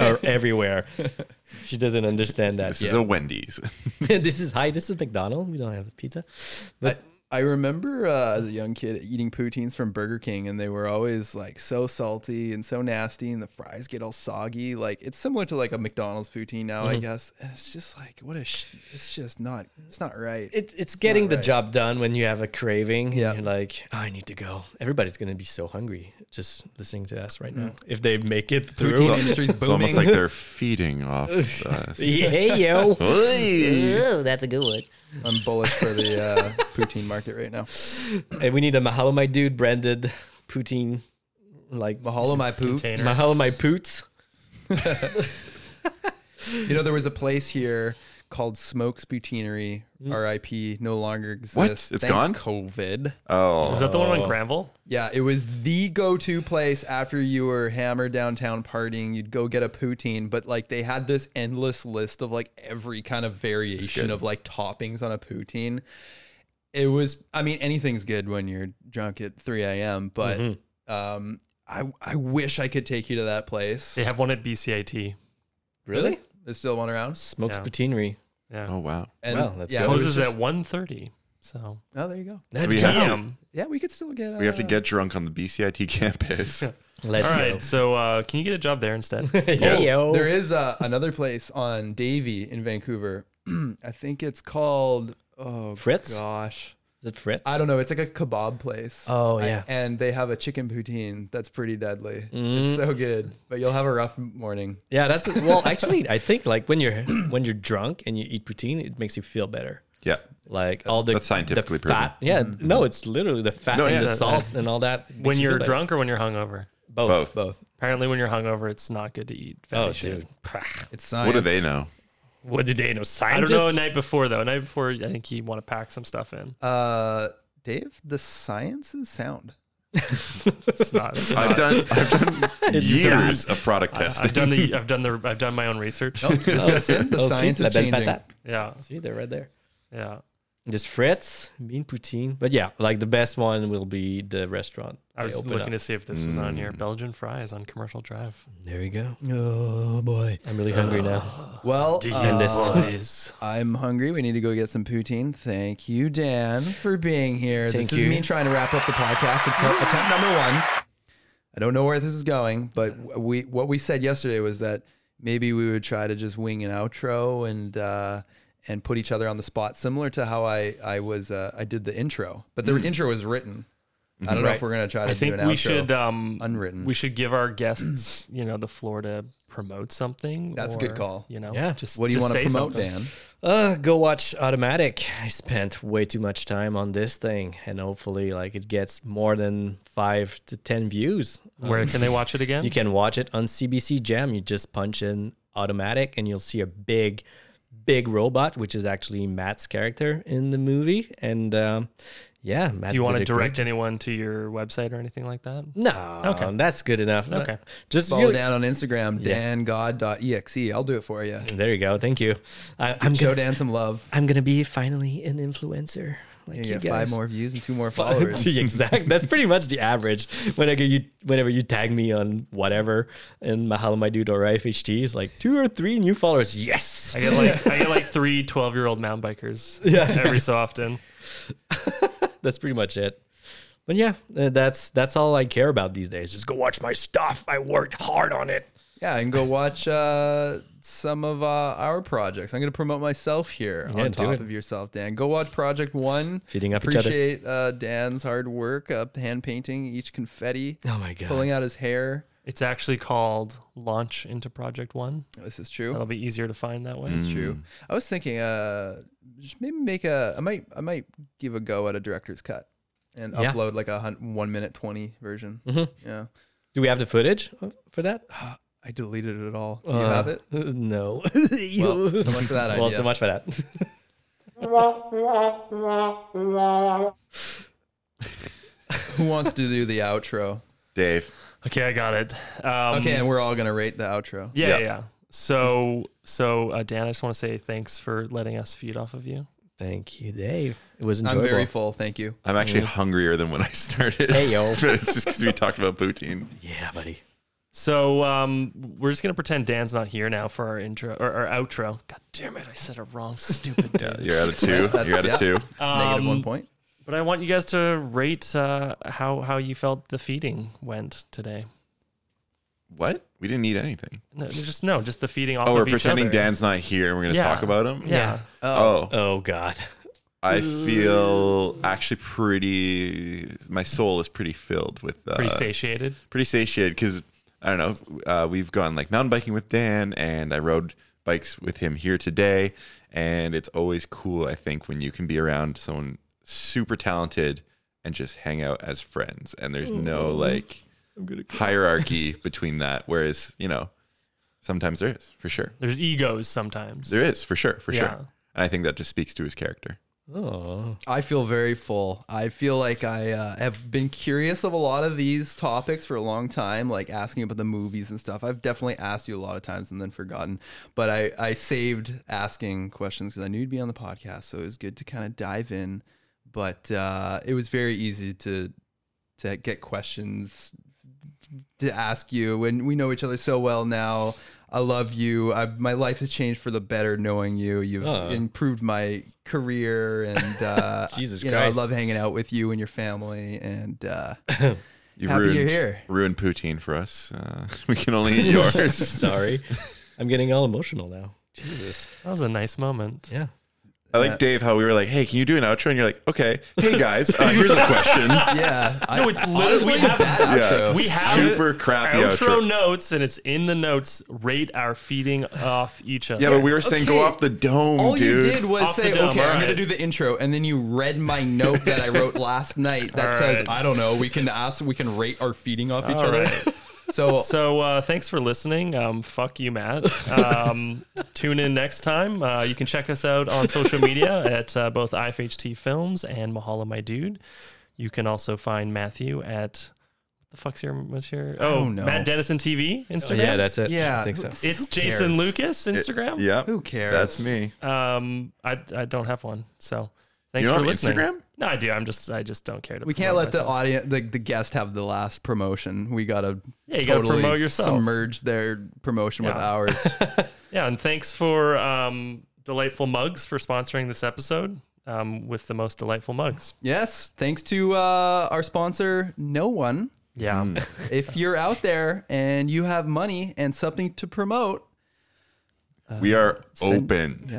S5: or everywhere." She doesn't understand that.
S3: This is a Wendy's.
S5: yet. this is hi. This is McDonald's. We don't have the pizza.
S2: I, I remember uh, as a young kid eating poutines from Burger King, and they were always like so salty and so nasty, and the fries get all soggy. Like it's similar to like a McDonald's poutine now, I guess. And it's just like what a sh- it's just not it's not right.
S5: It, it's getting the
S2: right.
S5: job done when you have a craving.
S2: Yeah.
S5: Yeah. You're like, "Oh, I need to go. Everybody's going to be so hungry just listening to us right now. If they make it
S2: Mm. Poutine
S5: through.
S2: industry's
S3: It's almost
S2: booming.
S3: like they're feeding off us.
S5: Hey, yo.
S9: Oh, that's a good one.
S2: I'm bullish for the uh, poutine market right now.
S5: and we need a Mahalo, my dude, branded poutine. Like,
S2: Mahalo my poop.
S4: Container.
S5: Mahalo, my poots.
S2: You know, there was a place here called Smokes Boutinery, RIP, no longer exists.
S3: What?
S2: It's
S3: It's gone?
S2: COVID.
S3: Oh,
S4: Was that the one on Granville?
S2: Yeah, it was the go-to place after you were hammered downtown partying. You'd go get a poutine, but like they had this endless list of like every kind of variation of like toppings on a poutine. It was, I mean, anything's good when you're drunk at 3 a.m. But um, I I wish I could take you to that place.
S4: They have one at BCIT.
S5: Really?
S2: There's still one around.
S5: Smokes
S4: Yeah.
S5: poutinery.
S4: Yeah.
S3: oh wow.
S2: And
S5: Well, let's
S2: yeah,
S5: go.
S2: it was
S4: Closes
S2: just-
S4: at 1.30. So
S2: Oh, there you go.
S5: Let's
S3: we
S5: go.
S3: have-
S4: damn.
S2: Yeah, we could still get. Uh,
S3: We have to get drunk on the BCIT campus.
S5: Let's go.
S4: All right. So uh, can you get a job there instead?
S5: Hey, yo.
S2: There is uh, another place on Davie in Vancouver. I think it's called oh
S5: Fritz?
S2: Gosh,
S5: Is it Fritz?
S2: I don't know. It's like a kebab place.
S5: Oh,
S2: I-
S5: yeah. Mm-hmm.
S2: and they have a chicken poutine that's pretty deadly. It's so good, but you'll have a rough morning.
S5: Mm. Yeah, that's well. Actually, I think like when you're when you're drunk and you eat poutine, it makes you feel better.
S3: Yeah.
S5: Like all the
S3: That's scientifically
S5: the fat. Yeah, no, it's literally the fat
S3: No, yeah,
S5: and the
S3: yeah,
S5: salt and all that. makes
S4: when
S5: you feel
S4: you're
S5: better.
S4: drunk or when you're hungover?
S5: both.
S3: Both.
S2: Both.
S4: Apparently, when you're hungover, it's not good to eat fatty
S5: Oh,
S4: shit.
S5: dude. Pah.
S2: Oh, It's science.
S3: What do they know?
S5: What did they know?
S4: I
S5: Scientists?
S4: don't know. Night before though. Night before, I think you want to pack some stuff in.
S2: Uh, Dave, the science is sound.
S4: It's not. it's
S3: I've
S4: not-
S3: done I've done years of product
S4: I-
S3: testing.
S4: I've done the. I've done the. I've done my own research.
S2: No, it's just it. The
S5: Oh, see,
S2: science
S5: la
S2: is
S5: belle
S2: changing.
S5: patate.
S4: Yeah.
S5: See, they're right there.
S4: Yeah.
S5: Just Fritz, mean poutine, but yeah, like the best one will be the restaurant.
S4: I
S5: they
S4: was
S5: open
S4: looking
S5: up. Mm.
S4: to see if this was on here. Belgian fries on Commercial Drive.
S5: There you go.
S2: Oh boy.
S5: I'm really hungry now.
S2: Well,
S5: And this
S2: uh,
S5: is
S2: I'm hungry. We need to go get some poutine. Thank you, Dan, for being here.
S5: Thank
S2: this
S5: you.
S2: is me trying to wrap up the podcast. It's attempt number one. I don't know where this is going, but w- we what we said yesterday was that maybe we would try to just wing an outro and uh, and put each other on the spot, similar to how I I was uh, I did the intro, but the intro was written. I don't know
S5: Right.
S2: if we're gonna try to
S4: I think
S2: do an
S4: we
S2: outro.
S4: should um
S2: unwritten.
S4: We should give our guests, you know, the floor to promote something.
S2: That's a good
S4: or,
S2: call.
S4: You know,
S5: Yeah.
S4: Just
S2: what do you
S4: want to
S2: promote,
S4: something.
S2: Dan?
S5: Uh, go watch Automatic. I spent way too much time on this thing, and hopefully, like it gets more than five to ten views.
S4: Where can they watch it again?
S5: You can watch it on CBC Jam. You just punch in Automatic, and you'll see a big, big robot, which is actually Matt's character in the movie. And um, yeah, Matt.
S4: Do you want to
S5: did a great-
S4: direct anyone to your website or anything like that?
S5: No,
S4: Okay.
S5: that's good enough. Uh,
S4: Okay.
S5: just
S2: Follow
S5: you-
S2: Dan on Instagram, dangod.exe. E. I'll do it for you.
S5: There you go. Thank you. I, I'm
S2: Show
S5: gonna,
S2: Dan some love.
S5: I'm gonna be finally an influencer. Like
S2: You
S5: you
S2: get
S5: guys.
S2: five more views and two more followers.
S5: the exact. That's pretty much the average. Whenever you whenever you tag me on whatever and Mahalo my dude or IFHT is like two or three new followers. Yes.
S4: I get like I get like three 12 year old mountain bikers every so often.
S5: That's pretty much it. But yeah, uh, that's that's all I care about these days. Just go watch my stuff. I worked hard on it.
S2: Yeah, and go watch uh, some of uh, our projects. I'm going to promote myself here
S5: Yeah,
S2: on
S5: do
S2: top
S5: it.
S2: of yourself, Dan. Go watch Project One.
S5: Feeding up each other.
S2: Appreciate uh, Dan's hard work, uh, hand painting each confetti,
S5: Oh my god.
S2: pulling out his hair.
S4: It's actually called Launch into Project One.
S2: This is true.
S4: That'll
S5: Oh,
S4: be easier to find that way.
S5: Mm.
S2: It's true. I was thinking, uh, just maybe make a. I might. I might give a go at a director's cut and
S5: Yeah. Mm-hmm.
S2: upload like a hun- one minute twenty version. Yeah.
S5: Do we have the footage for that?
S2: I deleted it all. Do you have it?
S5: No.
S2: Well, so much for that idea.
S5: Uh, well, so much for that.
S2: Who wants to do the outro?
S3: Dave.
S4: Okay, I got it. Um,
S2: Okay, and we're all gonna rate the outro.
S4: Yeah,
S3: Yeah.
S4: yeah. yeah. So, so uh, Dan, I just want to say thanks for letting us feed off of you.
S5: Thank you, Dave. It was
S2: I'm
S5: enjoyable.
S2: very full. Thank you.
S3: I'm actually hungrier than when I started.
S5: Hey, yo.
S3: but it's just because we talked about poutine.
S5: yeah, buddy.
S4: So, um, we're just gonna pretend Dan's not here now for our intro or our outro. God damn it, I said it wrong. Stupid. Dan.
S3: You're at a two.
S2: That's-
S3: You're at
S2: yeah.
S3: a two.
S2: Negative
S4: Um,
S2: one point.
S4: But I want you guys to rate uh, how how you felt the feeding went today.
S3: What? We didn't need anything.
S4: No, just no, just the feeding off.
S3: Oh, we're
S4: of each
S3: pretending
S4: other.
S3: Dan's not here and we're going to
S4: Yeah.
S3: talk about him?
S4: Yeah.
S3: Oh,
S5: Oh God.
S3: I feel actually pretty, my soul is pretty filled with. Uh,
S4: pretty satiated.
S3: pretty satiated because I don't know. Uh, we've gone like mountain biking with Dan, and I rode bikes with him here today. And it's always cool, I think, when you can be around someone super talented and just hang out as friends. And there's no like hierarchy between that. Whereas, you know, sometimes there is for sure.
S4: There's egos sometimes.
S3: There is for sure, for
S4: Yeah.
S3: sure. And I think that just speaks to his character.
S5: Oh.
S2: I feel very full. I feel like I uh, have been curious of a lot of these topics for a long time, like asking about the movies and stuff. I've definitely asked you a lot of times and then forgotten, but I, I saved asking questions because I knew you'd be on the podcast. So it was good to kind of dive in, but uh, it was very easy to to get questions to ask you and we know each other so well now i love you I, my life has changed for the better knowing you you've
S5: Aw.
S2: improved my career and uh
S5: Jesus
S2: you
S5: Christ.
S2: know i love hanging out with you and your family and uh
S3: You've
S2: Happy you're
S3: ruined,
S2: here.
S3: ruined poutine for us. Uh, we can only eat yours.
S5: Sorry. I'm getting all emotional now. Jesus.
S4: That was a nice moment.
S5: Yeah.
S3: I like Dave how we were like, "Hey, can you do an outro?" And you're like, "Okay, hey guys, uh, here's a question." yeah,
S2: yeah I,
S4: No, it's literally we have,
S2: outro.
S4: we have
S3: super crappy
S4: outro
S3: outro.
S4: notes, and it's in the notes. Rate our feeding off each other.
S3: Yeah, but we were saying go
S2: Okay.
S3: off the dome,
S2: all
S3: dude.
S2: you did was
S4: Off the
S2: say,
S4: dome,
S2: "Okay, I'm going to
S4: alright.
S2: do the intro," and then you read my note that I wrote last night that says,
S4: Alright.
S2: "I don't know. We can ask. We can rate our feeding off each
S4: All
S2: other."
S4: right.
S2: So,
S4: So uh, thanks for listening. Um, fuck you, Matt. Um, tune in next time. Uh, you can check us out on social media at uh, both IFHT Films and Mahala My Dude. You can also find Matthew at what the fuck's your what's your oh
S2: don't know.
S4: Matt Dennison TV Instagram.
S5: yeah, that's it.
S2: Yeah.
S5: I think so.
S4: it's Jason
S2: cares?
S4: Lucas Instagram.
S3: Yeah,
S2: who cares?
S3: that's me.
S4: Um, I I don't have one, so thanks
S3: You don't
S4: for
S3: have
S4: listening.
S3: Instagram?
S4: No, I do. I'm just I just don't care to.
S2: We can't
S4: promote
S2: let the
S4: myself.
S2: audience, the, the guest, have the last promotion. We gotta
S4: Yeah, you gotta
S2: totally
S4: promote yourself.
S2: Submerge their promotion with
S4: Yeah.
S2: ours.
S4: Yeah, and thanks for um, Delightful Mugs for sponsoring this episode um, with the most delightful mugs.
S2: yes, thanks to uh, our sponsor, No One.
S4: Yeah.
S2: Hmm. If you're out there and you have money and something to promote, Uh,
S3: we are open.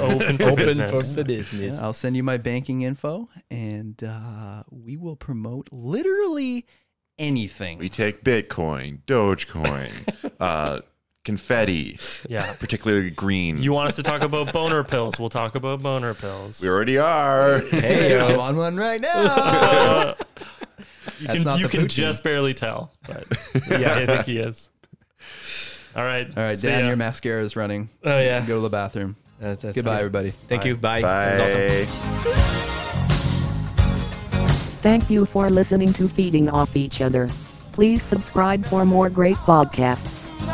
S4: Open for business.
S5: the business.
S2: I'll send you my banking info, and uh, we will promote literally anything.
S3: We take Bitcoin, Dogecoin, uh, confetti,
S4: yeah.
S3: particularly green.
S4: You want us to talk about boner pills? We'll talk about boner pills.
S3: we already are.
S2: hey, I'm on one right now.
S4: Uh, you
S2: That's
S4: can,
S2: not
S4: you
S2: the
S4: can
S2: poutine.
S4: just barely tell, but yeah, I think he is. All right.
S2: All right,
S4: See
S2: Dan,
S4: ya.
S2: your mascara is running.
S5: Oh yeah.
S2: Go to the bathroom.
S5: That's- that's
S2: Goodbye,
S5: good.
S2: everybody.
S5: Thank you. Bye.
S3: Bye.
S5: That was awesome.
S1: Thank you for listening to Feeding Off Each Other. Please subscribe for more great podcasts.